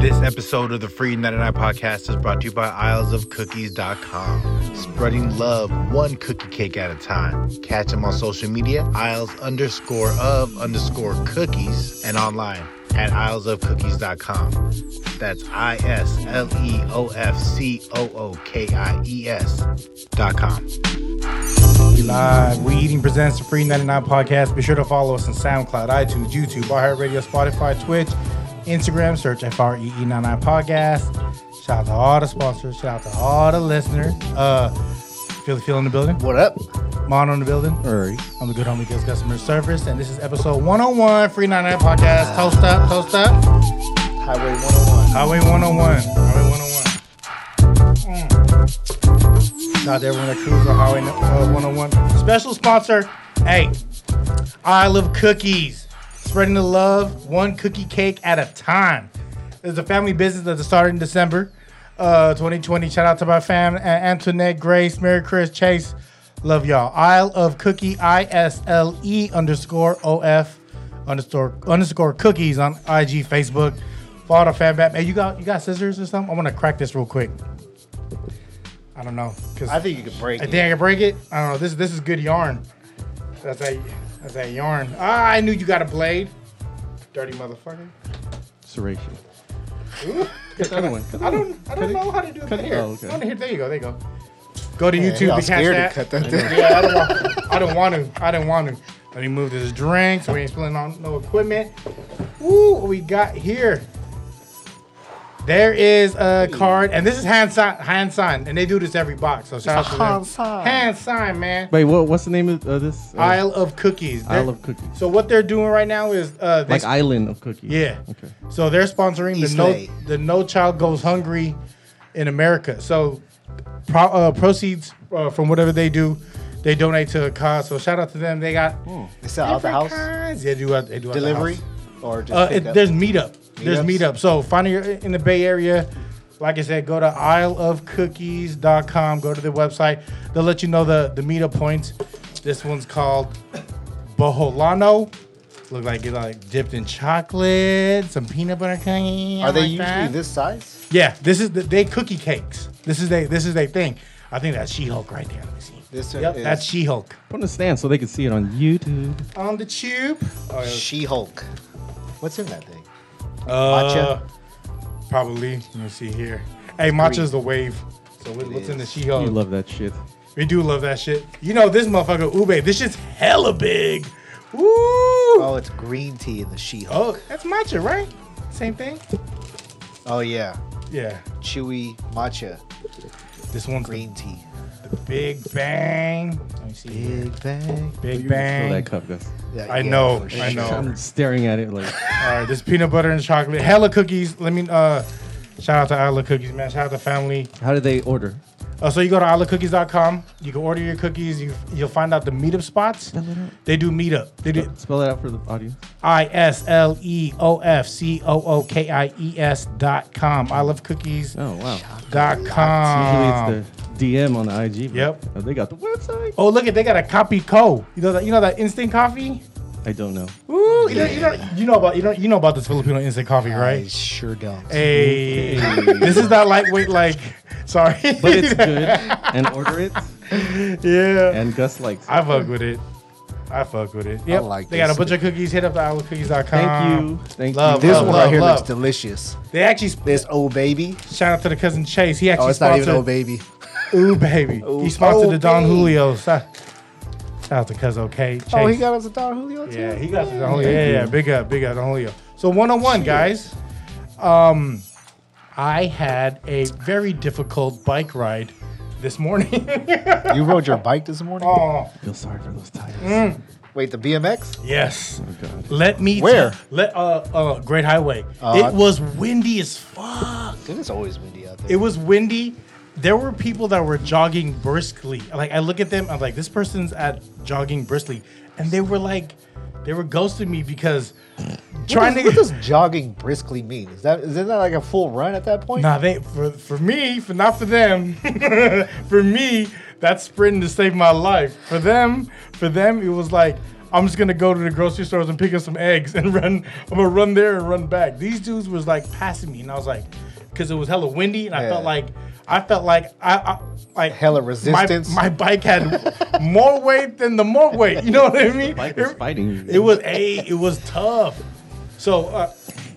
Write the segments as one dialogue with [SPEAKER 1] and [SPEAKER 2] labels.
[SPEAKER 1] This episode of the Free 99 podcast is brought to you by islesofcookies.com. Spreading love one cookie cake at a time. Catch them on social media, isles underscore of underscore cookies, and online at islesofcookies.com. That's I S L E O F C O O K I E S dot com.
[SPEAKER 2] We live. We Eating presents the Free 99 podcast. Be sure to follow us on SoundCloud, iTunes, YouTube, iHeartRadio, Spotify, Twitch, Instagram. Search E FREE99 podcast. Shout out to all the sponsors. Shout out to all the listeners. Uh, Philly Phil in the building.
[SPEAKER 3] What up?
[SPEAKER 2] Mon on the building.
[SPEAKER 3] Hurry.
[SPEAKER 2] I'm the good homie, Gus Customer Service. And this is episode 101, Free 99 podcast. Toast up, toast up.
[SPEAKER 3] Highway 101.
[SPEAKER 2] Highway 101. Highway 101. Mm. Shout out to everyone that cruises on Highway uh, 101. Special sponsor, hey, I Love Cookies. Spreading the love, one cookie cake at a time. There's a family business that started in December uh, 2020. Shout out to my fam, uh, Antoinette, Grace, Mary, Chris, Chase. Love y'all. Isle of Cookie, I S L E underscore O F underscore underscore cookies on IG, Facebook. Follow the fan bat. Hey, you got you got scissors or something? I want to crack this real quick. I don't know. Cause
[SPEAKER 3] I think you could break
[SPEAKER 2] I
[SPEAKER 3] it.
[SPEAKER 2] think I can break it. I don't know. This this is good yarn. That's a that's a yarn. Ah, I knew you got a blade. Dirty motherfucker.
[SPEAKER 4] Serration.
[SPEAKER 2] Ooh.
[SPEAKER 4] Cut that one. Cut
[SPEAKER 2] I
[SPEAKER 4] that one.
[SPEAKER 2] don't I don't know how to do
[SPEAKER 4] cut
[SPEAKER 2] that
[SPEAKER 4] it-
[SPEAKER 2] here.
[SPEAKER 4] oh, okay.
[SPEAKER 2] Oh, here, there you go. There you go. Go to
[SPEAKER 3] you
[SPEAKER 2] YouTube
[SPEAKER 3] all
[SPEAKER 2] to catch
[SPEAKER 3] scared
[SPEAKER 2] that.
[SPEAKER 3] to cut that thing.
[SPEAKER 2] yeah, I don't, want, I don't want to. I didn't want to. Let me move this drink so we ain't spilling on no equipment. Ooh, what we got here? There is a card, and this is hand sign, hand sign, and they do this every box. So shout out to them. Hand sign, man.
[SPEAKER 4] Wait, what? What's the name of uh, this? Uh,
[SPEAKER 2] Isle of cookies.
[SPEAKER 4] Isle
[SPEAKER 2] They're-
[SPEAKER 4] of Cookies.
[SPEAKER 2] So what they're doing right now is uh, they
[SPEAKER 4] like Island of Cookies.
[SPEAKER 2] yeah.
[SPEAKER 4] Okay.
[SPEAKER 2] So they're sponsoring
[SPEAKER 3] East
[SPEAKER 2] the no
[SPEAKER 3] Lake.
[SPEAKER 2] the No Child Goes Hungry in America. So pro, uh, proceeds uh, from whatever they do, they donate to a cause. So shout out to them. They got
[SPEAKER 3] They sell out the
[SPEAKER 2] different
[SPEAKER 3] house?
[SPEAKER 2] kinds. Yeah, they do out- they do out the
[SPEAKER 3] Delivery?
[SPEAKER 2] house.
[SPEAKER 3] Or just
[SPEAKER 2] Uh,
[SPEAKER 3] pick
[SPEAKER 2] it,
[SPEAKER 3] up?
[SPEAKER 2] there's meetup. There's
[SPEAKER 3] Meetups?
[SPEAKER 2] meetup. So find your in the Bay Area. Like I said, go to isleofcookies.com. Go to the website. They'll let you know the the meetup points. This one's called Boholano. Look like it's like dipped in chocolate, some peanut butter cookie.
[SPEAKER 3] Are they
[SPEAKER 2] like
[SPEAKER 3] usually
[SPEAKER 2] that.
[SPEAKER 3] this size?
[SPEAKER 2] Yeah, this is the, they cookie cakes. This is they this is their thing. I think that's She Hulk right there. Let me see.
[SPEAKER 3] This one
[SPEAKER 2] Yep,
[SPEAKER 3] is
[SPEAKER 2] that's She Hulk
[SPEAKER 4] Put on the stand so they can see it on YouTube.
[SPEAKER 2] on the tube. Oh, yeah.
[SPEAKER 3] She-Hulk. What's in that thing?
[SPEAKER 2] Uh,
[SPEAKER 3] Matcha?
[SPEAKER 2] Probably. Let me see here. Hey, matcha's the wave. So what, what's in the
[SPEAKER 4] You
[SPEAKER 2] She-Hulk?
[SPEAKER 4] love that shit.
[SPEAKER 2] We do love that shit. You know this motherfucker Ube. This shit's hella big. Woo!
[SPEAKER 3] Oh,
[SPEAKER 2] Oh,
[SPEAKER 3] it's green tea in the She-Hulk.
[SPEAKER 2] that's matcha, right? Same thing.
[SPEAKER 3] Oh, yeah.
[SPEAKER 2] Yeah.
[SPEAKER 3] Chewy matcha.
[SPEAKER 2] This one's the,
[SPEAKER 3] Green tea.
[SPEAKER 2] the Big Bang. Let me see. here.
[SPEAKER 3] Big bang.
[SPEAKER 2] Big
[SPEAKER 4] Fill that
[SPEAKER 2] Bang.
[SPEAKER 4] cup, guys.
[SPEAKER 3] Yeah,
[SPEAKER 2] I
[SPEAKER 3] yeah,
[SPEAKER 2] know,
[SPEAKER 3] for
[SPEAKER 2] I know.
[SPEAKER 4] I'm staring at it like
[SPEAKER 2] All right, this peanut butter and chocolate, hella cookies. Let me uh, shout out to Isla Cookies, man. Shout out to family.
[SPEAKER 4] how did they order?
[SPEAKER 2] Uh, so you go to islacookies.com. You can order your cookies. You, you'll find out the meetup spots. They do meetup. They do
[SPEAKER 4] Spell it out for the audience.
[SPEAKER 2] I S L E O F C O O K I E S dot com. I love cookies
[SPEAKER 4] Oh wow.
[SPEAKER 2] dot
[SPEAKER 4] Usually
[SPEAKER 2] com.
[SPEAKER 4] it's the DM on the IG.
[SPEAKER 2] Um.
[SPEAKER 4] but
[SPEAKER 2] Yep.
[SPEAKER 4] oh, they got the website.
[SPEAKER 2] Oh look at they got a copy co. You know that you know that instant coffee.
[SPEAKER 4] I don't know.
[SPEAKER 2] Ooh, you, know, you, know, you know about you know you know about this Filipino instant coffee,
[SPEAKER 3] I
[SPEAKER 2] right?
[SPEAKER 3] sure don't.
[SPEAKER 2] Hey, this is not lightweight. Like, sorry,
[SPEAKER 4] But it's good. and order it.
[SPEAKER 2] yeah.
[SPEAKER 4] And Gus likes. It.
[SPEAKER 2] I fuck with it. I fuck with it. Yep.
[SPEAKER 3] like
[SPEAKER 2] they got a
[SPEAKER 3] this.
[SPEAKER 2] bunch of cookies. Hit up islandcookies.com.
[SPEAKER 4] Thank you. Thank
[SPEAKER 2] Uh, Love,
[SPEAKER 4] you.
[SPEAKER 3] This
[SPEAKER 2] love,
[SPEAKER 3] one
[SPEAKER 2] love,
[SPEAKER 3] right here
[SPEAKER 2] Oh, love.
[SPEAKER 3] looks delicious.
[SPEAKER 2] They actually sp-
[SPEAKER 3] This old baby.
[SPEAKER 2] shout out to the cousin Chase. He actually
[SPEAKER 3] Oh, it's not
[SPEAKER 2] sponsored
[SPEAKER 3] even old baby.
[SPEAKER 2] Ooh baby. he sponsored
[SPEAKER 3] Oh,
[SPEAKER 2] the Don
[SPEAKER 3] baby.
[SPEAKER 2] Julio. Shout shout out to cousin okay. Chase.
[SPEAKER 3] Oh, he got us a Don Julio too.
[SPEAKER 2] Yeah, he got the Don Julio. Yeah, yeah, big up, big up, Don Julio. So one on one, guys. Um, I had a very difficult bike ride this morning.
[SPEAKER 3] Oh, You rode your bike this morning?
[SPEAKER 2] oh,
[SPEAKER 4] I feel sorry for those tires.
[SPEAKER 3] Wait, the BMX?
[SPEAKER 2] yes.
[SPEAKER 4] Oh god.
[SPEAKER 2] Let me
[SPEAKER 3] Where?
[SPEAKER 2] t- let uh uh Great Highway.
[SPEAKER 3] Uh,
[SPEAKER 2] it was windy as fuck.
[SPEAKER 3] Dude, it's always windy out there.
[SPEAKER 2] It was windy. There were people that were jogging briskly. Like I look at them, I'm like, this person's at jogging briskly, and they were like, they were ghosting me because
[SPEAKER 3] what does,
[SPEAKER 2] trying to.
[SPEAKER 3] what does jogging briskly mean? Is that is that like a full run at that point?
[SPEAKER 2] Nah, they for for me, for not for them. for me, that's sprinting to save my life. For them, for them, it was like I'm just gonna go to the grocery stores and pick up some eggs and run. I'm gonna run there and run back. These dudes was like passing me, and I was like, because it was hella windy, and I
[SPEAKER 3] Yeah.
[SPEAKER 2] felt like I felt like I, I like
[SPEAKER 3] Hella
[SPEAKER 2] my-
[SPEAKER 3] resistance.
[SPEAKER 2] My, bike had more weight than the more weight. You know what I mean?
[SPEAKER 4] bike was
[SPEAKER 2] It-
[SPEAKER 4] fighting you.
[SPEAKER 2] It was a. It was tough. So uh,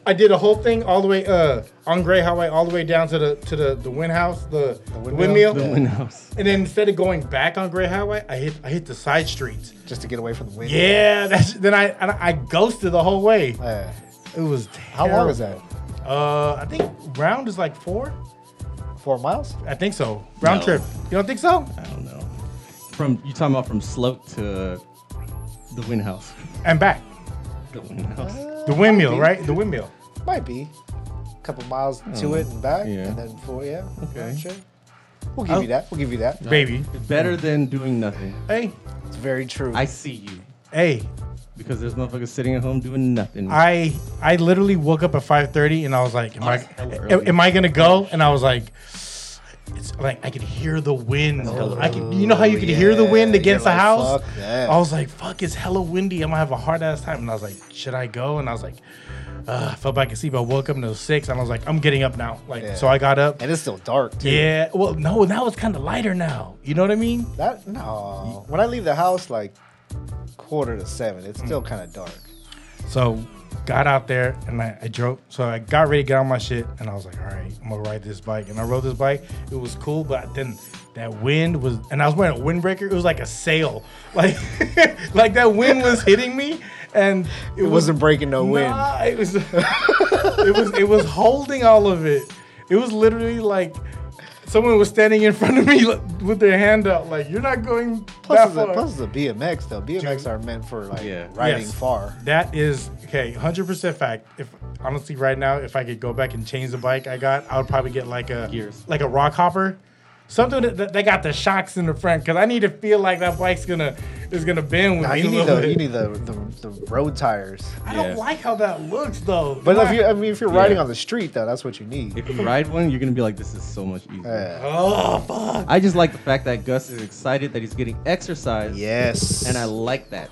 [SPEAKER 2] I did a whole thing all the way uh, on Gray Highway, all the way down to the to the the wind house, the, the
[SPEAKER 3] windmill?
[SPEAKER 2] windmill.
[SPEAKER 4] Someone else.
[SPEAKER 2] And then instead of going back on Gray Highway, I hit I hit the side streets.
[SPEAKER 3] just to get away from the wind.
[SPEAKER 2] Yeah, that's, then I, I I ghosted the whole way.
[SPEAKER 3] Yeah.
[SPEAKER 2] It was
[SPEAKER 3] How long is that?
[SPEAKER 2] terrible. Uh, I think round is like four.
[SPEAKER 3] Four miles?
[SPEAKER 2] I think so. Round
[SPEAKER 4] No.
[SPEAKER 2] trip. You don't think so?
[SPEAKER 4] I don't know. From you talking about from Sloat to the Wind House.
[SPEAKER 2] And back
[SPEAKER 4] The Wind House.
[SPEAKER 2] the windmill, right? The windmill.
[SPEAKER 3] Might be. A couple miles to it and back,
[SPEAKER 4] Hmm. yeah.
[SPEAKER 3] and then four. Yeah.
[SPEAKER 4] Okay. Oh.
[SPEAKER 3] Sure. We'll give you that. We'll give you that.
[SPEAKER 2] Baby.
[SPEAKER 4] Better than doing nothing.
[SPEAKER 2] Hey,
[SPEAKER 3] It's very true.
[SPEAKER 4] I see you.
[SPEAKER 2] hey.
[SPEAKER 4] Because there's motherfuckers sitting at home doing nothing.
[SPEAKER 2] I I literally woke up at 5:30 and I was like, am I
[SPEAKER 4] that's hella
[SPEAKER 2] am,
[SPEAKER 4] early.
[SPEAKER 2] am I gonna go? And I was like. It's like I could hear the wind. I can, you know how you could hear the wind
[SPEAKER 3] yeah.
[SPEAKER 2] against
[SPEAKER 3] You're
[SPEAKER 2] the
[SPEAKER 3] like,
[SPEAKER 2] house.
[SPEAKER 3] "Fuck that."
[SPEAKER 2] I was like, "Fuck, it's hella windy. I'm gonna have a hard ass time." And I was like, "Should I go?" And I was like, uh, "I felt like I could sleep." I woke up and it was six, and I was like, "I'm getting up now." Like,
[SPEAKER 3] Yeah.
[SPEAKER 2] so I got up.
[SPEAKER 3] and it's still dark. Too.
[SPEAKER 2] Yeah. Well, no, now it's kind of lighter now. You know what I mean?
[SPEAKER 3] That no. When I leave the house, like quarter to seven, it's still
[SPEAKER 4] Hmm.
[SPEAKER 3] kind of dark.
[SPEAKER 2] So got out there and I, I drove. So I got ready to get on my shit and I was like, all right, I'm gonna ride this bike. And I rode this bike. It was cool, but then that wind was, and I was wearing a windbreaker. It was like a sail, like like that wind was hitting me, and it,
[SPEAKER 3] It wasn't breaking no wind.
[SPEAKER 2] Nah, it was it was it was holding all of it. It was literally like. Someone was standing in front of me like, with their hand out, like "You're not going
[SPEAKER 3] Plus,
[SPEAKER 2] that
[SPEAKER 3] the,
[SPEAKER 2] far."
[SPEAKER 3] plus the BMX though. BMX are meant for like
[SPEAKER 4] Yeah.
[SPEAKER 3] riding
[SPEAKER 2] Yes.
[SPEAKER 3] far.
[SPEAKER 2] That is okay, hundred percent fact. If honestly, right now, if I could go back and change the bike I got, I would probably get like a
[SPEAKER 4] Gears.
[SPEAKER 2] like a rock hopper, something that, that they got the shocks in the front because I need to feel like that bike's gonna is gonna bend with
[SPEAKER 3] Nah,
[SPEAKER 2] me
[SPEAKER 3] you
[SPEAKER 2] a
[SPEAKER 3] need
[SPEAKER 2] little
[SPEAKER 3] the you
[SPEAKER 2] bit.
[SPEAKER 3] need the, the the road tires.
[SPEAKER 2] I don't
[SPEAKER 4] Yeah.
[SPEAKER 2] like how that looks though.
[SPEAKER 3] But
[SPEAKER 2] Why?
[SPEAKER 3] if you I mean if you're riding
[SPEAKER 4] Yeah.
[SPEAKER 3] on the street though, that's what you need.
[SPEAKER 4] if you ride one, you're gonna be like, this is so much easier.
[SPEAKER 3] Yeah.
[SPEAKER 2] oh fuck,
[SPEAKER 4] I just like the fact that Gus is excited that he's getting exercise.
[SPEAKER 3] Yes.
[SPEAKER 4] And I like that.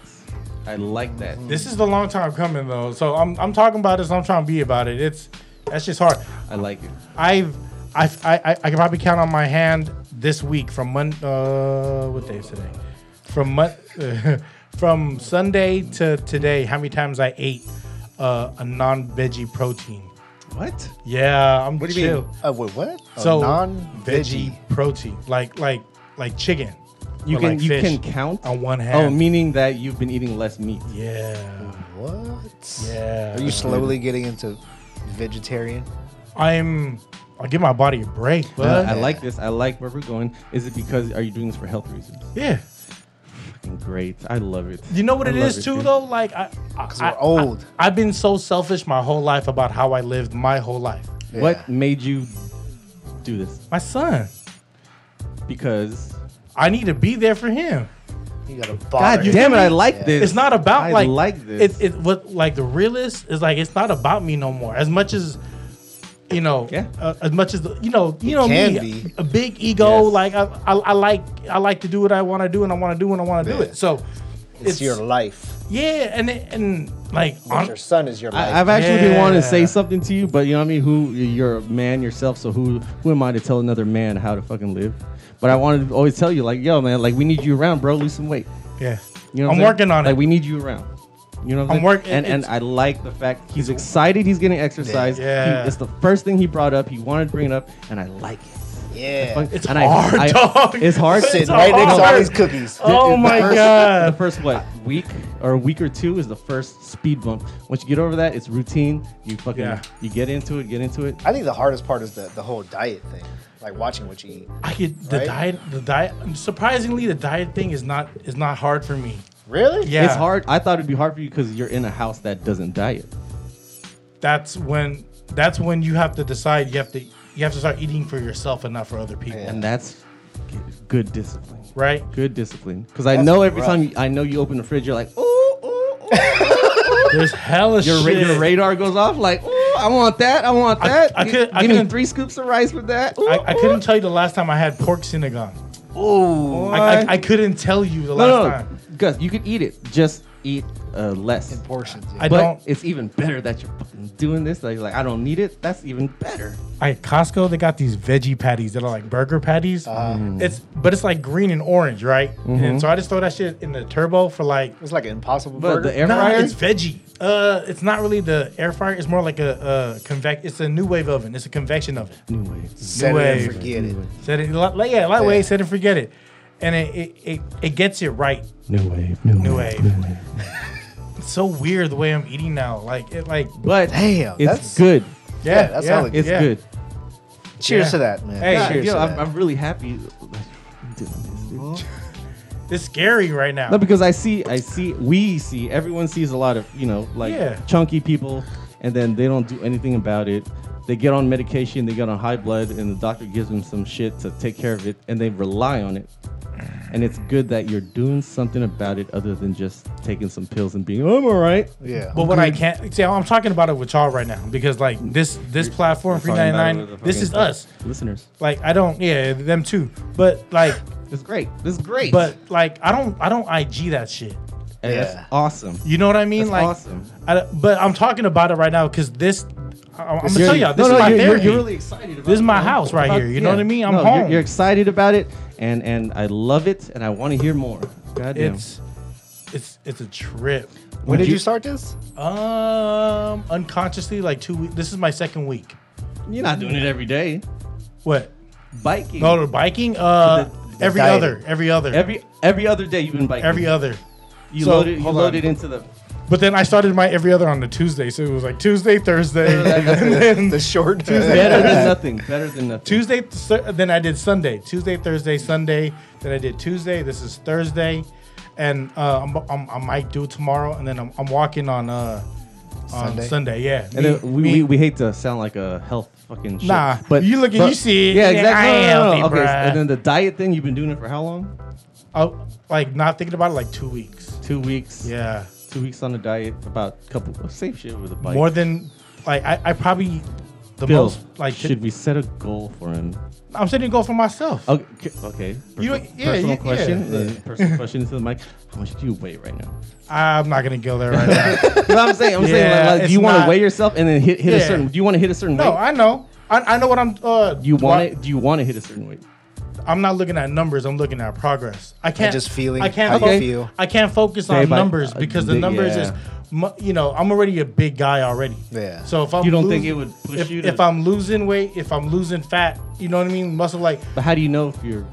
[SPEAKER 4] I like that.
[SPEAKER 2] this is the long time coming though. So I'm I'm talking about this. I'm trying to be about it. It's that's just hard.
[SPEAKER 4] I like it.
[SPEAKER 2] I've I've- I, I I can probably count on my hand this week from Mon uh what day is today? From mon- from Sunday to today, how many times I ate uh, a non veggie protein?
[SPEAKER 4] What?
[SPEAKER 2] Yeah, I'm what
[SPEAKER 3] do you mean? Uh, wait, what? A
[SPEAKER 2] So
[SPEAKER 3] non-veggie.
[SPEAKER 2] protein, like like like chicken.
[SPEAKER 4] You
[SPEAKER 2] or
[SPEAKER 4] can
[SPEAKER 2] like
[SPEAKER 4] you
[SPEAKER 2] fish
[SPEAKER 4] can count
[SPEAKER 2] on one hand.
[SPEAKER 4] Oh, meaning that you've been eating less meat.
[SPEAKER 2] Yeah,
[SPEAKER 3] What?
[SPEAKER 2] yeah.
[SPEAKER 3] Are you slowly getting into vegetarian?
[SPEAKER 2] I'm. I'll give my body a break, but
[SPEAKER 4] Uh, I like this. I like where we're going. Is it because are you doing this for health reasons?
[SPEAKER 2] yeah.
[SPEAKER 4] Fucking great. I love it.
[SPEAKER 2] You know what
[SPEAKER 4] I
[SPEAKER 2] it
[SPEAKER 4] love Ah,
[SPEAKER 2] is too,
[SPEAKER 4] dude.
[SPEAKER 2] though. Like I, I,
[SPEAKER 3] we're
[SPEAKER 2] I-
[SPEAKER 3] old.
[SPEAKER 2] I, have been so selfish my whole life about how I lived my whole life.
[SPEAKER 4] What
[SPEAKER 3] Yeah.
[SPEAKER 4] made you do this?
[SPEAKER 2] My son,
[SPEAKER 4] Because
[SPEAKER 2] I need to be there for him.
[SPEAKER 3] You got a
[SPEAKER 4] God damn it, I like this.
[SPEAKER 2] It's not about
[SPEAKER 4] I
[SPEAKER 2] like
[SPEAKER 4] like this.
[SPEAKER 2] It, it what like the realist is like. It's not about me no more. As much as you know,
[SPEAKER 4] Yeah.
[SPEAKER 2] uh, as much as the, you know, you know
[SPEAKER 3] can
[SPEAKER 2] me,
[SPEAKER 3] be.
[SPEAKER 2] a big ego.
[SPEAKER 4] Yes.
[SPEAKER 2] Like I, I, I like I like to do what I want to do, and I want to do when I want to do
[SPEAKER 3] Yeah.
[SPEAKER 2] it. So
[SPEAKER 3] It's, your life.
[SPEAKER 2] yeah, and it- and like
[SPEAKER 3] But
[SPEAKER 2] hon-
[SPEAKER 3] your son is your life.
[SPEAKER 4] I, I've actually been wanting to
[SPEAKER 2] Yeah.
[SPEAKER 4] say something to you, but you know what I mean. Who you're a man yourself, so who who am I to tell another man how to fucking live? But I wanted to always tell you, like, yo, man, like we need you around, bro. Lose some weight.
[SPEAKER 2] yeah.
[SPEAKER 4] You know, what
[SPEAKER 2] I'm
[SPEAKER 4] saying?
[SPEAKER 2] working on it.
[SPEAKER 4] Like we need you around. You know, what
[SPEAKER 2] I'm
[SPEAKER 4] I'm, saying?
[SPEAKER 2] working-
[SPEAKER 4] And and
[SPEAKER 2] it's-
[SPEAKER 4] I like the fact he's excited. He's getting exercise. He-
[SPEAKER 2] Yeah.
[SPEAKER 4] it's the first thing he brought up. He wanted to bring it up, and I like it.
[SPEAKER 3] yeah.
[SPEAKER 4] It's
[SPEAKER 2] hard, dog.
[SPEAKER 4] It's hard.
[SPEAKER 2] It's
[SPEAKER 3] Sitting
[SPEAKER 2] a
[SPEAKER 3] right next to all
[SPEAKER 2] hard-
[SPEAKER 3] these cookies.
[SPEAKER 2] Oh
[SPEAKER 4] It's the
[SPEAKER 2] my
[SPEAKER 4] first-
[SPEAKER 2] god.
[SPEAKER 4] The first what week or a week or two is the first speed bump. Once you get over that, it's routine. You fucking
[SPEAKER 2] Yeah.
[SPEAKER 4] you get into it, get into it.
[SPEAKER 3] I think the hardest part is the, the whole diet thing, like watching what you eat.
[SPEAKER 2] I could the
[SPEAKER 3] Right?
[SPEAKER 2] diet the diet surprisingly the diet thing is not is not hard for me.
[SPEAKER 3] Really?
[SPEAKER 2] Yeah.
[SPEAKER 4] It's hard. I thought it'd be hard for you because you're in a house that doesn't diet.
[SPEAKER 2] That's when that's when you have to decide you have to you have to start eating for yourself and not for other people.
[SPEAKER 3] Yeah.
[SPEAKER 4] And that's g- good discipline.
[SPEAKER 2] Right?
[SPEAKER 4] Good discipline. Because I
[SPEAKER 3] That's
[SPEAKER 4] know every
[SPEAKER 3] rough.
[SPEAKER 4] time you, I know you open the fridge, you're like, ooh, ooh, ooh.
[SPEAKER 2] There's hella
[SPEAKER 4] your, ra-
[SPEAKER 2] shit.
[SPEAKER 4] your radar goes off like, ooh, I want that, I want
[SPEAKER 2] I-
[SPEAKER 4] that.
[SPEAKER 2] I
[SPEAKER 4] Gi-
[SPEAKER 2] could-
[SPEAKER 4] give
[SPEAKER 2] I
[SPEAKER 4] me
[SPEAKER 2] couldn't-
[SPEAKER 4] three scoops of rice with that. Ooh,
[SPEAKER 2] I, I
[SPEAKER 4] ooh."
[SPEAKER 2] couldn't tell you the last time I had pork synagon.
[SPEAKER 3] Ooh.
[SPEAKER 2] I, I, I couldn't tell you the
[SPEAKER 4] No,
[SPEAKER 2] last
[SPEAKER 4] no, no.
[SPEAKER 2] time.
[SPEAKER 4] Gus, you could eat it. Just eat uh, less.
[SPEAKER 3] in portions. Yeah.
[SPEAKER 2] I
[SPEAKER 4] but
[SPEAKER 2] don't.
[SPEAKER 4] it's even better that you're fucking doing this. Like, like I don't need it. That's even better.
[SPEAKER 2] At Costco, they got these veggie patties that are like burger patties.
[SPEAKER 3] Ah.
[SPEAKER 2] It's but it's like green and orange, right?
[SPEAKER 4] Mm-hmm.
[SPEAKER 2] And so I just throw that shit in the turbo for like
[SPEAKER 3] it's like an impossible
[SPEAKER 4] But
[SPEAKER 3] burger.
[SPEAKER 4] the air
[SPEAKER 2] Nah,
[SPEAKER 4] fryer,
[SPEAKER 2] it's veggie. Uh, it's not really the air fryer. It's more like a, a convex. It's a new wave oven. It's a convection oven.
[SPEAKER 4] new ways.
[SPEAKER 3] Set it and
[SPEAKER 2] wave.
[SPEAKER 3] forget it.
[SPEAKER 2] Said it, li- yeah, lightweight. Said it, forget it, and it it, it, it gets it right.
[SPEAKER 4] New wave, new,
[SPEAKER 2] New
[SPEAKER 4] wave,
[SPEAKER 2] wave.
[SPEAKER 4] new wave.
[SPEAKER 2] It's so weird the way I'm eating now. Like it, like
[SPEAKER 4] But
[SPEAKER 3] Damn,
[SPEAKER 4] it's
[SPEAKER 3] that's-
[SPEAKER 4] good.
[SPEAKER 2] yeah,
[SPEAKER 3] Yeah, that's hella good.
[SPEAKER 4] It's
[SPEAKER 2] yeah.
[SPEAKER 4] good.
[SPEAKER 3] Cheers
[SPEAKER 2] Yeah.
[SPEAKER 3] to that, man.
[SPEAKER 2] Hey,
[SPEAKER 4] Yeah,
[SPEAKER 3] cheers
[SPEAKER 4] yo,
[SPEAKER 3] to
[SPEAKER 4] I'm,
[SPEAKER 3] that.
[SPEAKER 4] I'm really happy. like, I'm doing this, dude.
[SPEAKER 2] It's scary right now.
[SPEAKER 4] No, because I see, I see, we see, everyone sees a lot of, you know, like
[SPEAKER 2] Yeah.
[SPEAKER 4] chunky people, and then they don't do anything about it. They get on medication, they get on high blood, and the doctor gives them some shit to take care of it, and they rely on it. And it's good that you're doing something about it other than just taking some pills and being, "Oh, I'm all right.
[SPEAKER 3] yeah.
[SPEAKER 2] But what I can't see, I'm talking about it with y'all right now because like this this platform, free
[SPEAKER 4] Talking about it with
[SPEAKER 2] 99.
[SPEAKER 4] the
[SPEAKER 2] This is
[SPEAKER 4] fucking
[SPEAKER 2] us.
[SPEAKER 4] Listeners.
[SPEAKER 2] Like I don't, yeah, them too. But like,
[SPEAKER 4] It's great. This is great.
[SPEAKER 2] but like I don't, I don't IG that shit.
[SPEAKER 4] and
[SPEAKER 3] Yeah.
[SPEAKER 4] that's awesome.
[SPEAKER 2] You know what I mean?
[SPEAKER 4] That's
[SPEAKER 2] like,
[SPEAKER 4] awesome.
[SPEAKER 2] I, but I'm talking about it right now because this. I, I'm gonna tell y'all, this
[SPEAKER 4] no,
[SPEAKER 2] is
[SPEAKER 4] no,
[SPEAKER 2] my
[SPEAKER 4] you're, you're-
[SPEAKER 2] therapy.
[SPEAKER 4] you're really excited about
[SPEAKER 2] This is
[SPEAKER 4] it,
[SPEAKER 2] my
[SPEAKER 4] man.
[SPEAKER 2] house right
[SPEAKER 4] About-
[SPEAKER 2] here, you know what I mean? I'm
[SPEAKER 4] No, you're-
[SPEAKER 2] home.
[SPEAKER 4] You're excited about it, and and I love it, and I want to hear more. God damn.
[SPEAKER 2] it's, it's, it's a trip.
[SPEAKER 3] when did
[SPEAKER 4] you-
[SPEAKER 3] you start this?
[SPEAKER 2] Um, unconsciously, like two. weeks. This is my second week.
[SPEAKER 4] You're not doing it every day.
[SPEAKER 2] What?
[SPEAKER 4] Biking.
[SPEAKER 2] No, the biking. Uh,
[SPEAKER 4] The-
[SPEAKER 2] every
[SPEAKER 3] diet.
[SPEAKER 2] other, every other, every,
[SPEAKER 4] Every every other day you've been biking.
[SPEAKER 2] other.
[SPEAKER 4] you
[SPEAKER 2] so,
[SPEAKER 4] loaded you
[SPEAKER 3] hold on.
[SPEAKER 4] loaded into the
[SPEAKER 2] But then I started my every other on the Tuesday, so it was like Tuesday, Thursday, and then
[SPEAKER 3] The short
[SPEAKER 4] better than nothing. Better than nothing.
[SPEAKER 2] Tuesday, th- then I did Sunday, Tuesday, Thursday, Sunday. Then I did Tuesday. This is Thursday, and uh, I'm, I'm, I might do tomorrow. And then I'm, I'm walking on uh, on Sunday.
[SPEAKER 3] Sunday.
[SPEAKER 2] yeah,
[SPEAKER 4] And
[SPEAKER 2] Me-
[SPEAKER 4] then we,
[SPEAKER 2] me-
[SPEAKER 4] we, we hate to sound like a health fucking shit.
[SPEAKER 2] Nah,
[SPEAKER 4] but
[SPEAKER 2] you look at-
[SPEAKER 4] but-
[SPEAKER 2] you see it,
[SPEAKER 4] Yeah,
[SPEAKER 2] yeah,
[SPEAKER 4] exactly.
[SPEAKER 2] I
[SPEAKER 4] No, no,
[SPEAKER 2] am
[SPEAKER 4] no, no.
[SPEAKER 2] healthy,
[SPEAKER 4] Okay,
[SPEAKER 2] bruh.
[SPEAKER 4] and then the diet thing you've been doing it for how long?
[SPEAKER 2] oh, like not thinking about it like two weeks.
[SPEAKER 4] Two weeks.
[SPEAKER 2] Yeah,
[SPEAKER 4] Two weeks on the diet. About a couple. Same shit with a bike.
[SPEAKER 2] more than like I, I probably the
[SPEAKER 4] Bill,
[SPEAKER 2] most like
[SPEAKER 4] should we set a goal for him?
[SPEAKER 2] I'm setting a goal for myself.
[SPEAKER 4] Okay. k- okay. Personal,
[SPEAKER 2] You- yeah,
[SPEAKER 4] personal
[SPEAKER 2] yeah,
[SPEAKER 4] question.
[SPEAKER 2] yeah.
[SPEAKER 4] uh, Personal question into the mic. How much do you weigh right now?
[SPEAKER 2] I'm not gonna go there right now.
[SPEAKER 4] You know what I'm saying, I'm saying, like,
[SPEAKER 2] Yeah,
[SPEAKER 4] like, do
[SPEAKER 2] it's
[SPEAKER 4] you want to
[SPEAKER 2] not-
[SPEAKER 4] weigh yourself and then hit, hit a
[SPEAKER 2] Yeah.
[SPEAKER 4] certain? Do you want to hit a certain
[SPEAKER 2] no,
[SPEAKER 4] weight?
[SPEAKER 2] I know. I, I know what I'm. Uh,
[SPEAKER 4] do you want
[SPEAKER 2] what-
[SPEAKER 4] it? Do you want to hit a certain weight?
[SPEAKER 2] I'm not looking at numbers. I'm looking at progress. I can't
[SPEAKER 3] just feeling
[SPEAKER 2] I can't.
[SPEAKER 3] how
[SPEAKER 4] you
[SPEAKER 2] focus.
[SPEAKER 3] feel.
[SPEAKER 2] I can't focus
[SPEAKER 4] Day
[SPEAKER 2] on
[SPEAKER 4] by-
[SPEAKER 2] numbers
[SPEAKER 4] uh,
[SPEAKER 2] because
[SPEAKER 4] day-
[SPEAKER 2] the numbers
[SPEAKER 4] yeah.
[SPEAKER 2] is mu- you know I'm already a big guy already.
[SPEAKER 3] Yeah.
[SPEAKER 2] So if I'm
[SPEAKER 4] You don't
[SPEAKER 2] losing-
[SPEAKER 4] think it would push
[SPEAKER 2] if,
[SPEAKER 4] you to-
[SPEAKER 2] if I'm losing weight, if I'm losing fat, you know what I mean, muscle like
[SPEAKER 4] But how do you know if you're?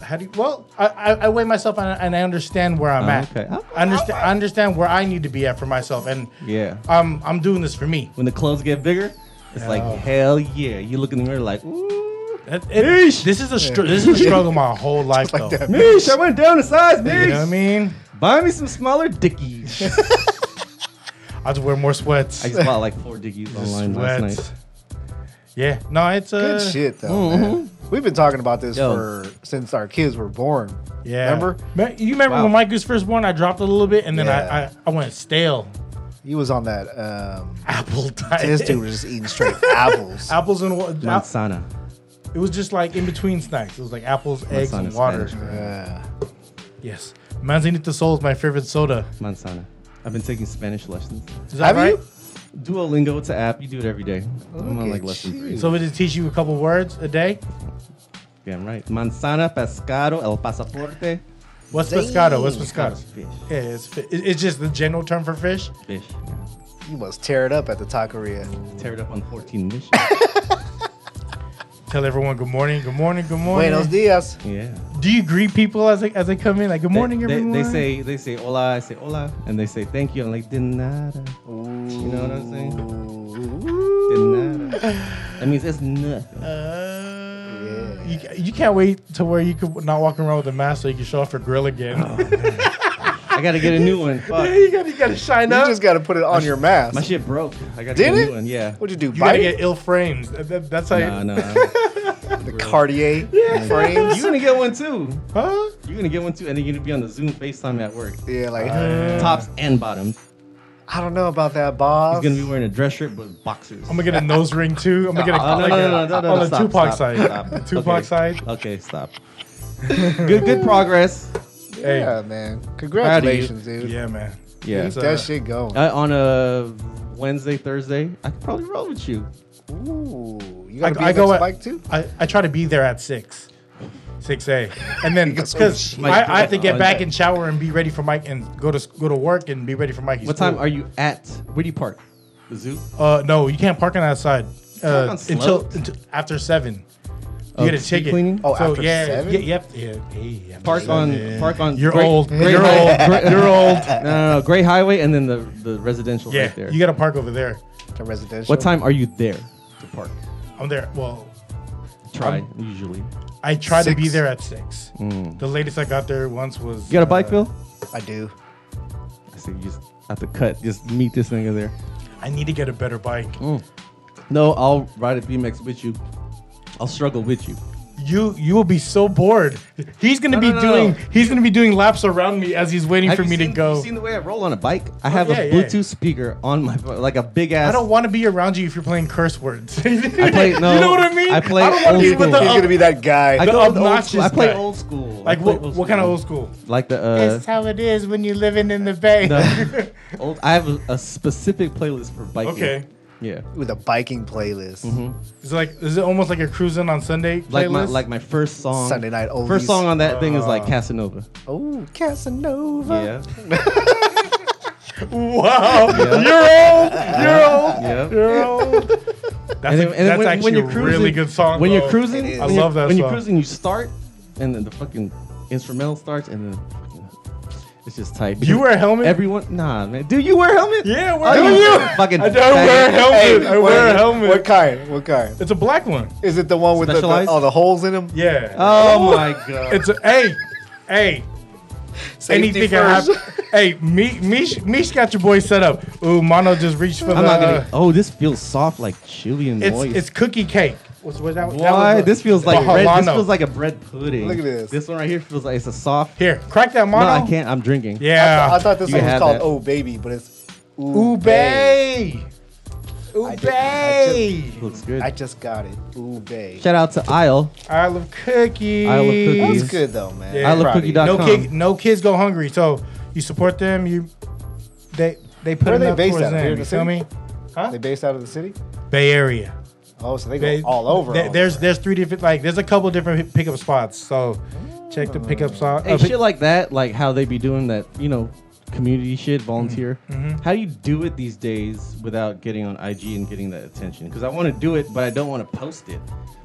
[SPEAKER 2] how do you, well I, I, I weigh myself and, I- and I understand where I'm
[SPEAKER 4] Oh,
[SPEAKER 2] at.
[SPEAKER 4] okay. Okay.
[SPEAKER 2] I understand I understand where I need to be at for myself and
[SPEAKER 4] Yeah.
[SPEAKER 2] I'm I'm doing this for me.
[SPEAKER 4] When the clothes get bigger, it's like hell yeah. You look in the mirror like, ooh,
[SPEAKER 2] It- it- this is a str- this is a struggle my whole life though.
[SPEAKER 4] Mish, I went down a size, Mish.
[SPEAKER 2] You know what I mean?
[SPEAKER 4] Buy me some smaller dickies.
[SPEAKER 2] I just wear more sweats.
[SPEAKER 4] I just bought like four dickies online last
[SPEAKER 2] sweats.
[SPEAKER 4] night.
[SPEAKER 2] Yeah, no, it's uh,
[SPEAKER 3] Good shit though. Man. We've been talking about this
[SPEAKER 4] Yo.
[SPEAKER 3] for since our kids were born.
[SPEAKER 2] Yeah.
[SPEAKER 3] Remember?
[SPEAKER 2] Me- You remember
[SPEAKER 4] Wow.
[SPEAKER 2] when Mike was first born? I dropped a little bit, and then I,
[SPEAKER 3] Yeah.
[SPEAKER 2] I I went stale.
[SPEAKER 3] He was on that. Um,
[SPEAKER 2] Apple diet.
[SPEAKER 3] this dude was just eating straight apples.
[SPEAKER 2] Apples and water.
[SPEAKER 4] Manzana.
[SPEAKER 2] It was just like in between snacks. It was like apples, eggs,
[SPEAKER 4] Manzana
[SPEAKER 2] and
[SPEAKER 4] is
[SPEAKER 2] water.
[SPEAKER 4] Spanish, right?
[SPEAKER 3] Yeah.
[SPEAKER 2] Yes, Manzanita Sol is my favorite soda.
[SPEAKER 4] Manzana. I've been taking Spanish lessons.
[SPEAKER 2] Is that
[SPEAKER 3] Have
[SPEAKER 2] right?
[SPEAKER 3] you?
[SPEAKER 4] Duolingo, it's an app. You do it every day. I'm on
[SPEAKER 3] Look
[SPEAKER 4] like
[SPEAKER 3] at
[SPEAKER 4] lesson three.
[SPEAKER 3] you.
[SPEAKER 2] So we just teach you a couple words a day.
[SPEAKER 4] Damn right. Manzana, pescado, el pasaporte.
[SPEAKER 2] What's
[SPEAKER 3] Dang.
[SPEAKER 2] pescado? What's pescado?
[SPEAKER 4] Fish.
[SPEAKER 2] Yeah, it's fi- it- it's just the general term for fish.
[SPEAKER 4] Fish.
[SPEAKER 3] You must tear it up at the taqueria.
[SPEAKER 4] Tear it up on 14 mission.
[SPEAKER 2] Tell everyone good morning, good morning, good morning.
[SPEAKER 3] Buenos dias.
[SPEAKER 4] yeah.
[SPEAKER 2] Do you greet people as they as they come in? Like good morning,
[SPEAKER 4] they, they-
[SPEAKER 2] everyone.
[SPEAKER 4] They, say they say hola, I say hola, and they say thank you. I'm like de nada. You know what I'm saying? De nada. That means it's nothing.
[SPEAKER 2] Uh, you, you can't wait to where you could not walk around with a mask so you can show off your grill again.
[SPEAKER 4] I gotta get a new one.
[SPEAKER 2] Yeah,
[SPEAKER 4] Oh, Fuck.
[SPEAKER 2] you gotta, you gotta shine
[SPEAKER 3] You
[SPEAKER 2] up.
[SPEAKER 3] just got to put it on your mask.
[SPEAKER 4] My shit broke. I
[SPEAKER 3] Did
[SPEAKER 4] gotta get a
[SPEAKER 3] it?
[SPEAKER 4] new one. Yeah.
[SPEAKER 3] What'd you do?
[SPEAKER 2] you gotta
[SPEAKER 3] bite
[SPEAKER 2] get
[SPEAKER 3] it?
[SPEAKER 2] ill frames. That- that- that's how.
[SPEAKER 4] Nah,
[SPEAKER 2] you,
[SPEAKER 4] nah.
[SPEAKER 3] the Cartier frames?
[SPEAKER 4] You're gonna get one too.
[SPEAKER 2] Huh?
[SPEAKER 4] You're gonna get one too, and then you're gonna be on the Zoom FaceTime at work.
[SPEAKER 3] Yeah, like
[SPEAKER 4] Tops and bottoms.
[SPEAKER 3] I don't know about that, boss.
[SPEAKER 4] He's gonna be wearing a dress shirt with boxers.
[SPEAKER 2] I'm gonna get a nose ring too. I'm gonna get a,
[SPEAKER 4] Oh, no,
[SPEAKER 2] like
[SPEAKER 4] no,
[SPEAKER 2] a-
[SPEAKER 4] no, no, no, no,
[SPEAKER 2] on the
[SPEAKER 4] no, stop,
[SPEAKER 2] Tupac
[SPEAKER 4] stop,
[SPEAKER 2] side.
[SPEAKER 4] stop.
[SPEAKER 2] The Tupac
[SPEAKER 4] Okay.
[SPEAKER 2] side.
[SPEAKER 4] Okay, stop. Good, good progress.
[SPEAKER 2] Hey,
[SPEAKER 3] yeah, man. Congratulations, dude.
[SPEAKER 2] yeah, man.
[SPEAKER 4] Yeah. uh,
[SPEAKER 3] Keep that shit going.
[SPEAKER 4] I, on a Wednesday, Thursday, I could probably roll with you.
[SPEAKER 3] Ooh, you
[SPEAKER 2] I,
[SPEAKER 3] gotta be
[SPEAKER 2] I
[SPEAKER 3] I
[SPEAKER 2] go at,
[SPEAKER 3] Spike too.
[SPEAKER 2] I, I try to be there at six. 6A, and then because
[SPEAKER 4] shit.
[SPEAKER 2] I, I have to get
[SPEAKER 4] Oh,
[SPEAKER 2] back
[SPEAKER 4] yeah.
[SPEAKER 2] and shower and be ready for Mike and go to s- go to work and be ready for Mikey's.
[SPEAKER 4] What time
[SPEAKER 2] school.
[SPEAKER 4] are you at? Where do you park? The zoo?
[SPEAKER 2] Uh, no, you can't park on that side
[SPEAKER 4] Park
[SPEAKER 2] uh,
[SPEAKER 4] on
[SPEAKER 2] until,
[SPEAKER 4] slopes?
[SPEAKER 2] until after seven. You
[SPEAKER 4] Oh,
[SPEAKER 2] get a
[SPEAKER 4] street
[SPEAKER 2] ticket.
[SPEAKER 4] cleaning?
[SPEAKER 3] Oh,
[SPEAKER 2] so
[SPEAKER 3] after
[SPEAKER 2] yeah,
[SPEAKER 3] seven?
[SPEAKER 2] yeah, yep, yeah, yeah,
[SPEAKER 4] Park on. Park on.
[SPEAKER 2] You're
[SPEAKER 4] Great-
[SPEAKER 2] old.
[SPEAKER 4] Great
[SPEAKER 2] You're
[SPEAKER 4] Highway-
[SPEAKER 2] old.
[SPEAKER 4] Great-
[SPEAKER 2] You're old.
[SPEAKER 4] No, no, no. Great Highway, and then the the residential
[SPEAKER 2] Yeah,
[SPEAKER 4] right there.
[SPEAKER 2] you got to park over there.
[SPEAKER 3] The residential.
[SPEAKER 4] what time are you there to park? Um,
[SPEAKER 2] I'm there. Well,
[SPEAKER 4] Try usually.
[SPEAKER 2] I tried to be
[SPEAKER 3] Six.
[SPEAKER 2] there at six. The latest I got there once was.
[SPEAKER 4] Mm. You got a
[SPEAKER 2] uh,
[SPEAKER 4] bike, Bill?
[SPEAKER 3] I do.
[SPEAKER 4] I said you just have to cut. Just meet this nigga there.
[SPEAKER 2] I need to get a better bike.
[SPEAKER 4] Mm. No, I'll ride a BMX with you. I'll struggle with you.
[SPEAKER 2] You you will be so bored. He's gonna
[SPEAKER 4] No,
[SPEAKER 2] be
[SPEAKER 4] no, no,
[SPEAKER 2] doing
[SPEAKER 4] no.
[SPEAKER 2] he's gonna be doing laps around me as he's waiting
[SPEAKER 4] Have
[SPEAKER 2] for
[SPEAKER 4] you
[SPEAKER 2] me
[SPEAKER 4] seen-
[SPEAKER 2] to go. Oh,
[SPEAKER 4] You seen the way I roll on a bike? I have
[SPEAKER 2] yeah,
[SPEAKER 4] a
[SPEAKER 2] yeah.
[SPEAKER 4] Bluetooth speaker on my like a big ass.
[SPEAKER 2] I don't want to be around you if you're playing curse words. I
[SPEAKER 4] play- no,
[SPEAKER 2] you know what I mean?
[SPEAKER 4] I play
[SPEAKER 2] don't wanna
[SPEAKER 4] old
[SPEAKER 2] be with
[SPEAKER 4] school.
[SPEAKER 2] the
[SPEAKER 4] He's
[SPEAKER 3] He's
[SPEAKER 2] ob-
[SPEAKER 3] gonna be that guy.
[SPEAKER 4] I
[SPEAKER 2] the
[SPEAKER 4] go with old
[SPEAKER 2] obnoxious
[SPEAKER 4] school. I play
[SPEAKER 2] guy.
[SPEAKER 4] old school.
[SPEAKER 2] Like
[SPEAKER 4] I play
[SPEAKER 2] what,
[SPEAKER 4] old
[SPEAKER 2] what kind of
[SPEAKER 4] school.
[SPEAKER 2] old school?
[SPEAKER 4] Like the uh,
[SPEAKER 2] how it is when you're living in the bay.
[SPEAKER 4] the old. I have a, a specific playlist for biking.
[SPEAKER 2] Okay.
[SPEAKER 4] Yeah.
[SPEAKER 3] with a biking playlist.
[SPEAKER 4] Mm-hmm.
[SPEAKER 2] It's like is it almost like you're cruising on Sunday playlist? Uh.
[SPEAKER 4] Like my like my first song.
[SPEAKER 3] Sunday night oldies.
[SPEAKER 4] First song on that thing is like Casanova.
[SPEAKER 3] Oh, Casanova.
[SPEAKER 4] Yeah.
[SPEAKER 2] wow,
[SPEAKER 4] Yeah.
[SPEAKER 2] you're old, you're old, you're old. That's,
[SPEAKER 4] And
[SPEAKER 2] a,
[SPEAKER 4] then, and then
[SPEAKER 2] that's
[SPEAKER 4] when,
[SPEAKER 2] actually
[SPEAKER 4] when you're
[SPEAKER 2] a
[SPEAKER 4] cruising,
[SPEAKER 2] really good song.
[SPEAKER 4] When you're
[SPEAKER 2] though.
[SPEAKER 4] cruising,
[SPEAKER 3] It is.
[SPEAKER 4] when
[SPEAKER 2] I
[SPEAKER 4] you-
[SPEAKER 2] love that
[SPEAKER 4] When
[SPEAKER 2] song.
[SPEAKER 4] you're cruising, you start, and then the fucking instrumental starts, and then fucking- it's just tight.
[SPEAKER 2] Do you wear a helmet?
[SPEAKER 4] Everyone, nah, man. Do you wear a helmet?
[SPEAKER 2] yeah, where
[SPEAKER 4] Oh,
[SPEAKER 2] are
[SPEAKER 4] you
[SPEAKER 2] you?
[SPEAKER 4] Fucking
[SPEAKER 2] I don't wear a
[SPEAKER 4] faggot.
[SPEAKER 2] helmet. I
[SPEAKER 3] what-
[SPEAKER 2] wear a helmet.
[SPEAKER 3] What kind? What kind?
[SPEAKER 2] It's a black one.
[SPEAKER 3] Is it the one with the, the,
[SPEAKER 4] Specialized?
[SPEAKER 3] all the holes in them?
[SPEAKER 2] Yeah.
[SPEAKER 4] Oh my god.
[SPEAKER 2] It's a hey, hey.
[SPEAKER 3] Safety
[SPEAKER 2] anything can
[SPEAKER 3] first.
[SPEAKER 2] happen. hey, Me- Mish, Mish got your boy set up. Ooh, Mono just reached for
[SPEAKER 4] I'm
[SPEAKER 2] the.
[SPEAKER 4] not gonna. Oh, this feels soft, like chili and
[SPEAKER 2] Uh, it's
[SPEAKER 4] moist.
[SPEAKER 2] it's cookie cake. What's what that? that
[SPEAKER 4] Why?
[SPEAKER 2] was a-
[SPEAKER 4] this feels like bread, this
[SPEAKER 2] Bajalano.
[SPEAKER 4] feels like a bread pudding.
[SPEAKER 3] Look at this.
[SPEAKER 4] This one right here feels like it's a soft.
[SPEAKER 2] Here, crack that
[SPEAKER 4] no,
[SPEAKER 2] mono.
[SPEAKER 4] I can't. I'm drinking.
[SPEAKER 2] Yeah.
[SPEAKER 3] I thought this
[SPEAKER 4] You
[SPEAKER 3] one was
[SPEAKER 4] have
[SPEAKER 3] called
[SPEAKER 4] that.
[SPEAKER 3] Oh Baby, but it's
[SPEAKER 2] Ooh,
[SPEAKER 3] Babe.
[SPEAKER 2] bay. Ooh,
[SPEAKER 3] I did- I
[SPEAKER 2] bay.
[SPEAKER 4] Looks good.
[SPEAKER 3] I just got it. Ooh Bay.
[SPEAKER 4] Shout out to Isle.
[SPEAKER 2] I love cookies.
[SPEAKER 4] Isle of Cookies.
[SPEAKER 3] That's good though, man.
[SPEAKER 2] Yeah.
[SPEAKER 3] I'm
[SPEAKER 4] I love
[SPEAKER 3] proud of you.
[SPEAKER 4] cookie.com.
[SPEAKER 2] No kid, no kids go hungry. So you support them. You, they, they put
[SPEAKER 3] Where are
[SPEAKER 2] it
[SPEAKER 3] they
[SPEAKER 2] up
[SPEAKER 3] based
[SPEAKER 2] towards
[SPEAKER 3] out of? Here
[SPEAKER 2] them.
[SPEAKER 3] in
[SPEAKER 2] You
[SPEAKER 3] the
[SPEAKER 2] feel
[SPEAKER 3] city?
[SPEAKER 2] me? Huh?
[SPEAKER 3] They based out of the city?
[SPEAKER 2] Bay Area.
[SPEAKER 3] Oh, so they go
[SPEAKER 2] They-
[SPEAKER 3] all over.
[SPEAKER 2] there-
[SPEAKER 3] all
[SPEAKER 2] there's there's three different like there's a couple different pickup spots. So check the pickup spot.
[SPEAKER 4] Hey,
[SPEAKER 2] uh,
[SPEAKER 4] shit like that, like how they be doing that, you know, community shit, volunteer.
[SPEAKER 2] Mm-hmm.
[SPEAKER 4] How do you do it these days without getting on IG and getting that attention? Because I want to do it, but I don't want to post it.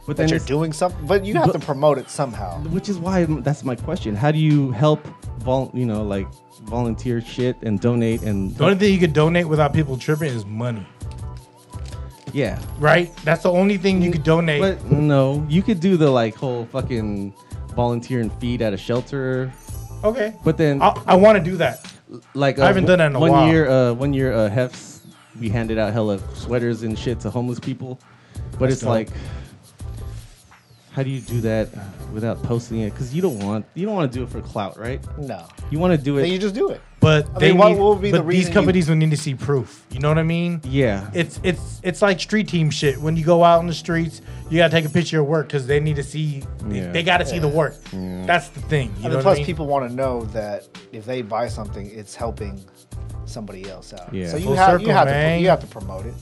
[SPEAKER 4] But then
[SPEAKER 3] But you're
[SPEAKER 4] it's-
[SPEAKER 3] doing something, but you have to
[SPEAKER 4] But-
[SPEAKER 3] promote it somehow.
[SPEAKER 4] which is why I'm- that's my question. How do you help, vol- you know, like volunteer shit and donate and
[SPEAKER 2] the only thing you could donate without people tripping is money,
[SPEAKER 4] yeah.
[SPEAKER 2] right? That's the only thing you could donate.
[SPEAKER 4] But no, you could do the like whole fucking volunteer and feed at a shelter.
[SPEAKER 2] okay,
[SPEAKER 4] But then
[SPEAKER 2] I, I want to do that.
[SPEAKER 4] like
[SPEAKER 2] I haven't done that in a
[SPEAKER 4] one
[SPEAKER 2] while.
[SPEAKER 4] year uh one year uh hefs we handed out hella sweaters and shit to homeless people but it's
[SPEAKER 2] dope.
[SPEAKER 4] like how do you do that without posting it because you don't want you don't want to do it for clout right
[SPEAKER 3] No.
[SPEAKER 4] you want to do
[SPEAKER 3] Then you
[SPEAKER 4] it
[SPEAKER 3] just do it.
[SPEAKER 2] But
[SPEAKER 3] I
[SPEAKER 2] they
[SPEAKER 3] mean, what
[SPEAKER 2] need-
[SPEAKER 3] will be the
[SPEAKER 2] but these
[SPEAKER 3] reason you-
[SPEAKER 2] companies will need to see proof. You know what I mean?
[SPEAKER 4] yeah
[SPEAKER 2] It's it's it's like street team shit. When you go out in the streets, you gotta take a picture of work because they need to see. They,
[SPEAKER 4] Yeah.
[SPEAKER 2] they gotta see the work. That's the thing. You
[SPEAKER 3] And
[SPEAKER 2] know
[SPEAKER 3] then
[SPEAKER 2] what
[SPEAKER 3] plus,
[SPEAKER 2] I mean?
[SPEAKER 3] people want to know that if they buy something, it's helping somebody else out.
[SPEAKER 4] Yeah.
[SPEAKER 3] So you
[SPEAKER 2] Full
[SPEAKER 3] have you
[SPEAKER 2] circle,
[SPEAKER 3] have
[SPEAKER 2] man.
[SPEAKER 3] to you have to promote it.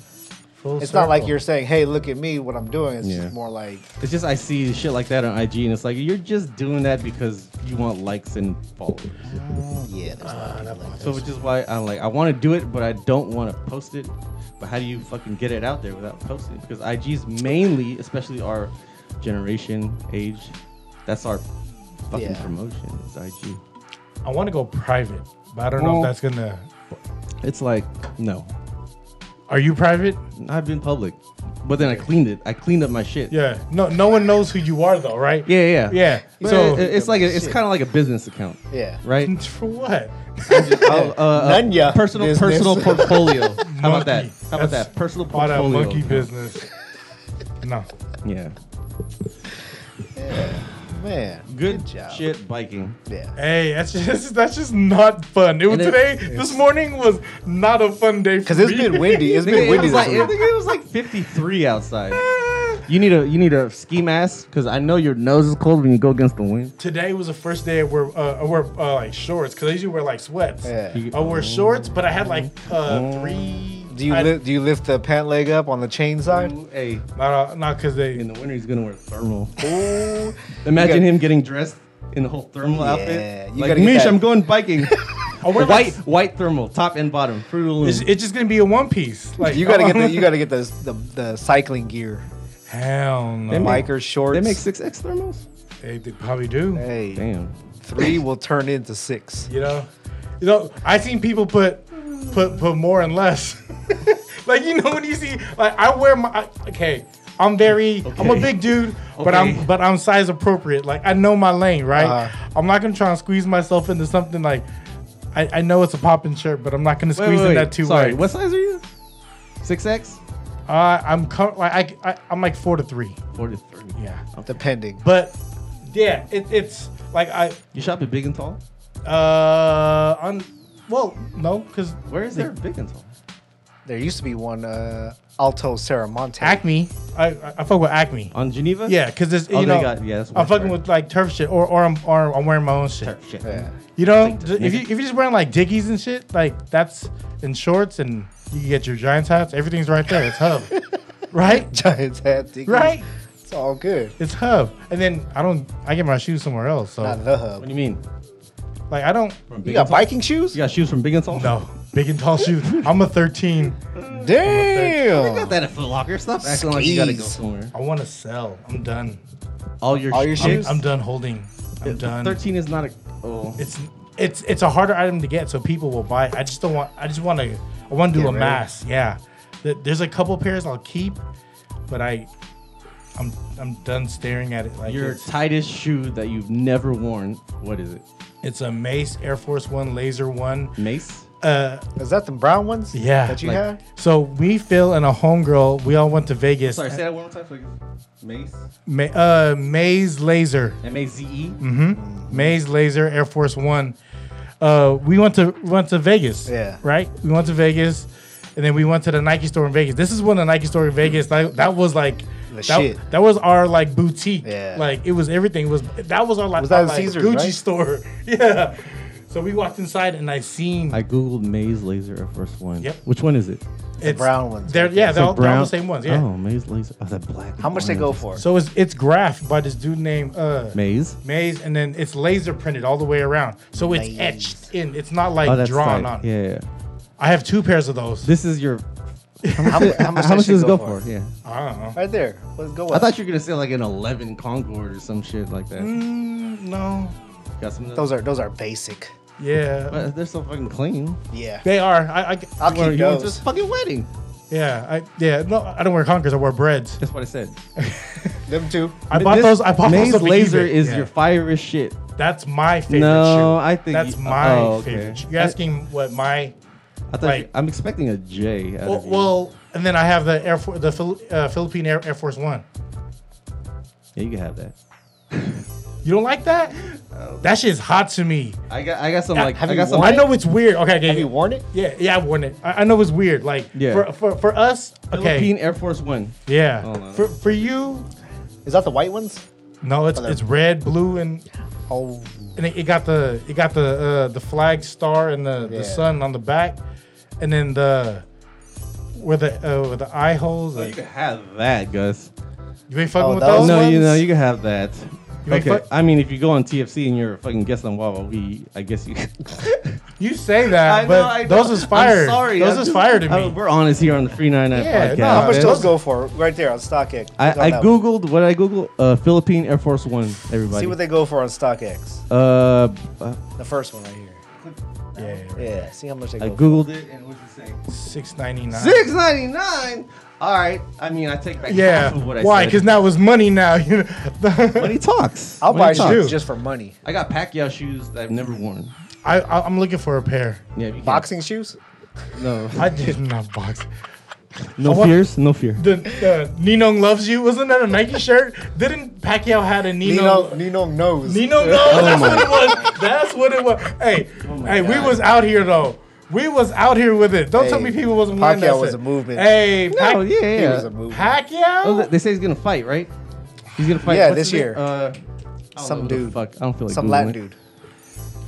[SPEAKER 2] Full
[SPEAKER 3] It's not like
[SPEAKER 2] circle.
[SPEAKER 3] you're saying, "Hey, look at me, what I'm doing." It's
[SPEAKER 4] Yeah.
[SPEAKER 3] just more like
[SPEAKER 4] it's just i see shit like that on ig and it's like you're just doing that because you want likes and followers
[SPEAKER 3] Yeah, there's a
[SPEAKER 2] Uh,
[SPEAKER 3] lot of people like
[SPEAKER 4] so
[SPEAKER 3] that.
[SPEAKER 4] which is why i'm like i want to do it but i don't want to post it but how do you fucking get it out there without posting it because ig's mainly especially our generation age that's our fucking
[SPEAKER 3] Yeah.
[SPEAKER 4] promotion is ig
[SPEAKER 2] I want to go private, but I don't know
[SPEAKER 4] Well-
[SPEAKER 2] if that's gonna.
[SPEAKER 4] it's like no
[SPEAKER 2] Are you private?
[SPEAKER 4] i've been public but then i cleaned it i cleaned up my shit
[SPEAKER 2] Yeah. No. No one knows who you are though, right?
[SPEAKER 4] yeah yeah
[SPEAKER 2] Yeah.
[SPEAKER 4] so
[SPEAKER 2] So-
[SPEAKER 4] it's like a, it's
[SPEAKER 3] Shit.
[SPEAKER 4] kind of like a business account
[SPEAKER 3] Yeah.
[SPEAKER 4] right
[SPEAKER 2] For what?
[SPEAKER 4] Oh, uh,
[SPEAKER 3] None ya
[SPEAKER 4] personal
[SPEAKER 3] business.
[SPEAKER 4] personal portfolio how about that
[SPEAKER 2] Monkey.
[SPEAKER 4] how about
[SPEAKER 2] That's
[SPEAKER 4] that personal
[SPEAKER 2] All that
[SPEAKER 4] portfolio
[SPEAKER 2] monkey
[SPEAKER 4] account.
[SPEAKER 2] business. No.
[SPEAKER 4] yeah
[SPEAKER 3] Man,
[SPEAKER 4] good,
[SPEAKER 3] job.
[SPEAKER 4] shit biking
[SPEAKER 3] Yeah.
[SPEAKER 2] Hey, that's just that's just not fun. It was
[SPEAKER 4] And it-
[SPEAKER 2] today. This morning was not a fun day.
[SPEAKER 3] Because it's been windy. It's
[SPEAKER 4] Nigga,
[SPEAKER 3] been
[SPEAKER 4] it,
[SPEAKER 3] windy
[SPEAKER 4] was
[SPEAKER 3] this
[SPEAKER 4] like,
[SPEAKER 3] week.
[SPEAKER 4] it was like 53 outside. You need a you need a ski mask because I know your nose is cold when you go against the wind.
[SPEAKER 2] Today was the first day I wore, uh, I wore uh, like shorts because I usually wear like sweats.
[SPEAKER 3] Yeah.
[SPEAKER 4] You-
[SPEAKER 2] I wore shorts, but I had like uh, three.
[SPEAKER 3] Do you
[SPEAKER 2] I,
[SPEAKER 3] li- do you lift the pant leg up on the chain side?
[SPEAKER 4] Hey,
[SPEAKER 2] Not not because
[SPEAKER 4] in
[SPEAKER 2] they.
[SPEAKER 4] the winter he's gonna wear thermal.
[SPEAKER 3] Ooh.
[SPEAKER 4] Imagine
[SPEAKER 3] got-
[SPEAKER 4] him getting dressed in the whole thermal
[SPEAKER 3] Yeah,
[SPEAKER 4] outfit.
[SPEAKER 3] you
[SPEAKER 4] like
[SPEAKER 3] gotta get
[SPEAKER 4] Mish,
[SPEAKER 3] that-
[SPEAKER 4] I'm going biking.
[SPEAKER 2] I wear like-
[SPEAKER 4] white white thermal, top and bottom. Fruit of the Loom.
[SPEAKER 2] it's, it's just gonna be a one piece. Like um,
[SPEAKER 3] You gotta get the you gotta get the the, the cycling gear,
[SPEAKER 2] Hell no. They,
[SPEAKER 4] make-
[SPEAKER 3] biker shorts.
[SPEAKER 4] They make six X thermals.
[SPEAKER 2] they probably do.
[SPEAKER 3] Hey,
[SPEAKER 4] Damn.
[SPEAKER 3] three will turn into six.
[SPEAKER 2] You know, you know. I seen people put put put more and less. like you know when you see like I wear my I- okay. I'm very I'm a
[SPEAKER 4] Okay.
[SPEAKER 2] big dude, but I'm
[SPEAKER 4] Okay.
[SPEAKER 2] but I'm size appropriate. Like I know my lane, right?
[SPEAKER 3] Uh-huh.
[SPEAKER 2] I'm not gonna try and squeeze myself into something like. I, I know it's a popping shirt, but I'm not gonna
[SPEAKER 4] Wait,
[SPEAKER 2] squeeze
[SPEAKER 4] wait,
[SPEAKER 2] in
[SPEAKER 4] wait.
[SPEAKER 2] that two
[SPEAKER 4] Sorry,
[SPEAKER 2] ways.
[SPEAKER 4] what size are you? Six X.
[SPEAKER 2] Uh, I'm com- like I, I I'm like four to three.
[SPEAKER 4] Four to three.
[SPEAKER 2] Yeah,
[SPEAKER 3] Depending.
[SPEAKER 2] but yeah, it, it's like I
[SPEAKER 4] You shop at Big and Tall.
[SPEAKER 2] uh on well no because
[SPEAKER 4] Where is there a Big and Tall?
[SPEAKER 3] There used to be one uh, Alto Saramonte.
[SPEAKER 2] Acme I I I fuck with Acme.
[SPEAKER 4] On Geneva.
[SPEAKER 2] Yeah, because it's you
[SPEAKER 4] Oh, they
[SPEAKER 2] know
[SPEAKER 4] got- yeah, that's
[SPEAKER 2] I'm
[SPEAKER 4] worse,
[SPEAKER 2] fucking
[SPEAKER 4] right?
[SPEAKER 2] with like turf shit, or or I'm or I'm wearing my own shit.
[SPEAKER 4] Shit.
[SPEAKER 3] Yeah.
[SPEAKER 2] You know,
[SPEAKER 4] Like,
[SPEAKER 2] ju- if you if you're just wearing like dickies and shit, like that's in shorts and you can get your Giants hats. Everything's right there. It's hub, right?
[SPEAKER 3] Giants hat. Dickies.
[SPEAKER 2] Right?
[SPEAKER 3] It's all good.
[SPEAKER 2] It's hub. And then I don't I get my shoes somewhere else. So
[SPEAKER 3] Not the
[SPEAKER 4] What
[SPEAKER 3] hub.
[SPEAKER 4] do you mean?
[SPEAKER 2] like I don't
[SPEAKER 4] From
[SPEAKER 3] You
[SPEAKER 4] Big
[SPEAKER 3] got
[SPEAKER 4] and Tall?
[SPEAKER 3] biking shoes?
[SPEAKER 4] You got shoes from Big and Tall.
[SPEAKER 2] no big and tall shoes. I'm a 13.
[SPEAKER 4] I got
[SPEAKER 3] Damn.
[SPEAKER 4] that at Foot Locker. Stop acting like you gotta go
[SPEAKER 3] Skis.
[SPEAKER 4] somewhere.
[SPEAKER 2] I want to sell. I'm done.
[SPEAKER 4] All your
[SPEAKER 3] All your
[SPEAKER 4] I'm-
[SPEAKER 3] shoes?
[SPEAKER 2] I'm done holding. I'm
[SPEAKER 4] I'm
[SPEAKER 2] done.
[SPEAKER 4] Thirteen is not a. Oh.
[SPEAKER 2] It's it's it's a harder item to get, so people will buy. it. I just don't want. I just want to. I want to do
[SPEAKER 3] Get
[SPEAKER 2] a
[SPEAKER 3] rid of it.
[SPEAKER 2] mass. Yeah, Th- there's a couple pairs I'll keep, but I, I'm I'm done staring at it. Like
[SPEAKER 4] Your
[SPEAKER 2] it's,
[SPEAKER 4] tightest shoe that you've never worn. What is it?
[SPEAKER 2] it's a Mace Air Force One Laser One.
[SPEAKER 4] Mace.
[SPEAKER 2] Uh,
[SPEAKER 3] Is that the brown ones?
[SPEAKER 2] Yeah,
[SPEAKER 3] That you
[SPEAKER 4] like-
[SPEAKER 3] had?
[SPEAKER 2] so we Phil and a homegirl, we all went to Vegas.
[SPEAKER 4] Sorry, say that one more time. So I can- Mace.
[SPEAKER 2] Ma- uh, Maze Laser.
[SPEAKER 4] M A Z E.
[SPEAKER 2] Mm-hmm. Maze Laser Air Force One. Uh, we went to we went to Vegas.
[SPEAKER 3] Yeah.
[SPEAKER 2] Right. We went to Vegas, and then we went to the Nike store in Vegas. This is when the Nike store in Vegas like, that was like
[SPEAKER 3] The
[SPEAKER 2] that,
[SPEAKER 3] shit.
[SPEAKER 2] that was our like boutique.
[SPEAKER 3] Yeah.
[SPEAKER 2] Like it was everything. It was that was our like,
[SPEAKER 3] Was that
[SPEAKER 2] our, like,
[SPEAKER 3] Caesar's,
[SPEAKER 2] Gucci
[SPEAKER 3] right?
[SPEAKER 2] store? yeah. So we walked inside and I seen
[SPEAKER 4] I googled Maze Laser Air Force One.
[SPEAKER 2] Yep.
[SPEAKER 4] Which one is it?
[SPEAKER 2] it's-
[SPEAKER 3] brown ones.
[SPEAKER 2] They're yeah,
[SPEAKER 4] It's a
[SPEAKER 2] they're, all, they're all
[SPEAKER 4] brown-
[SPEAKER 2] the same ones. Yeah.
[SPEAKER 4] Oh, Maze Laser. Oh, that black.
[SPEAKER 3] How much they go
[SPEAKER 4] orange.
[SPEAKER 3] for?
[SPEAKER 2] So it's it's graphed by this dude named uh,
[SPEAKER 4] Maze.
[SPEAKER 2] Maze, and then it's laser printed all the way around. So it's
[SPEAKER 3] Maze.
[SPEAKER 2] etched in. It's not like
[SPEAKER 4] Oh, that's
[SPEAKER 2] drawn
[SPEAKER 4] tight.
[SPEAKER 2] on.
[SPEAKER 4] Yeah, yeah.
[SPEAKER 2] I have two pairs of those.
[SPEAKER 4] This is your.
[SPEAKER 3] how, mu- how much,
[SPEAKER 4] How
[SPEAKER 3] that
[SPEAKER 4] much
[SPEAKER 3] shit
[SPEAKER 4] does it go for? Yeah.
[SPEAKER 2] I don't know.
[SPEAKER 3] Right there. Let's go.
[SPEAKER 4] I
[SPEAKER 3] with.
[SPEAKER 4] thought you were gonna say like an 11 Concord or some shit like that.
[SPEAKER 2] Mm, no.
[SPEAKER 4] Got some of
[SPEAKER 3] those are those are basic.
[SPEAKER 2] Yeah.
[SPEAKER 4] But they're so fucking clean.
[SPEAKER 3] Yeah.
[SPEAKER 2] they are. I, I
[SPEAKER 3] I'll
[SPEAKER 4] You went
[SPEAKER 3] keep
[SPEAKER 4] you went to this
[SPEAKER 3] those.
[SPEAKER 4] fucking wedding.
[SPEAKER 2] yeah. I yeah. No, I don't wear conkers. I wear breads.
[SPEAKER 4] That's what I said.
[SPEAKER 3] Them too.
[SPEAKER 2] I bought
[SPEAKER 4] This-
[SPEAKER 2] those. I bought
[SPEAKER 4] Maze
[SPEAKER 2] those. off of
[SPEAKER 4] Laser
[SPEAKER 2] eBay.
[SPEAKER 4] is
[SPEAKER 2] Yeah.
[SPEAKER 4] your fire as shit.
[SPEAKER 2] That's my favorite.
[SPEAKER 4] No,
[SPEAKER 2] shoe.
[SPEAKER 4] I think
[SPEAKER 2] that's
[SPEAKER 4] you-
[SPEAKER 2] my
[SPEAKER 4] oh, okay.
[SPEAKER 2] favorite. shoe. You're asking what my
[SPEAKER 4] I thought
[SPEAKER 2] Like-
[SPEAKER 4] you- I'm expecting a J. Out
[SPEAKER 2] well,
[SPEAKER 4] of you.
[SPEAKER 2] well, and then I have the Air Force, the Phil, uh, Philippine Air, Air Force One.
[SPEAKER 4] yeah, you can have that.
[SPEAKER 2] You don't like that? That shit's hot to me.
[SPEAKER 4] I got, I got some
[SPEAKER 2] Yeah,
[SPEAKER 4] like,
[SPEAKER 3] have
[SPEAKER 4] I
[SPEAKER 3] you
[SPEAKER 4] got some.
[SPEAKER 2] I know it's weird. Okay, okay.
[SPEAKER 3] Have you worn it?
[SPEAKER 2] yeah, yeah, I've worn it. I, I know it's weird. Like
[SPEAKER 4] Yeah.
[SPEAKER 2] for, for for us, okay,
[SPEAKER 4] Philippine Air Force One.
[SPEAKER 2] yeah.
[SPEAKER 4] Oh, no.
[SPEAKER 2] For for you,
[SPEAKER 3] Is that the white ones?
[SPEAKER 2] no, it's
[SPEAKER 3] Oh, they're-
[SPEAKER 2] it's red, blue, and
[SPEAKER 3] Oh,
[SPEAKER 2] and it, it got the it got the uh, the flag star and the,
[SPEAKER 3] Yeah.
[SPEAKER 2] the sun on the back, and then the where the uh, where the eye holes.
[SPEAKER 4] Oh,
[SPEAKER 2] like-
[SPEAKER 4] you can have that, Gus.
[SPEAKER 2] you ain't fucking
[SPEAKER 3] Oh,
[SPEAKER 2] with
[SPEAKER 3] that
[SPEAKER 2] those.
[SPEAKER 3] was-
[SPEAKER 4] no,
[SPEAKER 3] ones?
[SPEAKER 4] you know you can have that.
[SPEAKER 2] You ain't
[SPEAKER 4] Okay,
[SPEAKER 2] fuck-
[SPEAKER 4] I mean if you go on TFC and you're a fucking guest on Wawa, we I guess you.
[SPEAKER 2] You say that, but those is fire.
[SPEAKER 4] I'm sorry,
[SPEAKER 2] those is
[SPEAKER 4] I'm just- Oh,
[SPEAKER 2] fire to me.
[SPEAKER 4] I- we're honest here on the Free Nine Nine
[SPEAKER 2] Yeah,
[SPEAKER 4] podcast.
[SPEAKER 2] no,
[SPEAKER 3] how much
[SPEAKER 2] man.
[SPEAKER 3] those go for? Right there on StockX. Click on
[SPEAKER 4] I, I
[SPEAKER 3] that one.
[SPEAKER 4] googled what I googled uh, Philippine Air Force One. Everybody,
[SPEAKER 3] See what they go for on StockX.
[SPEAKER 4] uh, uh,
[SPEAKER 3] The first one right here.
[SPEAKER 2] yeah,
[SPEAKER 3] Yeah. See how much they
[SPEAKER 4] I
[SPEAKER 3] go.
[SPEAKER 4] googled it and what's it saying?
[SPEAKER 2] six ninety nine.
[SPEAKER 4] Six ninety nine. All right. I mean, I take back
[SPEAKER 2] Yeah,
[SPEAKER 4] half of what I
[SPEAKER 2] why?
[SPEAKER 4] said.
[SPEAKER 2] Because now it's money. Now you know.
[SPEAKER 4] when he talks,
[SPEAKER 3] I'll
[SPEAKER 4] When he
[SPEAKER 3] buy
[SPEAKER 4] talks.
[SPEAKER 3] shoes
[SPEAKER 2] talk?
[SPEAKER 3] just for money.
[SPEAKER 4] I got Pacquiao shoes that I've never worn.
[SPEAKER 2] I, I I'm looking for a pair.
[SPEAKER 4] Yeah, if you can-
[SPEAKER 3] Boxing shoes?
[SPEAKER 4] No,
[SPEAKER 2] I did not box.
[SPEAKER 4] no
[SPEAKER 2] want-
[SPEAKER 4] fears, no fear.
[SPEAKER 2] The uh, Ninong loves you. Wasn't that a Nike shirt? Didn't Pacquiao had a
[SPEAKER 3] Nino, Nino knows.
[SPEAKER 4] Oh
[SPEAKER 2] Nino, no, that's what it was. That's what it was. Hey, hey, we was out here though. We was out here with it. Don't tell
[SPEAKER 3] Hey,
[SPEAKER 2] me people wasn't
[SPEAKER 3] Pacquiao
[SPEAKER 2] wearing that
[SPEAKER 3] was
[SPEAKER 2] shit.
[SPEAKER 3] a movement.
[SPEAKER 2] Hey, Pac-
[SPEAKER 4] No, yeah, yeah.
[SPEAKER 3] He was a movie.
[SPEAKER 4] Oh,
[SPEAKER 2] Pacquiao.
[SPEAKER 4] they- they say he's gonna fight, right? He's gonna fight.
[SPEAKER 3] Yeah,
[SPEAKER 4] what's
[SPEAKER 3] this
[SPEAKER 4] his name?
[SPEAKER 3] year.
[SPEAKER 4] Uh, I don't know
[SPEAKER 3] Some
[SPEAKER 4] who the
[SPEAKER 3] dude.
[SPEAKER 4] Fuck, I don't feel like
[SPEAKER 3] Some
[SPEAKER 4] Googling
[SPEAKER 3] Latin
[SPEAKER 4] it.
[SPEAKER 3] dude.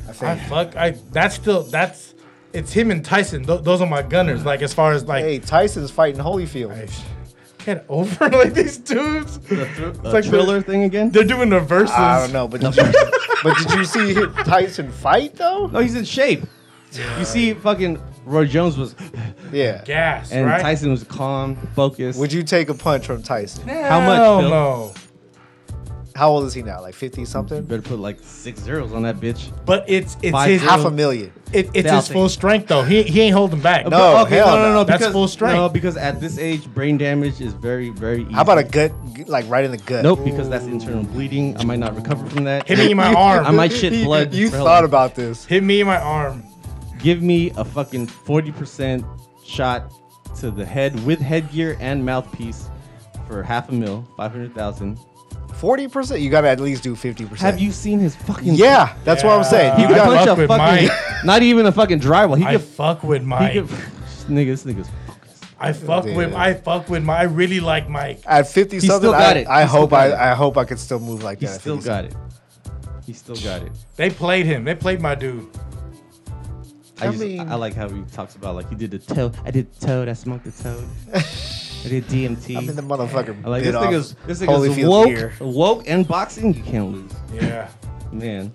[SPEAKER 3] I
[SPEAKER 2] I
[SPEAKER 3] think.
[SPEAKER 2] fuck. I that's still that's it's him and Tyson. Th- those are my gunners. Like as far as like
[SPEAKER 3] Hey, Tyson's fighting Holyfield.
[SPEAKER 2] Hey, sh- Get over like these dudes. it's
[SPEAKER 4] A
[SPEAKER 2] like
[SPEAKER 4] uh, thriller
[SPEAKER 2] thriller.
[SPEAKER 4] thing again?
[SPEAKER 2] They're, doing the verses.
[SPEAKER 3] I don't know, but did you, but did you see him- Tyson fight though?
[SPEAKER 4] No, he's in shape. You see, fucking Roy Jones was,
[SPEAKER 3] Yeah.
[SPEAKER 2] Gas,
[SPEAKER 4] and
[SPEAKER 2] right?
[SPEAKER 4] Tyson was calm, focused.
[SPEAKER 3] Would you take a punch from Tyson?
[SPEAKER 4] How much,
[SPEAKER 2] Hell
[SPEAKER 4] Phil?
[SPEAKER 2] no.
[SPEAKER 3] How old is he now? Like fifty something?
[SPEAKER 4] better put like six zeros on that bitch.
[SPEAKER 2] But it's it's
[SPEAKER 4] Five
[SPEAKER 2] his
[SPEAKER 4] zero.
[SPEAKER 3] Half a million.
[SPEAKER 2] it, it's his
[SPEAKER 4] Thousand.
[SPEAKER 2] full strength though. He he ain't holding back.
[SPEAKER 3] No.
[SPEAKER 4] But- okay,
[SPEAKER 3] hell
[SPEAKER 4] no, no,
[SPEAKER 3] no.
[SPEAKER 4] no.
[SPEAKER 2] That's
[SPEAKER 4] because-
[SPEAKER 2] full strength.
[SPEAKER 4] No, because at this age, brain damage is very, very easy.
[SPEAKER 3] How about a gut, like right in the gut?
[SPEAKER 4] Nope, because that's internal bleeding. I might not recover from that.
[SPEAKER 2] Hit me in my arm.
[SPEAKER 4] I might shit
[SPEAKER 3] You-
[SPEAKER 4] blood.
[SPEAKER 3] You
[SPEAKER 4] for hell.
[SPEAKER 3] thought about this?
[SPEAKER 2] Hit me in my arm.
[SPEAKER 4] Give me a fucking 40% shot to the head with headgear and mouthpiece for half a mil, 500,000.
[SPEAKER 3] Forty percent. You gotta at least do fifty percent.
[SPEAKER 4] Have you seen his fucking.
[SPEAKER 3] Yeah, that's what I'm saying.
[SPEAKER 2] Yeah.
[SPEAKER 3] You
[SPEAKER 4] He
[SPEAKER 2] I
[SPEAKER 4] could
[SPEAKER 3] got
[SPEAKER 4] punch
[SPEAKER 2] fuck
[SPEAKER 4] a
[SPEAKER 2] with
[SPEAKER 4] fucking.
[SPEAKER 2] Mike.
[SPEAKER 4] Not even a fucking drywall. He
[SPEAKER 2] I
[SPEAKER 4] could.
[SPEAKER 2] fuck with
[SPEAKER 4] He
[SPEAKER 2] Mike.
[SPEAKER 4] could nigga, this nigga's. fucking-
[SPEAKER 2] I fuck with
[SPEAKER 3] Dude.
[SPEAKER 2] I fuck with Mike. I really like Mike.
[SPEAKER 3] at fifty
[SPEAKER 4] still
[SPEAKER 3] something.
[SPEAKER 4] got
[SPEAKER 3] I,
[SPEAKER 4] it.
[SPEAKER 3] I
[SPEAKER 4] He still
[SPEAKER 3] hope
[SPEAKER 4] got
[SPEAKER 3] I,
[SPEAKER 4] it.
[SPEAKER 3] I hope I could still move like
[SPEAKER 4] He
[SPEAKER 3] that. at
[SPEAKER 4] still
[SPEAKER 3] 50
[SPEAKER 4] got it. He still got it.
[SPEAKER 2] They played him. They played my dude.
[SPEAKER 4] I,
[SPEAKER 3] I
[SPEAKER 4] just,
[SPEAKER 3] mean-
[SPEAKER 4] I like how he talks about like he did the toad. I did toad. I smoked the toad. I did DMT.
[SPEAKER 3] I'm in the motherfucker.
[SPEAKER 4] I like
[SPEAKER 3] bit
[SPEAKER 4] this thing
[SPEAKER 3] off
[SPEAKER 4] is this thing is
[SPEAKER 3] Holyfield's
[SPEAKER 4] woke,
[SPEAKER 3] ear.
[SPEAKER 4] woke and boxing. You can't lose,
[SPEAKER 2] Yeah.
[SPEAKER 4] man.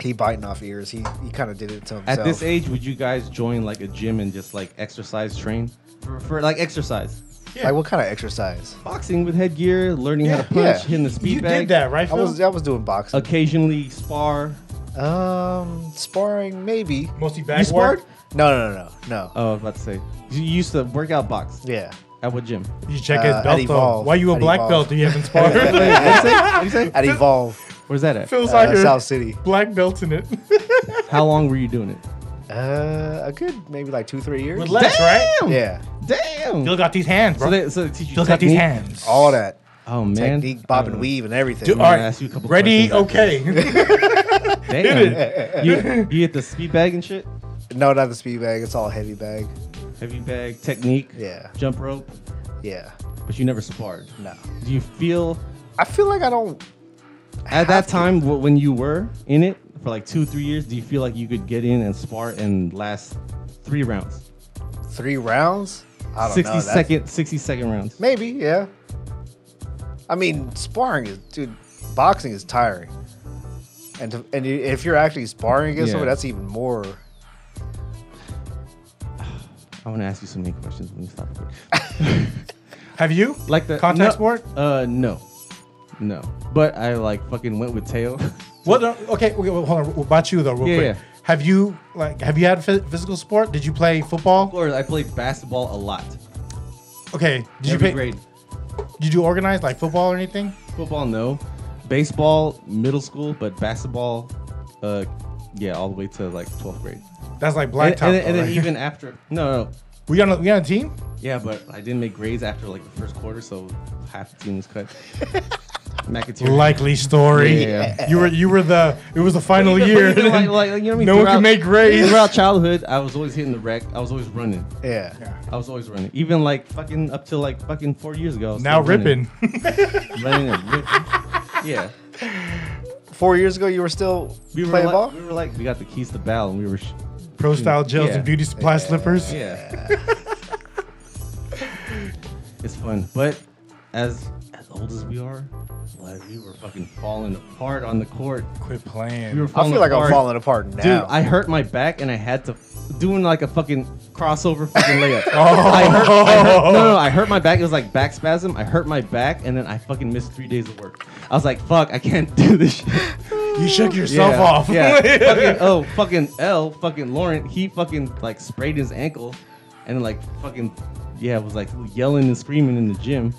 [SPEAKER 3] He biting off ears. He he kind of did it to himself.
[SPEAKER 4] At this age, would you guys join like a gym and just like exercise train for, for like exercise?
[SPEAKER 3] like what kind of exercise?
[SPEAKER 4] Boxing with headgear, learning how to punch,
[SPEAKER 3] Yeah.
[SPEAKER 4] hitting the speed
[SPEAKER 2] You
[SPEAKER 4] bag.
[SPEAKER 2] did that, right?
[SPEAKER 3] I
[SPEAKER 2] Phil?
[SPEAKER 3] was I was doing boxing.
[SPEAKER 4] Occasionally spar.
[SPEAKER 3] Um, sparring maybe.
[SPEAKER 2] mostly back
[SPEAKER 4] You sparred?
[SPEAKER 2] work.
[SPEAKER 3] No no no no no.
[SPEAKER 4] Oh, I was about to say. You used to work out box
[SPEAKER 3] yeah.
[SPEAKER 4] at what gym?
[SPEAKER 2] You check
[SPEAKER 3] Uh,
[SPEAKER 2] his
[SPEAKER 3] I'd
[SPEAKER 2] belt though.
[SPEAKER 3] evolve.
[SPEAKER 2] Why you a
[SPEAKER 3] I'd
[SPEAKER 2] black
[SPEAKER 3] evolve.
[SPEAKER 2] belt? You haven't sparred.
[SPEAKER 4] What'd you say? What'd you say?
[SPEAKER 3] At evolve.
[SPEAKER 4] Where's that at?
[SPEAKER 2] Phil's
[SPEAKER 3] Uh,
[SPEAKER 2] out here
[SPEAKER 3] South City.
[SPEAKER 2] black belts in it.
[SPEAKER 4] How long were you doing it?
[SPEAKER 3] Uh, a good maybe like two three years.
[SPEAKER 2] With less, right?
[SPEAKER 4] Damn!
[SPEAKER 3] Yeah,
[SPEAKER 4] Damn!
[SPEAKER 2] Phil got these hands, bro.
[SPEAKER 4] So they, so they teach you
[SPEAKER 2] Phil got these
[SPEAKER 4] technique?
[SPEAKER 2] hands.
[SPEAKER 3] all that
[SPEAKER 4] Oh man!
[SPEAKER 3] technique, bob
[SPEAKER 4] Oh.
[SPEAKER 3] and weave, and everything.
[SPEAKER 2] Dude,
[SPEAKER 4] I'm gonna
[SPEAKER 2] all right.
[SPEAKER 4] ask you a couple
[SPEAKER 2] Ready?
[SPEAKER 4] questions
[SPEAKER 2] Okay.
[SPEAKER 4] Damn! you, you hit the speed bag and shit.
[SPEAKER 3] no, not the speed bag. It's all heavy bag.
[SPEAKER 4] Heavy bag technique.
[SPEAKER 3] Yeah.
[SPEAKER 4] Jump rope,
[SPEAKER 3] Yeah,
[SPEAKER 4] but you never sparred.
[SPEAKER 3] no.
[SPEAKER 4] Do you feel
[SPEAKER 3] I feel like I don't.
[SPEAKER 4] at that time wh- when you were in it for like two, three years? Do you feel like you could get in and spar and last three rounds,
[SPEAKER 3] Three rounds. I don't
[SPEAKER 4] 60
[SPEAKER 3] know. That's-
[SPEAKER 4] second- 60 second rounds?
[SPEAKER 3] Maybe. Yeah. I mean, sparring is dude. Boxing is tiring, and to, and you- if you're actually sparring against
[SPEAKER 4] Yeah.
[SPEAKER 3] someone, that's even more.
[SPEAKER 4] I want to ask you so many questions when you stop. recording.
[SPEAKER 2] Have you?
[SPEAKER 4] Like the
[SPEAKER 2] contact
[SPEAKER 4] no,
[SPEAKER 2] sport?
[SPEAKER 4] Uh, no, no. But I like fucking went with tail.
[SPEAKER 2] What? uh, Okay, wait, wait, hold on. What about you though, real
[SPEAKER 4] Yeah,
[SPEAKER 2] quick?
[SPEAKER 4] yeah.
[SPEAKER 2] Have you like have you had phys- physical sport? Did you play football?
[SPEAKER 4] or I played basketball a lot.
[SPEAKER 2] Okay. Did you play?
[SPEAKER 4] Every grade.
[SPEAKER 2] Did you organize like football or anything?
[SPEAKER 4] Football, no. Baseball, middle school, but basketball, uh, yeah, all the way to like 12th grade.
[SPEAKER 2] That's like black
[SPEAKER 4] And,
[SPEAKER 2] top.
[SPEAKER 4] and, then- and
[SPEAKER 2] though,
[SPEAKER 4] then
[SPEAKER 2] right?
[SPEAKER 4] even after, no, no,
[SPEAKER 2] we on a, we on a team?
[SPEAKER 4] yeah, but I didn't make grades after like the first quarter, so half the team was cut. McAteer.
[SPEAKER 2] Likely story.
[SPEAKER 4] Yeah.
[SPEAKER 2] You were you were the it was the final
[SPEAKER 4] Even-
[SPEAKER 2] year.
[SPEAKER 4] even like- like, you know what I mean?
[SPEAKER 2] No one
[SPEAKER 4] Throughout-
[SPEAKER 2] can make grades.
[SPEAKER 4] Throughout childhood, I was always hitting the wreck. I was always running.
[SPEAKER 3] Yeah.
[SPEAKER 4] I was always running. Even like fucking up till like fucking four years ago. I was
[SPEAKER 2] Now
[SPEAKER 4] still running.
[SPEAKER 2] ripping.
[SPEAKER 4] Running and ripping. Yeah.
[SPEAKER 3] Four years ago, you were still
[SPEAKER 4] We were,
[SPEAKER 3] playing
[SPEAKER 4] like,
[SPEAKER 3] ball.
[SPEAKER 4] we were like, we got the keys to battle and we were, sh-
[SPEAKER 2] Pro style gels
[SPEAKER 4] Yeah.
[SPEAKER 2] and beauty supply slippers.
[SPEAKER 4] Yeah. it's fun. But as as old as we are, like we were fucking falling apart on the court.
[SPEAKER 2] Quit playing.
[SPEAKER 4] We were
[SPEAKER 3] I
[SPEAKER 4] falling
[SPEAKER 3] feel like I'm
[SPEAKER 4] apart.
[SPEAKER 3] falling apart now.
[SPEAKER 4] Dude, I hurt my back and I had to doing like a fucking crossover fucking layup.
[SPEAKER 3] Oh.
[SPEAKER 4] I hurt, I hurt- no, no, no, I hurt my back. It was like back spasm. I hurt my back and then I fucking missed three days of work. I was like, fuck, I can't do this shit.
[SPEAKER 2] You shook yourself
[SPEAKER 4] yeah,
[SPEAKER 2] off.
[SPEAKER 4] Yeah. fucking, oh, fucking L, fucking Lauren, he fucking like sprayed his ankle and like fucking, yeah, was like yelling and screaming in the gym.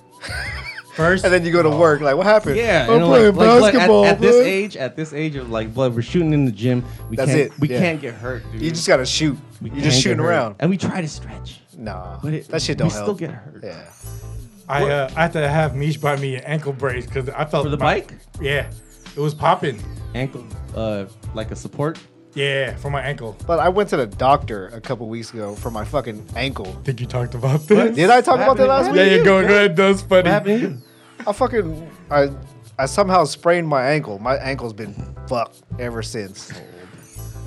[SPEAKER 2] First
[SPEAKER 3] and then you go to work. Like, what happened?
[SPEAKER 4] Oh. Yeah,
[SPEAKER 3] I'm
[SPEAKER 4] and
[SPEAKER 3] playing
[SPEAKER 4] blood,
[SPEAKER 3] basketball.
[SPEAKER 4] at, at this
[SPEAKER 3] blood.
[SPEAKER 4] age, at this age of like blood, we're shooting in the gym. We
[SPEAKER 3] That's
[SPEAKER 4] can't,
[SPEAKER 3] it,
[SPEAKER 4] we
[SPEAKER 3] yeah.
[SPEAKER 4] can't get hurt, dude.
[SPEAKER 3] you just gotta shoot.
[SPEAKER 4] We
[SPEAKER 3] You're
[SPEAKER 4] can't
[SPEAKER 3] just
[SPEAKER 4] get
[SPEAKER 3] shooting
[SPEAKER 4] hurt.
[SPEAKER 3] around.
[SPEAKER 4] and we try to stretch,
[SPEAKER 3] Nah,
[SPEAKER 4] but it,
[SPEAKER 3] that shit don't
[SPEAKER 4] we
[SPEAKER 3] help.
[SPEAKER 4] still get hurt.
[SPEAKER 3] Yeah.
[SPEAKER 2] I uh, I had to have Mish buy me an ankle brace because I felt
[SPEAKER 4] For the
[SPEAKER 2] my-
[SPEAKER 4] bike,
[SPEAKER 2] Yeah, it was popping.
[SPEAKER 4] ankle, uh, like a support.
[SPEAKER 2] Yeah, for my ankle.
[SPEAKER 3] But I went to the doctor a couple weeks ago for my fucking ankle.
[SPEAKER 2] I think you talked about this.
[SPEAKER 3] Did I talk
[SPEAKER 4] What
[SPEAKER 3] about that last
[SPEAKER 4] happened?
[SPEAKER 3] week?
[SPEAKER 2] Yeah, you're going ahead. That was funny.
[SPEAKER 4] What happened to you?
[SPEAKER 3] I fucking I I somehow sprained my ankle. My ankle's been fucked ever since.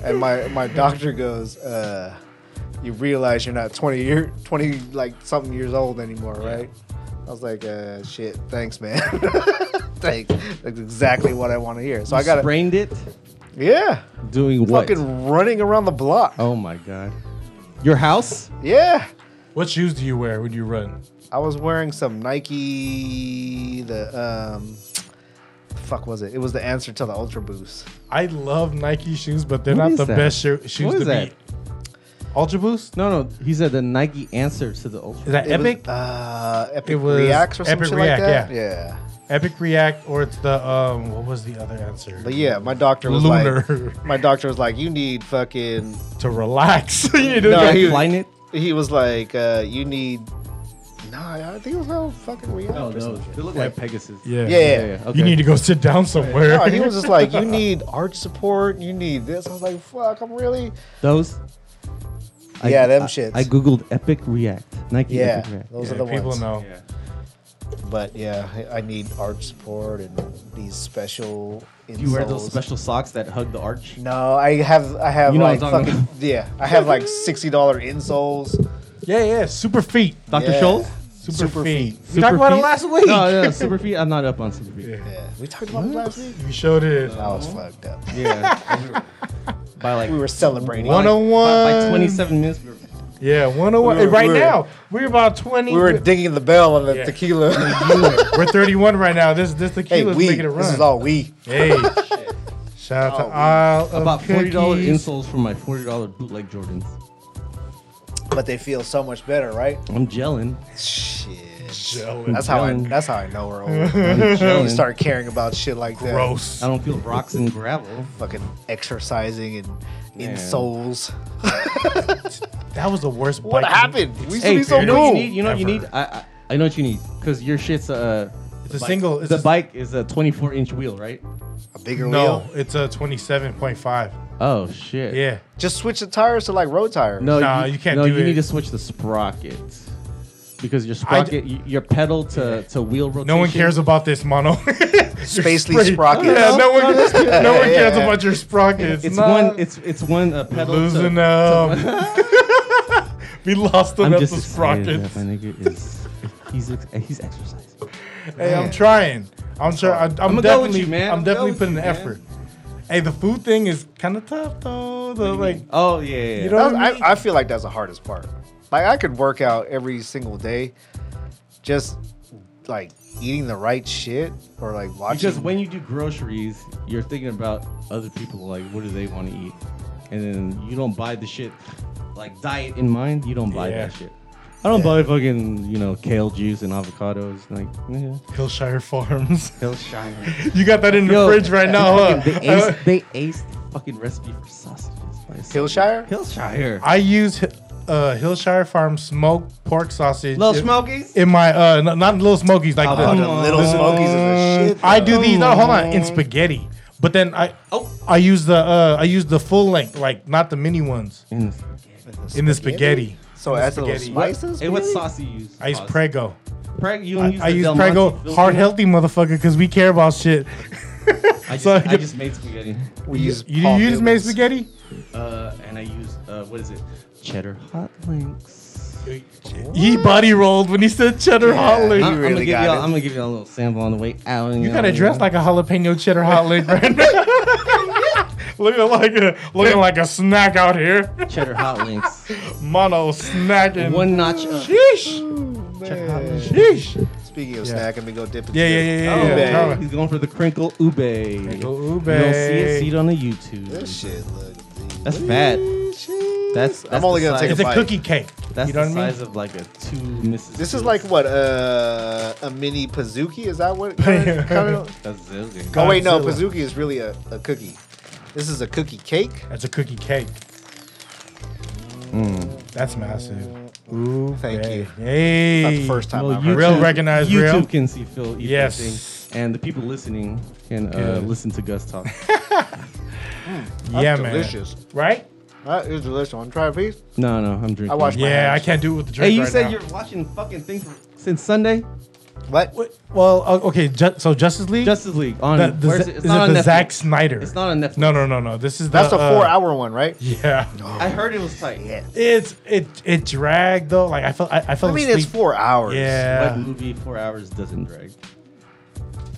[SPEAKER 3] And my my doctor goes, uh, you realize you're not 20 year 20 like something years old anymore, right? I was like, uh, shit, thanks, man. thanks. That's exactly what I want to hear. So I got to
[SPEAKER 4] sprained it.
[SPEAKER 3] Yeah.
[SPEAKER 4] Doing what?
[SPEAKER 3] Fucking running around the block.
[SPEAKER 4] Oh my god. Your house?
[SPEAKER 3] Yeah.
[SPEAKER 2] What shoes do you wear when you run?
[SPEAKER 3] I was wearing some Nike the um fuck was it? It was the answer to the Ultra Boost.
[SPEAKER 2] I love Nike shoes, but they're
[SPEAKER 4] What
[SPEAKER 2] not
[SPEAKER 4] is
[SPEAKER 2] the
[SPEAKER 4] that?
[SPEAKER 2] best sho- shoes
[SPEAKER 4] What is
[SPEAKER 2] to
[SPEAKER 4] that?
[SPEAKER 2] beat. Ultra Boost?
[SPEAKER 4] No, no. He said the Nike answer to the
[SPEAKER 2] Is
[SPEAKER 4] Ultra.
[SPEAKER 2] that
[SPEAKER 3] It was,
[SPEAKER 2] Epic?
[SPEAKER 3] uh, Epic
[SPEAKER 2] It was
[SPEAKER 3] Reacts or
[SPEAKER 2] Epic
[SPEAKER 3] something like
[SPEAKER 2] React,
[SPEAKER 3] that.
[SPEAKER 2] yeah.
[SPEAKER 3] yeah.
[SPEAKER 2] Epic React, or it's the um. What was the other answer?
[SPEAKER 3] But yeah, my doctor was
[SPEAKER 2] Lunar.
[SPEAKER 3] like, my doctor was like, you need fucking.
[SPEAKER 2] to relax. You need to-
[SPEAKER 3] No,
[SPEAKER 4] Jack
[SPEAKER 3] he-
[SPEAKER 4] Flyknit?
[SPEAKER 3] He was like, uh, you need. No, I think it was no fucking React.
[SPEAKER 4] Oh,
[SPEAKER 2] Oh,
[SPEAKER 3] or some shit.
[SPEAKER 4] They look like Pegasus.
[SPEAKER 2] yeah.
[SPEAKER 3] Yeah.
[SPEAKER 4] Yeah, yeah. Okay.
[SPEAKER 2] You need to go sit down somewhere.
[SPEAKER 3] No, he was just like, you need arch support, you need this. I was like, fuck, I'm really.
[SPEAKER 4] those.
[SPEAKER 3] Yeah, them
[SPEAKER 4] I,
[SPEAKER 3] shits.
[SPEAKER 4] I googled Epic React. Nike
[SPEAKER 3] Yeah,
[SPEAKER 4] Epic React.
[SPEAKER 3] those
[SPEAKER 2] Yeah,
[SPEAKER 3] are the
[SPEAKER 2] people
[SPEAKER 3] ones.
[SPEAKER 2] know.
[SPEAKER 3] But yeah, I- I need arch support and these special. Insoles.
[SPEAKER 4] You wear those special socks that hug the arch?
[SPEAKER 3] No, I have I have
[SPEAKER 4] You know what
[SPEAKER 3] like
[SPEAKER 4] I'm talking
[SPEAKER 3] fucking yeah. I have like sixty dollar insoles.
[SPEAKER 2] Yeah, yeah. Super feet.
[SPEAKER 4] Dr.
[SPEAKER 3] Yeah.
[SPEAKER 4] Scholl's?
[SPEAKER 2] Super,
[SPEAKER 3] Super feet.
[SPEAKER 2] feet. We talked
[SPEAKER 4] Super
[SPEAKER 2] about it
[SPEAKER 4] feet?
[SPEAKER 2] last week.
[SPEAKER 4] No, no, no, super feet. I'm not up on super feet.
[SPEAKER 2] Yeah.
[SPEAKER 3] Yeah, we talked about it last week.
[SPEAKER 2] We showed it.
[SPEAKER 3] I was fucked up.
[SPEAKER 4] Yeah. by like
[SPEAKER 3] We were celebrating.
[SPEAKER 2] One on
[SPEAKER 4] by,
[SPEAKER 2] one.
[SPEAKER 4] by 27 minutes. we were-
[SPEAKER 2] Yeah, one on one.
[SPEAKER 3] We were-
[SPEAKER 2] Right
[SPEAKER 3] we were-
[SPEAKER 2] now, we're about twenty.
[SPEAKER 3] We were dinging the bell on the
[SPEAKER 2] Yeah.
[SPEAKER 3] tequila.
[SPEAKER 2] We're 31 right now. This this
[SPEAKER 3] hey,
[SPEAKER 2] tequila's
[SPEAKER 3] we.
[SPEAKER 2] making it run.
[SPEAKER 3] This is all we.
[SPEAKER 2] Hey, shout out to
[SPEAKER 3] Oh,
[SPEAKER 2] Isle of
[SPEAKER 4] About $40
[SPEAKER 2] Cookies.
[SPEAKER 4] insoles for my $40 bootleg Jordans.
[SPEAKER 3] But they feel so much better, right?
[SPEAKER 4] I'm gelling.
[SPEAKER 3] Shit.
[SPEAKER 2] Jealous.
[SPEAKER 3] That's how I.
[SPEAKER 4] Telling-
[SPEAKER 3] That's how I know we're old.
[SPEAKER 4] I'm
[SPEAKER 3] you
[SPEAKER 4] gelling.
[SPEAKER 3] start caring about shit like that.
[SPEAKER 2] Gross.
[SPEAKER 4] I don't feel rocks and gravel.
[SPEAKER 3] Fucking exercising and
[SPEAKER 4] Yeah.
[SPEAKER 3] insoles.
[SPEAKER 2] That was the worst.
[SPEAKER 3] What
[SPEAKER 2] biking-
[SPEAKER 3] happened? We used to be so
[SPEAKER 4] you know
[SPEAKER 3] cool.
[SPEAKER 4] what you need? You know what you
[SPEAKER 2] Ever.
[SPEAKER 4] need? I, I, I know what you need. Because your shit's a.
[SPEAKER 2] It's a single. It's
[SPEAKER 4] the
[SPEAKER 2] a,
[SPEAKER 4] bike is a 24 inch wheel, right?
[SPEAKER 3] A bigger
[SPEAKER 2] No,
[SPEAKER 3] wheel.
[SPEAKER 2] it's a 27.5.
[SPEAKER 4] Oh, shit.
[SPEAKER 2] Yeah.
[SPEAKER 3] Just switch the tires to like road tires.
[SPEAKER 4] No,
[SPEAKER 2] Nah,
[SPEAKER 4] you,
[SPEAKER 2] you can't
[SPEAKER 4] No,
[SPEAKER 2] do
[SPEAKER 4] you
[SPEAKER 2] it.
[SPEAKER 4] need to switch the sprocket because your
[SPEAKER 2] I d-
[SPEAKER 4] sprocket, y your pedal to to wheel rotation.
[SPEAKER 2] No one cares about this mono.
[SPEAKER 3] Spacely
[SPEAKER 2] Spacely
[SPEAKER 3] sprocket.
[SPEAKER 2] Yeah, no one, no one
[SPEAKER 3] Yeah,
[SPEAKER 2] cares
[SPEAKER 3] yeah.
[SPEAKER 2] about your sprockets.
[SPEAKER 4] It's
[SPEAKER 2] Nah.
[SPEAKER 4] one. It's it's one uh, pedal. to-
[SPEAKER 2] losing
[SPEAKER 4] to,
[SPEAKER 2] them. we lost them
[SPEAKER 4] I'm
[SPEAKER 2] at the
[SPEAKER 4] just excited
[SPEAKER 2] sprockets.
[SPEAKER 4] that my nigga is. He's ex- he's exercising.
[SPEAKER 2] Hey, I'm trying. I'm trying. I'm,
[SPEAKER 4] I'ma go with
[SPEAKER 2] definitely,
[SPEAKER 4] you, man.
[SPEAKER 2] I'm
[SPEAKER 4] I'ma
[SPEAKER 2] definitely
[SPEAKER 4] go with
[SPEAKER 2] putting
[SPEAKER 4] you,
[SPEAKER 2] an
[SPEAKER 4] man.
[SPEAKER 2] effort. Hey, the food thing is kind of tough though. The like,
[SPEAKER 4] Oh yeah, yeah.
[SPEAKER 2] you
[SPEAKER 4] yeah.
[SPEAKER 2] know,
[SPEAKER 3] That was-
[SPEAKER 2] what I, mean?
[SPEAKER 3] I, I feel like that's the hardest part. Like I could work out every single day, just like eating the right shit or like watching.
[SPEAKER 4] because when you do groceries, you're thinking about other people. Like, what do they want to eat? And then you don't buy the shit. Like diet in mind, you don't buy
[SPEAKER 2] Yeah.
[SPEAKER 4] that shit. I don't buy fucking you know kale juice and avocados. Like, yeah.
[SPEAKER 2] Hillshire Farms.
[SPEAKER 4] kale shine.
[SPEAKER 2] you got that in the
[SPEAKER 4] Yo,
[SPEAKER 2] fridge right now, huh?
[SPEAKER 4] They aced, they aced the fucking recipe for sausages. by some-
[SPEAKER 3] Hillshire?
[SPEAKER 4] Hillshire.
[SPEAKER 2] I use uh, Hillshire Farm smoked pork sausage.
[SPEAKER 4] Little
[SPEAKER 2] in-
[SPEAKER 4] Smokies.
[SPEAKER 2] In my uh, n- not little smokies like
[SPEAKER 3] Oh,
[SPEAKER 2] the,
[SPEAKER 3] the Little Smokies is a shit.
[SPEAKER 2] I do these. No, hold on. In spaghetti, but then I
[SPEAKER 4] Oh.
[SPEAKER 2] I use the uh, I use the full length, like not the mini ones.
[SPEAKER 3] Mm.
[SPEAKER 4] And
[SPEAKER 2] In the spaghetti.
[SPEAKER 3] So
[SPEAKER 2] In the
[SPEAKER 3] add some
[SPEAKER 2] spaghetti.
[SPEAKER 3] spices.
[SPEAKER 4] hey, what
[SPEAKER 3] really?
[SPEAKER 4] sauce you use?
[SPEAKER 2] I use
[SPEAKER 4] Sauce.
[SPEAKER 2] Prego.
[SPEAKER 4] Preg. You don't
[SPEAKER 2] I,
[SPEAKER 4] use
[SPEAKER 2] I
[SPEAKER 4] the
[SPEAKER 2] use
[SPEAKER 4] Del
[SPEAKER 2] Prego
[SPEAKER 4] Monte
[SPEAKER 2] hard
[SPEAKER 4] Filipino?
[SPEAKER 2] healthy motherfucker because we care about shit.
[SPEAKER 4] I just,
[SPEAKER 2] So-
[SPEAKER 4] I just made spaghetti.
[SPEAKER 3] We use
[SPEAKER 2] You,
[SPEAKER 3] Paul
[SPEAKER 2] you just made
[SPEAKER 3] Newman's.
[SPEAKER 2] spaghetti?
[SPEAKER 4] Uh, and I use uh, what is it? Cheddar hot links.
[SPEAKER 2] He body rolled when he said cheddar hot
[SPEAKER 3] Yeah.
[SPEAKER 2] link.
[SPEAKER 3] You
[SPEAKER 4] I'm,
[SPEAKER 3] really
[SPEAKER 4] gonna give
[SPEAKER 3] got
[SPEAKER 4] y'all,
[SPEAKER 3] it.
[SPEAKER 4] I'm gonna give y'all a little sample on the way out.
[SPEAKER 2] You gotta dress like a jalapeno cheddar hot link right now. looking like a looking like a snack out here.
[SPEAKER 4] cheddar hot links. Oh,
[SPEAKER 2] Mono snacking.
[SPEAKER 4] One notch. Up.
[SPEAKER 2] Sheesh.
[SPEAKER 3] Man.
[SPEAKER 2] Sheesh.
[SPEAKER 3] Speaking of
[SPEAKER 2] Yeah.
[SPEAKER 3] snack, let me go dip. in
[SPEAKER 2] Yeah, yeah,
[SPEAKER 3] this.
[SPEAKER 2] yeah,
[SPEAKER 4] Oh,
[SPEAKER 2] yeah. yeah.
[SPEAKER 3] man.
[SPEAKER 2] Tell me.
[SPEAKER 4] He's going for the crinkle ube.
[SPEAKER 2] Crinkle ube.
[SPEAKER 4] You don't see it. See it on the YouTube.
[SPEAKER 3] This shit look.
[SPEAKER 4] That's bad.
[SPEAKER 3] delicious.
[SPEAKER 4] That's, that's
[SPEAKER 3] I'm only
[SPEAKER 4] the
[SPEAKER 3] gonna
[SPEAKER 4] size-
[SPEAKER 3] take
[SPEAKER 2] It's
[SPEAKER 3] a
[SPEAKER 2] a
[SPEAKER 3] bite.
[SPEAKER 2] cookie cake.
[SPEAKER 4] That's
[SPEAKER 2] you know
[SPEAKER 4] the
[SPEAKER 2] what I
[SPEAKER 4] size
[SPEAKER 2] mean?
[SPEAKER 4] of like a two Mrs.
[SPEAKER 3] This is like what uh, a mini Pazuki. Is that what? Kind of,
[SPEAKER 4] That's zillion.
[SPEAKER 3] oh wait, no,
[SPEAKER 2] Godzilla.
[SPEAKER 3] Pazuki is really a, a cookie. This is a cookie cake.
[SPEAKER 2] That's a cookie cake.
[SPEAKER 4] Mm.
[SPEAKER 2] That's massive.
[SPEAKER 3] Ooh, thank
[SPEAKER 2] Hey,
[SPEAKER 3] you.
[SPEAKER 2] Hey.
[SPEAKER 3] Not the first time.
[SPEAKER 4] Well,
[SPEAKER 3] I've
[SPEAKER 4] YouTube-
[SPEAKER 3] heard
[SPEAKER 2] Real recognize
[SPEAKER 4] YouTube
[SPEAKER 2] real.
[SPEAKER 4] can see Phil eat
[SPEAKER 2] Yes.
[SPEAKER 4] yes. thing, and the people listening can uh,
[SPEAKER 2] Good.
[SPEAKER 4] listen to Gus talk.
[SPEAKER 2] yeah, man.
[SPEAKER 3] delicious.
[SPEAKER 2] Right?
[SPEAKER 3] That is delicious. Want to try a piece?
[SPEAKER 4] No, no, I'm drinking.
[SPEAKER 3] I watched my
[SPEAKER 2] Yeah, I
[SPEAKER 3] hands.
[SPEAKER 2] can't do it with the
[SPEAKER 4] Hey,
[SPEAKER 2] drink.
[SPEAKER 4] you
[SPEAKER 2] right
[SPEAKER 4] said
[SPEAKER 2] now.
[SPEAKER 4] you're watching fucking things since Sunday?
[SPEAKER 3] What?
[SPEAKER 2] Wait, Well, o- okay. Ju- so Justice League.
[SPEAKER 4] Justice League on
[SPEAKER 2] the, the,
[SPEAKER 4] where's
[SPEAKER 2] Z- is
[SPEAKER 4] it? It's
[SPEAKER 2] it
[SPEAKER 4] not on
[SPEAKER 2] the
[SPEAKER 4] Netflix.
[SPEAKER 2] Zack Snyder?
[SPEAKER 4] It's not on Netflix.
[SPEAKER 2] No, no, no, no. This is the,
[SPEAKER 3] That's a
[SPEAKER 2] uh,
[SPEAKER 3] four-hour one, right?
[SPEAKER 2] Yeah,
[SPEAKER 4] I heard it was tight.
[SPEAKER 2] it's it it dragged though. Like I felt I, I felt.
[SPEAKER 3] I mean, it's four hours.
[SPEAKER 4] What
[SPEAKER 2] Yeah,
[SPEAKER 4] movie four hours doesn't drag?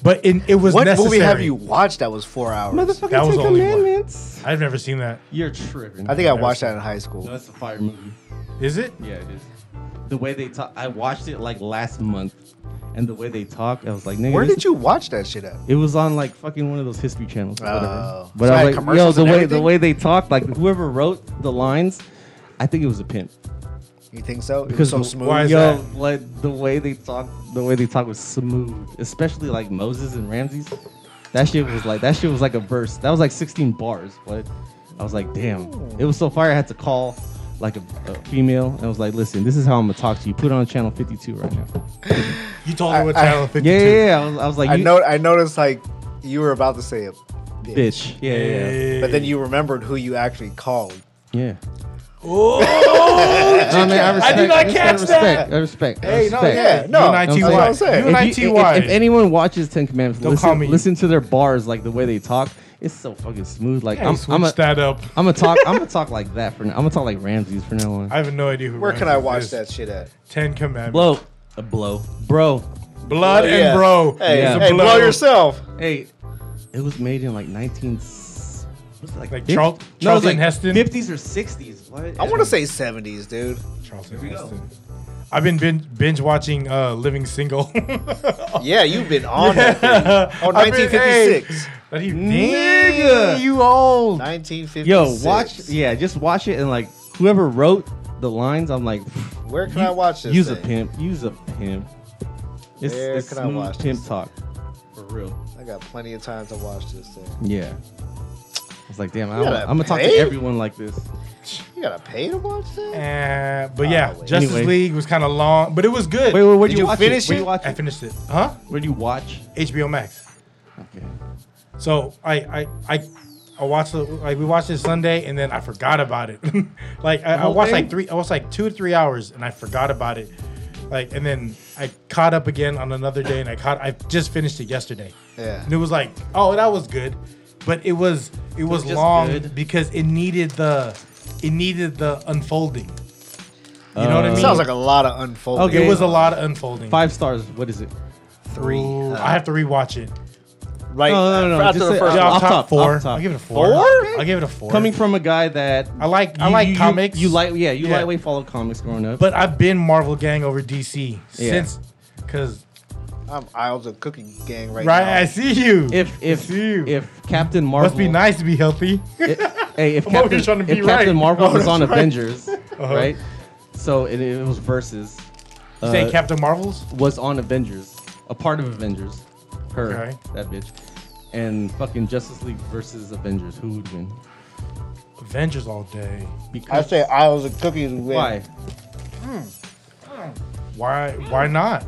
[SPEAKER 2] but in, it was
[SPEAKER 3] What
[SPEAKER 2] necessary.
[SPEAKER 3] movie have you watched that was four hours?
[SPEAKER 4] Motherfucking
[SPEAKER 2] That was
[SPEAKER 4] Ten
[SPEAKER 2] the only one.
[SPEAKER 4] Commandments.
[SPEAKER 2] I've never seen that.
[SPEAKER 4] You're tripping.
[SPEAKER 3] I think I
[SPEAKER 2] Never
[SPEAKER 3] watched
[SPEAKER 2] seen
[SPEAKER 3] that in high
[SPEAKER 4] No,
[SPEAKER 3] school.
[SPEAKER 4] that's a fire movie.
[SPEAKER 2] Is it?
[SPEAKER 4] Yeah, it is. The way they talk, I watched it like last month, and the way they talk, I was like, nigga.
[SPEAKER 3] Where
[SPEAKER 4] this-
[SPEAKER 3] did you watch that shit at?
[SPEAKER 4] It was on like fucking one of those history channels. or whatever.
[SPEAKER 3] Oh.
[SPEAKER 4] But
[SPEAKER 3] So it
[SPEAKER 4] I
[SPEAKER 3] had
[SPEAKER 4] was like, yo,
[SPEAKER 3] commercials
[SPEAKER 4] the
[SPEAKER 3] and
[SPEAKER 4] way the
[SPEAKER 3] everything?
[SPEAKER 4] way they talk, like whoever wrote the lines, I think it was a pimp.
[SPEAKER 3] You think so? It was
[SPEAKER 4] Because
[SPEAKER 3] so
[SPEAKER 4] the-
[SPEAKER 3] smooth.
[SPEAKER 2] Why is
[SPEAKER 4] yo,
[SPEAKER 2] that?
[SPEAKER 4] like the way they talk, the way they talk was smooth, especially like Moses and Ramses. That shit was like that shit was like a verse. That was like 16 bars, but I was like, damn, it was so fire. I had to call like a, a female and I was like, listen, this is how I'm gonna talk to you. Put it on channel 52 right now.
[SPEAKER 2] You told me
[SPEAKER 3] I-
[SPEAKER 2] what
[SPEAKER 3] I-
[SPEAKER 2] channel fifty two.
[SPEAKER 4] Yeah, yeah, yeah. I was, I was like,
[SPEAKER 3] I
[SPEAKER 4] you-
[SPEAKER 3] know. I noticed like you were about to say it,
[SPEAKER 4] bitch. Yeah, yeah, yeah.
[SPEAKER 3] but then you remembered who you actually called.
[SPEAKER 4] yeah.
[SPEAKER 2] Oh,
[SPEAKER 4] No, man, I,
[SPEAKER 2] I
[SPEAKER 4] respect,
[SPEAKER 2] did not
[SPEAKER 4] I
[SPEAKER 2] catch
[SPEAKER 4] respect,
[SPEAKER 2] that.
[SPEAKER 4] I respect. I
[SPEAKER 3] Hey, no,
[SPEAKER 4] respect.
[SPEAKER 3] yeah, no.
[SPEAKER 2] UNITY.
[SPEAKER 3] that's what I'm saying.
[SPEAKER 2] You and I
[SPEAKER 4] If, you-
[SPEAKER 2] TY.
[SPEAKER 4] if- if anyone watches Ten Commandments,
[SPEAKER 2] Don't
[SPEAKER 4] listen,
[SPEAKER 2] call me.
[SPEAKER 4] listen to their bars, like the way they talk. It's so fucking smooth. Like
[SPEAKER 2] i
[SPEAKER 4] I'm,
[SPEAKER 2] switched
[SPEAKER 4] I'm a,
[SPEAKER 2] that up.
[SPEAKER 4] I'm gonna talk. I'm gonna talk like that for now. I'm gonna talk like Ramses for now on.
[SPEAKER 2] I have no idea who.
[SPEAKER 3] Where
[SPEAKER 2] runs
[SPEAKER 3] can I
[SPEAKER 2] this.
[SPEAKER 3] watch that shit at?
[SPEAKER 2] Ten Commandments.
[SPEAKER 4] blow, a blow, bro.
[SPEAKER 2] Blood
[SPEAKER 3] Oh, yeah.
[SPEAKER 2] and bro.
[SPEAKER 3] Hey,
[SPEAKER 4] Yeah.
[SPEAKER 2] It's a
[SPEAKER 3] hey, blow yourself.
[SPEAKER 4] Hey, it was made in like 19. What's it like?
[SPEAKER 2] Like
[SPEAKER 4] 50?
[SPEAKER 2] Charl-
[SPEAKER 4] it was
[SPEAKER 2] Charlton Heston?
[SPEAKER 4] 50s or 60s. What?
[SPEAKER 3] I want to say '70s, dude.
[SPEAKER 2] Charlton Heston. I've been binge, binge watching uh, Living Single.
[SPEAKER 3] Yeah, you've been on that thing. Oh,
[SPEAKER 2] I've been-
[SPEAKER 3] 1956.
[SPEAKER 2] hey, that he,
[SPEAKER 4] Nigga.
[SPEAKER 2] Dang, you old.
[SPEAKER 3] 1956.
[SPEAKER 4] Yo, watch. Yeah, just watch it and like whoever wrote the lines, I'm like,
[SPEAKER 3] Where can
[SPEAKER 4] you-
[SPEAKER 3] I watch this?
[SPEAKER 4] Use a
[SPEAKER 3] thing?
[SPEAKER 4] pimp. Use a pimp. It's,
[SPEAKER 3] Where
[SPEAKER 4] it's
[SPEAKER 3] can I
[SPEAKER 4] smooth
[SPEAKER 3] watch
[SPEAKER 4] pimp
[SPEAKER 3] this?
[SPEAKER 4] talk. For real.
[SPEAKER 3] I got plenty of time to watch this thing.
[SPEAKER 4] Yeah. It's like, damn, I,
[SPEAKER 3] gotta
[SPEAKER 4] I'm gonna talk to
[SPEAKER 3] pay?
[SPEAKER 4] everyone like this.
[SPEAKER 3] You gotta pay to watch that?
[SPEAKER 2] Uh, but yeah,
[SPEAKER 3] Oh, wait.
[SPEAKER 2] Justice
[SPEAKER 4] Anyway.
[SPEAKER 2] League was kind of long, but it was good.
[SPEAKER 4] Wait, wait, where'd
[SPEAKER 3] Did
[SPEAKER 4] you,
[SPEAKER 3] you
[SPEAKER 4] watch
[SPEAKER 3] finish
[SPEAKER 4] it? Where'd
[SPEAKER 3] it?
[SPEAKER 4] you watch
[SPEAKER 2] I
[SPEAKER 4] it?
[SPEAKER 2] finished it. Huh?
[SPEAKER 4] Where'd you watch?
[SPEAKER 2] HBO Max.
[SPEAKER 4] Okay.
[SPEAKER 2] So I I I, I watched the, like we watched it Sunday and then I forgot about it. like I, I
[SPEAKER 4] whole
[SPEAKER 2] watched like
[SPEAKER 4] thing?
[SPEAKER 2] three I watched like two to three hours and I forgot about it. Like and then I caught up again on another day and I caught I just finished it yesterday.
[SPEAKER 3] Yeah.
[SPEAKER 2] And it was like, oh that was good. But it was it was
[SPEAKER 4] just
[SPEAKER 2] long
[SPEAKER 4] good.
[SPEAKER 2] because it needed the it needed the unfolding. You know what I
[SPEAKER 4] Uh,
[SPEAKER 2] mean?
[SPEAKER 3] Sounds like a lot of unfolding.
[SPEAKER 4] Okay.
[SPEAKER 2] it was a lot of unfolding.
[SPEAKER 4] Five stars. What is it?
[SPEAKER 3] three.
[SPEAKER 2] Ooh, I have to rewatch it.
[SPEAKER 3] right
[SPEAKER 4] No, no, no,
[SPEAKER 3] after
[SPEAKER 4] just
[SPEAKER 3] the
[SPEAKER 4] say-
[SPEAKER 3] first
[SPEAKER 4] Yeah,
[SPEAKER 2] Off
[SPEAKER 3] one.
[SPEAKER 4] I'll-
[SPEAKER 2] top,
[SPEAKER 4] top,
[SPEAKER 2] four.
[SPEAKER 4] off top.
[SPEAKER 2] I'll give it a four.
[SPEAKER 3] Four?
[SPEAKER 2] I'll give it a four.
[SPEAKER 4] Coming from a guy that
[SPEAKER 2] I like- I
[SPEAKER 4] you-
[SPEAKER 2] like
[SPEAKER 4] you- you-
[SPEAKER 2] comics.
[SPEAKER 4] You, like yeah, you
[SPEAKER 2] Yeah.
[SPEAKER 4] lightweight follow comics growing up.
[SPEAKER 2] But I've been Marvel Gang over DC
[SPEAKER 4] Yeah.
[SPEAKER 2] since, cause
[SPEAKER 3] I'm Isles of Cooking Gang right,
[SPEAKER 2] right,
[SPEAKER 3] now.
[SPEAKER 2] I see you.
[SPEAKER 4] if if
[SPEAKER 2] you.
[SPEAKER 4] if Captain Marvel
[SPEAKER 2] must be nice to be healthy.
[SPEAKER 4] it- hey, if
[SPEAKER 2] I'm over
[SPEAKER 4] Captain,
[SPEAKER 2] here trying to
[SPEAKER 4] if
[SPEAKER 2] be
[SPEAKER 4] Captain
[SPEAKER 2] right.
[SPEAKER 4] Marvel
[SPEAKER 2] Oh,
[SPEAKER 4] was on
[SPEAKER 2] that's right. Uh-huh.
[SPEAKER 4] Avengers, right? So it, it was versus.
[SPEAKER 2] You say
[SPEAKER 4] uh,
[SPEAKER 2] Captain Marvel's?
[SPEAKER 4] was on Avengers, a part of Avengers, her
[SPEAKER 2] Okay.
[SPEAKER 4] that bitch, and fucking Justice League versus Avengers. Who would win?
[SPEAKER 2] Avengers all day.
[SPEAKER 3] I
[SPEAKER 4] Because
[SPEAKER 3] say Isles of Cookies with
[SPEAKER 4] why?
[SPEAKER 2] Why? Why not?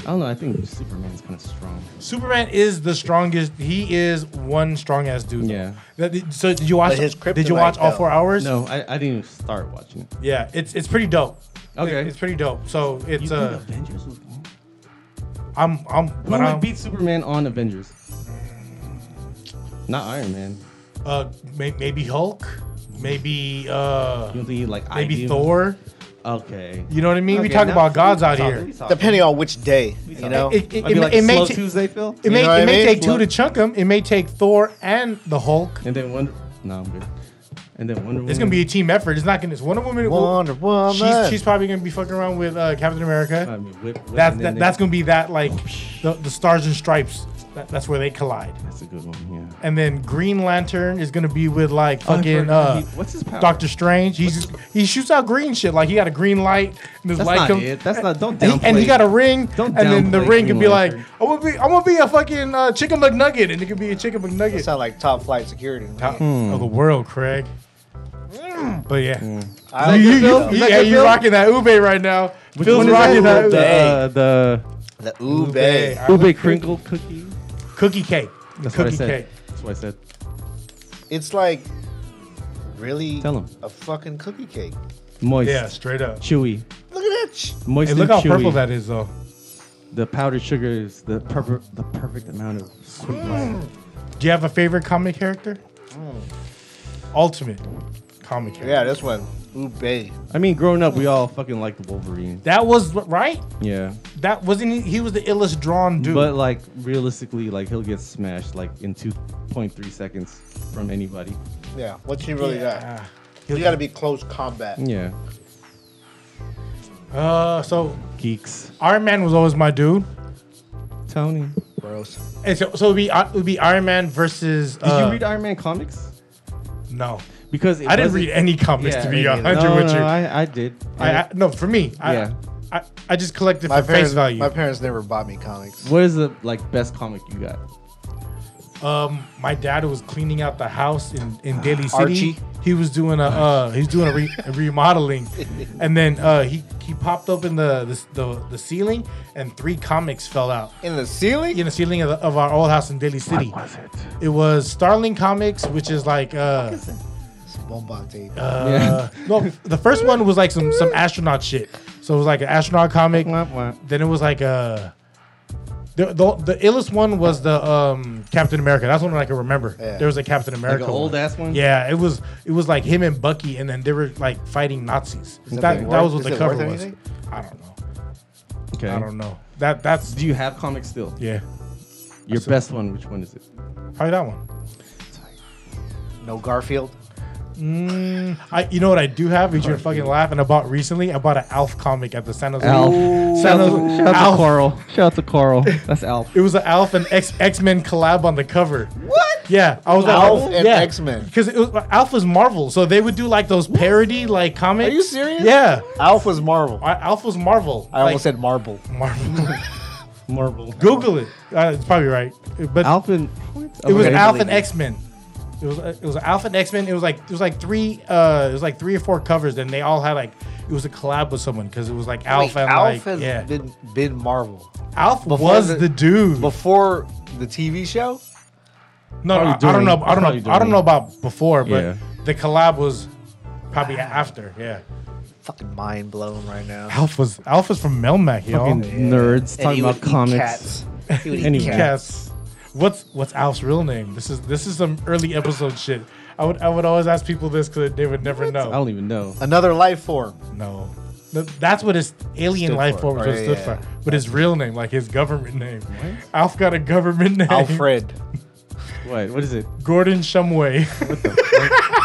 [SPEAKER 4] I don't know. I think Superman's kind of strong.
[SPEAKER 2] Superman is the strongest. He is one strong ass dude.
[SPEAKER 4] Yeah.
[SPEAKER 2] That- so did you watch?
[SPEAKER 3] But his
[SPEAKER 2] Did you watch
[SPEAKER 3] kryptonite,
[SPEAKER 2] all
[SPEAKER 3] though.
[SPEAKER 2] four hours?
[SPEAKER 4] No, I, I didn't even start watching it.
[SPEAKER 2] Yeah, it's it's pretty dope.
[SPEAKER 4] Okay.
[SPEAKER 2] It- it's pretty dope. So
[SPEAKER 4] You
[SPEAKER 2] it's
[SPEAKER 4] think
[SPEAKER 2] uh,
[SPEAKER 4] Avengers would win?
[SPEAKER 2] I'm I'm.
[SPEAKER 4] Who
[SPEAKER 2] but
[SPEAKER 4] would
[SPEAKER 2] I'm-
[SPEAKER 4] beat Superman on Avengers? Not Iron Man.
[SPEAKER 2] Uh, may, maybe Hulk. Maybe uh,
[SPEAKER 4] You don't think he'd like I
[SPEAKER 2] maybe
[SPEAKER 4] do?
[SPEAKER 2] Thor.
[SPEAKER 4] Okay.
[SPEAKER 2] You know what I mean? we
[SPEAKER 4] Okay,
[SPEAKER 2] talk
[SPEAKER 4] now-
[SPEAKER 2] about gods
[SPEAKER 4] we
[SPEAKER 2] out
[SPEAKER 4] talk-
[SPEAKER 2] here.
[SPEAKER 4] we talk.
[SPEAKER 3] Depending on which day, you
[SPEAKER 4] talking.
[SPEAKER 3] know.
[SPEAKER 2] It, it,
[SPEAKER 4] Might be
[SPEAKER 2] it,
[SPEAKER 4] like
[SPEAKER 2] it may
[SPEAKER 4] slow
[SPEAKER 2] ta-
[SPEAKER 4] Tuesday, Phil.
[SPEAKER 2] It may,
[SPEAKER 3] know what
[SPEAKER 2] it
[SPEAKER 3] I
[SPEAKER 2] may
[SPEAKER 3] mean?
[SPEAKER 2] take two
[SPEAKER 4] Slow.
[SPEAKER 2] to chunk them. It may take Thor and the Hulk.
[SPEAKER 4] And then Wonder. No, I'm good. And then Wonder Woman.
[SPEAKER 2] It's gonna be a team effort. It's not gonna. It's Wonder Woman.
[SPEAKER 3] Wonder Woman.
[SPEAKER 2] She's, she's probably gonna be fucking around with uh, Captain America.
[SPEAKER 4] I mean, whip, whip,
[SPEAKER 2] That's
[SPEAKER 4] and
[SPEAKER 2] that,
[SPEAKER 4] then they-
[SPEAKER 2] that's gonna be that like the, the stars and stripes. That, that's where they collide.
[SPEAKER 4] That's a good one. Yeah.
[SPEAKER 2] And then Green Lantern is gonna be with like
[SPEAKER 4] Oh, I
[SPEAKER 2] fucking
[SPEAKER 4] forgot.
[SPEAKER 2] uh,
[SPEAKER 4] He- what's his power?
[SPEAKER 2] Doctor Strange. He's he shoots out green shit. Like he got a green light. And his
[SPEAKER 4] That's
[SPEAKER 2] light
[SPEAKER 4] not
[SPEAKER 2] come-
[SPEAKER 4] it. That's not.
[SPEAKER 2] And
[SPEAKER 4] Don't
[SPEAKER 2] he,
[SPEAKER 4] downplay.
[SPEAKER 2] and he got a ring,
[SPEAKER 4] Don't
[SPEAKER 2] and then the
[SPEAKER 4] downplay
[SPEAKER 2] ring could
[SPEAKER 4] Green
[SPEAKER 2] be like,
[SPEAKER 4] Lantern.
[SPEAKER 2] "I'm gonna be, I'm gonna be a fucking uh, chicken McNugget," and it could be a chicken McNugget.
[SPEAKER 3] sound like top flight security. to
[SPEAKER 2] top
[SPEAKER 3] me.
[SPEAKER 4] Hmm.
[SPEAKER 2] of the world, Craig. But yeah,
[SPEAKER 3] I don't
[SPEAKER 2] you,
[SPEAKER 3] know.
[SPEAKER 2] you,
[SPEAKER 4] Phil? Mm. Is
[SPEAKER 2] you,
[SPEAKER 4] that
[SPEAKER 2] yeah,
[SPEAKER 4] good,
[SPEAKER 2] you
[SPEAKER 4] Phil?
[SPEAKER 2] rocking that ube right now.
[SPEAKER 4] Which
[SPEAKER 2] Phil's
[SPEAKER 4] one is
[SPEAKER 2] rocking
[SPEAKER 4] that?
[SPEAKER 2] that
[SPEAKER 4] The
[SPEAKER 2] ube.
[SPEAKER 4] uh, the uh,
[SPEAKER 3] the
[SPEAKER 2] Ube.
[SPEAKER 3] ube.
[SPEAKER 2] I
[SPEAKER 4] ube
[SPEAKER 2] would-
[SPEAKER 4] crinkle cookie.
[SPEAKER 2] cookie cake.
[SPEAKER 4] That's what I
[SPEAKER 2] cookie
[SPEAKER 4] said.
[SPEAKER 2] cake.
[SPEAKER 4] That's what I said.
[SPEAKER 3] It's like really
[SPEAKER 4] Tell 'em.
[SPEAKER 3] a fucking cookie cake.
[SPEAKER 4] Moist,
[SPEAKER 2] Yeah, straight up.
[SPEAKER 4] chewy,
[SPEAKER 3] Look at that. Sh-
[SPEAKER 4] moist
[SPEAKER 2] Hey, look
[SPEAKER 4] and
[SPEAKER 2] how
[SPEAKER 4] chewy.
[SPEAKER 2] purple that is, though.
[SPEAKER 4] The powdered sugar is the perfect, the perfect amount of sweetness.
[SPEAKER 2] Do you have a favorite comic character? Ultimate comic character.
[SPEAKER 3] Mm. yeah, this one. Ube.
[SPEAKER 4] I mean, growing up, we all fucking liked the Wolverine.
[SPEAKER 2] That was right.
[SPEAKER 4] Yeah,
[SPEAKER 2] That wasn't he, he was the illest drawn dude.
[SPEAKER 4] but like realistically, like he'll get smashed like in 2.3 seconds from anybody.
[SPEAKER 3] Yeah. What you really got?
[SPEAKER 2] yeah.
[SPEAKER 3] You got to be close combat.
[SPEAKER 4] Yeah,
[SPEAKER 2] Uh, so
[SPEAKER 4] geeks.
[SPEAKER 2] Iron Man was always my dude.
[SPEAKER 4] Tony,
[SPEAKER 3] Gross.
[SPEAKER 2] And so, so it would be it would be Iron Man versus.
[SPEAKER 4] did
[SPEAKER 2] uh,
[SPEAKER 4] you read Iron Man comics?
[SPEAKER 2] No,
[SPEAKER 4] Because it
[SPEAKER 2] I didn't
[SPEAKER 4] wasn't-
[SPEAKER 2] read any comics
[SPEAKER 4] Yeah,
[SPEAKER 2] to
[SPEAKER 4] me
[SPEAKER 2] be
[SPEAKER 4] neither.
[SPEAKER 2] hundred
[SPEAKER 4] no,
[SPEAKER 2] with
[SPEAKER 4] no,
[SPEAKER 2] you. I,
[SPEAKER 4] I, I did.
[SPEAKER 2] I, no, for me,
[SPEAKER 4] Yeah.
[SPEAKER 2] I, I I just collected
[SPEAKER 3] My
[SPEAKER 2] for
[SPEAKER 3] parents,
[SPEAKER 2] face value.
[SPEAKER 3] my parents never bought me comics.
[SPEAKER 4] what is the like best comic you got?
[SPEAKER 2] um, my dad was cleaning out the house in, in Daly City.
[SPEAKER 3] Archie?
[SPEAKER 2] He was doing a uh, he's doing a, re- a remodeling, and then uh, he he popped open the the, the the ceiling, and three comics fell out
[SPEAKER 3] In the ceiling?
[SPEAKER 2] in the ceiling of, the, of our old house in Daly City.
[SPEAKER 4] was it?
[SPEAKER 2] It was Starling Comics, which is like uh,
[SPEAKER 3] It's Bombante.
[SPEAKER 2] uh no, the first one was like some some astronaut shit. So it was like an astronaut comic.
[SPEAKER 4] Wah, wah.
[SPEAKER 2] Then it was like a the, the the illest one was the um Captain America. That's one I can remember.
[SPEAKER 3] Yeah.
[SPEAKER 2] There was a Captain America
[SPEAKER 4] an old-ass one?
[SPEAKER 2] Yeah, it was it was like him and Bucky, and then they were like fighting Nazis.
[SPEAKER 3] it
[SPEAKER 2] That,
[SPEAKER 3] worth-
[SPEAKER 2] that was what
[SPEAKER 3] is
[SPEAKER 2] the
[SPEAKER 3] it
[SPEAKER 2] cover
[SPEAKER 3] worth
[SPEAKER 2] was.
[SPEAKER 3] anything?
[SPEAKER 2] I don't know.
[SPEAKER 4] Okay.
[SPEAKER 2] I don't know. That that's
[SPEAKER 4] Do you have comics still?
[SPEAKER 2] yeah.
[SPEAKER 4] Your best one, which one is it?
[SPEAKER 2] Probably that one.
[SPEAKER 3] no Garfield. Mm.
[SPEAKER 2] I, you know what I do have? Is
[SPEAKER 3] Oh,
[SPEAKER 2] you're fucking laugh. And I bought recently. I bought an Alf comic at the San Jose.
[SPEAKER 4] Alf.
[SPEAKER 2] San Jose. Alf.
[SPEAKER 4] Carl. Shout out to Carl. That's Alf.
[SPEAKER 2] It was an Alf and X X Men collab on the cover.
[SPEAKER 3] What?
[SPEAKER 2] Yeah, I was
[SPEAKER 3] Alf and X-Men.
[SPEAKER 2] because Alf was Marvel, so they would do like those parody like comics.
[SPEAKER 3] Are you serious?
[SPEAKER 2] Yeah,
[SPEAKER 3] Alf was Marvel. I,
[SPEAKER 2] I- Alf was Marvel.
[SPEAKER 3] almost said Marble.
[SPEAKER 2] Marvel.
[SPEAKER 4] Marvel.
[SPEAKER 2] Google it. Uh, it's probably right, but
[SPEAKER 4] Alf and
[SPEAKER 2] it was
[SPEAKER 3] Okay.
[SPEAKER 2] Alf and X Men. It was uh, it was Alf and X Men. It was like it was like three uh it was like three or four covers, and they all had like it was a collab with someone because it was like Alf
[SPEAKER 3] Wait,
[SPEAKER 2] and
[SPEAKER 3] Alf
[SPEAKER 2] like
[SPEAKER 3] has
[SPEAKER 2] yeah. Mm.
[SPEAKER 3] been been Marvel
[SPEAKER 2] Alf
[SPEAKER 3] before
[SPEAKER 2] was
[SPEAKER 3] the-
[SPEAKER 2] the, dude.
[SPEAKER 3] before the TV show.
[SPEAKER 2] No,
[SPEAKER 4] Probably
[SPEAKER 2] I, I don't
[SPEAKER 4] during-
[SPEAKER 2] know. I don't
[SPEAKER 4] probably
[SPEAKER 2] know. I
[SPEAKER 4] during.
[SPEAKER 2] don't know about before, but
[SPEAKER 4] Yeah.
[SPEAKER 2] the collab was probably after. Yeah,
[SPEAKER 3] Fucking mind blown right now.
[SPEAKER 2] Alf was Alf was from Melmac, y'all.
[SPEAKER 4] fucking nerds
[SPEAKER 3] Oh, And he
[SPEAKER 4] talking
[SPEAKER 3] would
[SPEAKER 4] about
[SPEAKER 3] eat
[SPEAKER 4] comics.
[SPEAKER 3] Cats. He would eat
[SPEAKER 4] Anyway.
[SPEAKER 3] cats.
[SPEAKER 2] Yes. What's what's Alf's real name? This is this is some early episode shit. I would I would always ask people this because they would never
[SPEAKER 4] I
[SPEAKER 2] know.
[SPEAKER 4] don't even know.
[SPEAKER 3] Another life form.
[SPEAKER 2] No, Th- that's what his alien
[SPEAKER 4] Stood
[SPEAKER 2] life
[SPEAKER 4] for.
[SPEAKER 3] Oh,
[SPEAKER 2] form was what it stood
[SPEAKER 3] yeah.
[SPEAKER 2] for. But his real name, like his government name, Alf got a government name.
[SPEAKER 3] Alfred.
[SPEAKER 4] What? What is it?
[SPEAKER 2] Gordon Shumway.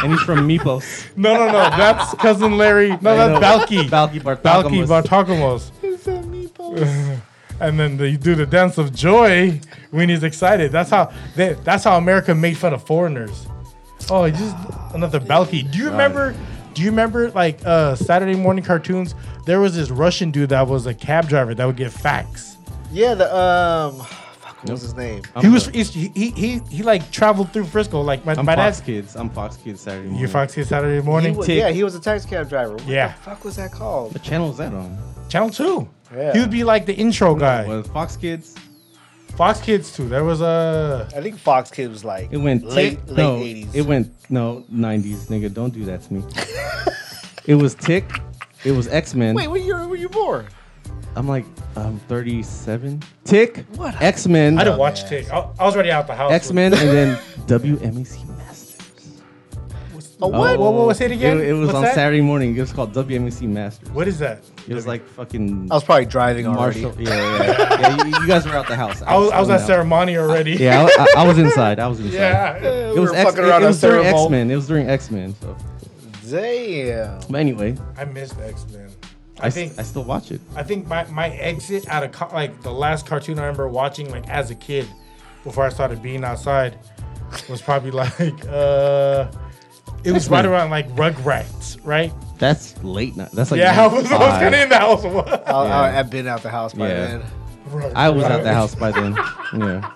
[SPEAKER 4] and he's from Meepos.
[SPEAKER 2] no, no, no. That's cousin Larry. No, that's
[SPEAKER 4] know.
[SPEAKER 2] Balky.
[SPEAKER 4] Balky Bartholomew.
[SPEAKER 2] Balky Bartokamos. and then they do the dance of joy when he's excited. That's how they, that's how America made fun of foreigners. Oh, you just another Balky. Do you remember? Do you remember like uh, Saturday morning cartoons? There was this Russian dude that was a cab driver that would get facts.
[SPEAKER 3] Yeah, the um, fuck, what was his name?
[SPEAKER 4] I'm
[SPEAKER 2] He was
[SPEAKER 4] the-
[SPEAKER 2] he's- he, he he he like traveled through Frisco like my,
[SPEAKER 4] I'm
[SPEAKER 2] my
[SPEAKER 4] Fox
[SPEAKER 2] dad's
[SPEAKER 4] Kids. I'm Fox Kids Saturday morning.
[SPEAKER 2] you Fox Kids Saturday
[SPEAKER 3] He
[SPEAKER 2] morning
[SPEAKER 3] was,
[SPEAKER 4] Tick.
[SPEAKER 3] yeah, he was a taxi cab driver. What
[SPEAKER 2] Yeah.
[SPEAKER 3] the fuck was that
[SPEAKER 4] What
[SPEAKER 3] called?
[SPEAKER 4] channel is that on?
[SPEAKER 2] channel two.
[SPEAKER 3] Yeah.
[SPEAKER 2] He would be like the intro guy.
[SPEAKER 4] Was Fox Kids?
[SPEAKER 2] Fox Kids two. There was a
[SPEAKER 3] I think Fox Kid was like
[SPEAKER 4] It went
[SPEAKER 3] late late
[SPEAKER 4] tick. no,
[SPEAKER 3] 80s.
[SPEAKER 4] it went no 90s, nigga. Don't do that to me. it was Tick. It was X Men.
[SPEAKER 3] Wait, what year were you born?
[SPEAKER 4] I'm like, I'm 37. Tick.
[SPEAKER 3] What?
[SPEAKER 4] X Men.
[SPEAKER 2] I didn't watch
[SPEAKER 3] Oh, man.
[SPEAKER 2] Tick. I, I was already out the house.
[SPEAKER 4] X Men, and then WMAC Masters.
[SPEAKER 3] Oh, what?
[SPEAKER 2] What- what was it again?
[SPEAKER 4] It, it was
[SPEAKER 2] What's
[SPEAKER 4] on
[SPEAKER 2] that?
[SPEAKER 4] Saturday morning. It was called WMAC Masters.
[SPEAKER 2] What is that?
[SPEAKER 4] It was like fucking
[SPEAKER 3] I
[SPEAKER 2] Oh,
[SPEAKER 3] was probably driving already.
[SPEAKER 4] Marshall. Yeah, yeah, yeah. Yeah, you, you guys were out the house.
[SPEAKER 2] I was, I was
[SPEAKER 4] out
[SPEAKER 2] at ceremony already.
[SPEAKER 4] Yeah, I, I, I was inside. I was inside.
[SPEAKER 2] Yeah.
[SPEAKER 4] It was,
[SPEAKER 3] were
[SPEAKER 4] X,
[SPEAKER 3] fucking
[SPEAKER 4] it,
[SPEAKER 3] around
[SPEAKER 4] it
[SPEAKER 3] on
[SPEAKER 4] was during
[SPEAKER 3] Cerebral.
[SPEAKER 4] X Men. It was during X Men. So,
[SPEAKER 3] Damn.
[SPEAKER 4] but anyway,
[SPEAKER 2] I missed X Men.
[SPEAKER 4] I,
[SPEAKER 2] I,
[SPEAKER 4] s-
[SPEAKER 2] think
[SPEAKER 4] I still watch it.
[SPEAKER 2] I think my, my exit out of co- like the last cartoon I remember watching like as a kid, before I started being outside, was probably like uh, it was right
[SPEAKER 4] X-Men.
[SPEAKER 2] around like Rugrats, right?
[SPEAKER 4] That's late night. That's like
[SPEAKER 2] yeah, I was, I was
[SPEAKER 4] five.
[SPEAKER 2] kind of in the house.
[SPEAKER 3] I'll,
[SPEAKER 4] Yeah.
[SPEAKER 3] I'll, I've been out the house by
[SPEAKER 4] Yeah.
[SPEAKER 3] then.
[SPEAKER 4] I was out the house by then. Yeah.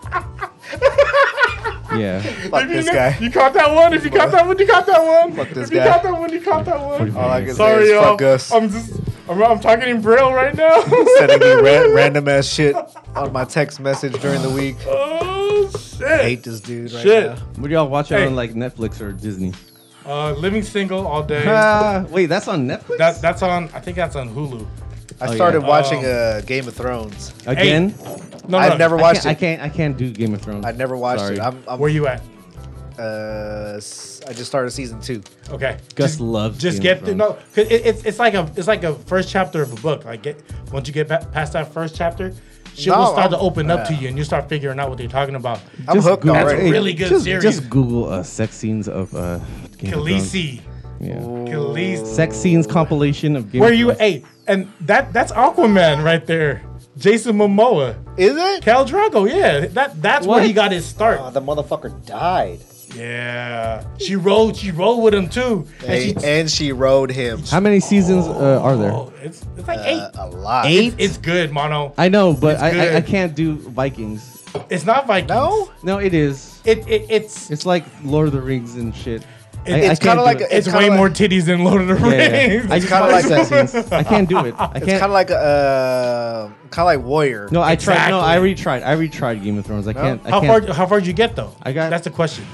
[SPEAKER 4] Yeah.
[SPEAKER 3] Fuck
[SPEAKER 2] You,
[SPEAKER 3] this
[SPEAKER 2] know-
[SPEAKER 3] guy.
[SPEAKER 2] you caught that one. If you caught that one, you caught that one.
[SPEAKER 3] Fuck this
[SPEAKER 2] if you
[SPEAKER 3] guy.
[SPEAKER 2] caught that one, you caught that one.
[SPEAKER 3] All I can say
[SPEAKER 2] Sorry,
[SPEAKER 3] is
[SPEAKER 2] y'all.
[SPEAKER 3] fuck us.
[SPEAKER 2] I'm just I'm, I'm talking in braille right now.
[SPEAKER 3] Sending me ra- random ass shit on my text message during the week.
[SPEAKER 2] oh shit. Shit.
[SPEAKER 3] I hate this dude right
[SPEAKER 2] Shit.
[SPEAKER 3] now.
[SPEAKER 4] What do y'all watch
[SPEAKER 2] Hey.
[SPEAKER 4] on like Netflix or Disney?
[SPEAKER 2] Uh, living single all day.
[SPEAKER 4] Ah, wait, that's on Netflix
[SPEAKER 2] Uh, That, that's on. I think that's on Hulu.
[SPEAKER 3] I
[SPEAKER 4] Oh, yeah.
[SPEAKER 3] started watching
[SPEAKER 2] Um,
[SPEAKER 3] uh, Game of Thrones.
[SPEAKER 4] again.
[SPEAKER 2] No,
[SPEAKER 3] I've never
[SPEAKER 4] I
[SPEAKER 3] watched
[SPEAKER 4] can't, I
[SPEAKER 3] it.
[SPEAKER 4] can't. I can't do Game of Thrones.
[SPEAKER 3] I never watched
[SPEAKER 4] Sorry.
[SPEAKER 3] it. I'm, I'm,
[SPEAKER 2] Where you at?
[SPEAKER 3] Uh, s- I just started season two.
[SPEAKER 2] Okay.
[SPEAKER 4] Gus
[SPEAKER 2] just,
[SPEAKER 4] loves
[SPEAKER 2] Just
[SPEAKER 4] Game of
[SPEAKER 2] get through. No,
[SPEAKER 4] Thrones.
[SPEAKER 2] 'cause it, it's it's like a it's like a first chapter of a book. Like get once you get ba- past that first chapter, shit
[SPEAKER 3] No,
[SPEAKER 2] will start to
[SPEAKER 3] I'm-
[SPEAKER 2] open up to
[SPEAKER 3] yeah.
[SPEAKER 2] you, and you start figuring out what they're talking about.
[SPEAKER 3] I'm
[SPEAKER 4] Just
[SPEAKER 3] hooked
[SPEAKER 4] Google-
[SPEAKER 2] That's
[SPEAKER 3] already.
[SPEAKER 2] a really good
[SPEAKER 4] just,
[SPEAKER 2] series.
[SPEAKER 4] Just Google uh, sex scenes of uh, Game
[SPEAKER 2] Khaleesi,
[SPEAKER 4] Of Thrones. Yeah.
[SPEAKER 2] Khaleesi.
[SPEAKER 4] Sex scenes compilation of Game
[SPEAKER 2] Where
[SPEAKER 4] of
[SPEAKER 2] you?
[SPEAKER 4] Thrones.
[SPEAKER 2] Hey, and that that's Aquaman right there. Jason Momoa,
[SPEAKER 3] Is it?
[SPEAKER 2] Cal Drago. Yeah, that that's where
[SPEAKER 4] What?
[SPEAKER 2] he got his start.
[SPEAKER 5] Uh, the motherfucker died.
[SPEAKER 2] yeah, she rode she rode with him too, and
[SPEAKER 3] Hey,
[SPEAKER 2] she.
[SPEAKER 3] And, she rode him
[SPEAKER 4] How many seasons uh, are there?
[SPEAKER 2] Oh, it's, it's like
[SPEAKER 3] uh,
[SPEAKER 2] eight.
[SPEAKER 3] a lot.
[SPEAKER 2] It's, it's good, Mono.
[SPEAKER 4] I know, but
[SPEAKER 2] It's
[SPEAKER 4] I, I, I
[SPEAKER 2] good.
[SPEAKER 4] can't do Vikings.
[SPEAKER 2] It's not Vikings.
[SPEAKER 3] No,
[SPEAKER 4] No, it is.
[SPEAKER 2] It, it it's
[SPEAKER 4] It's like Lord of the Rings and shit. I- I
[SPEAKER 2] it's
[SPEAKER 4] can't
[SPEAKER 3] kinda
[SPEAKER 4] do
[SPEAKER 3] like
[SPEAKER 4] it.
[SPEAKER 3] a-
[SPEAKER 2] it's,
[SPEAKER 3] It's
[SPEAKER 2] way
[SPEAKER 3] kinda
[SPEAKER 2] more
[SPEAKER 3] like-
[SPEAKER 2] titties than Lord of the Rings.
[SPEAKER 4] Yeah, yeah. I
[SPEAKER 3] It's
[SPEAKER 4] just
[SPEAKER 3] kinda
[SPEAKER 4] watch
[SPEAKER 3] like
[SPEAKER 4] sex scenes. I can't do it. I
[SPEAKER 3] it's kind
[SPEAKER 4] can't.
[SPEAKER 3] of like a. Uh, kind of like Warrior.
[SPEAKER 4] no, I tried. No, I
[SPEAKER 2] Exactly.
[SPEAKER 4] retried. I retried Game of Thrones. I can't. I
[SPEAKER 2] how
[SPEAKER 4] can't.
[SPEAKER 2] far how far did you get though?
[SPEAKER 4] I got-
[SPEAKER 2] that's the question.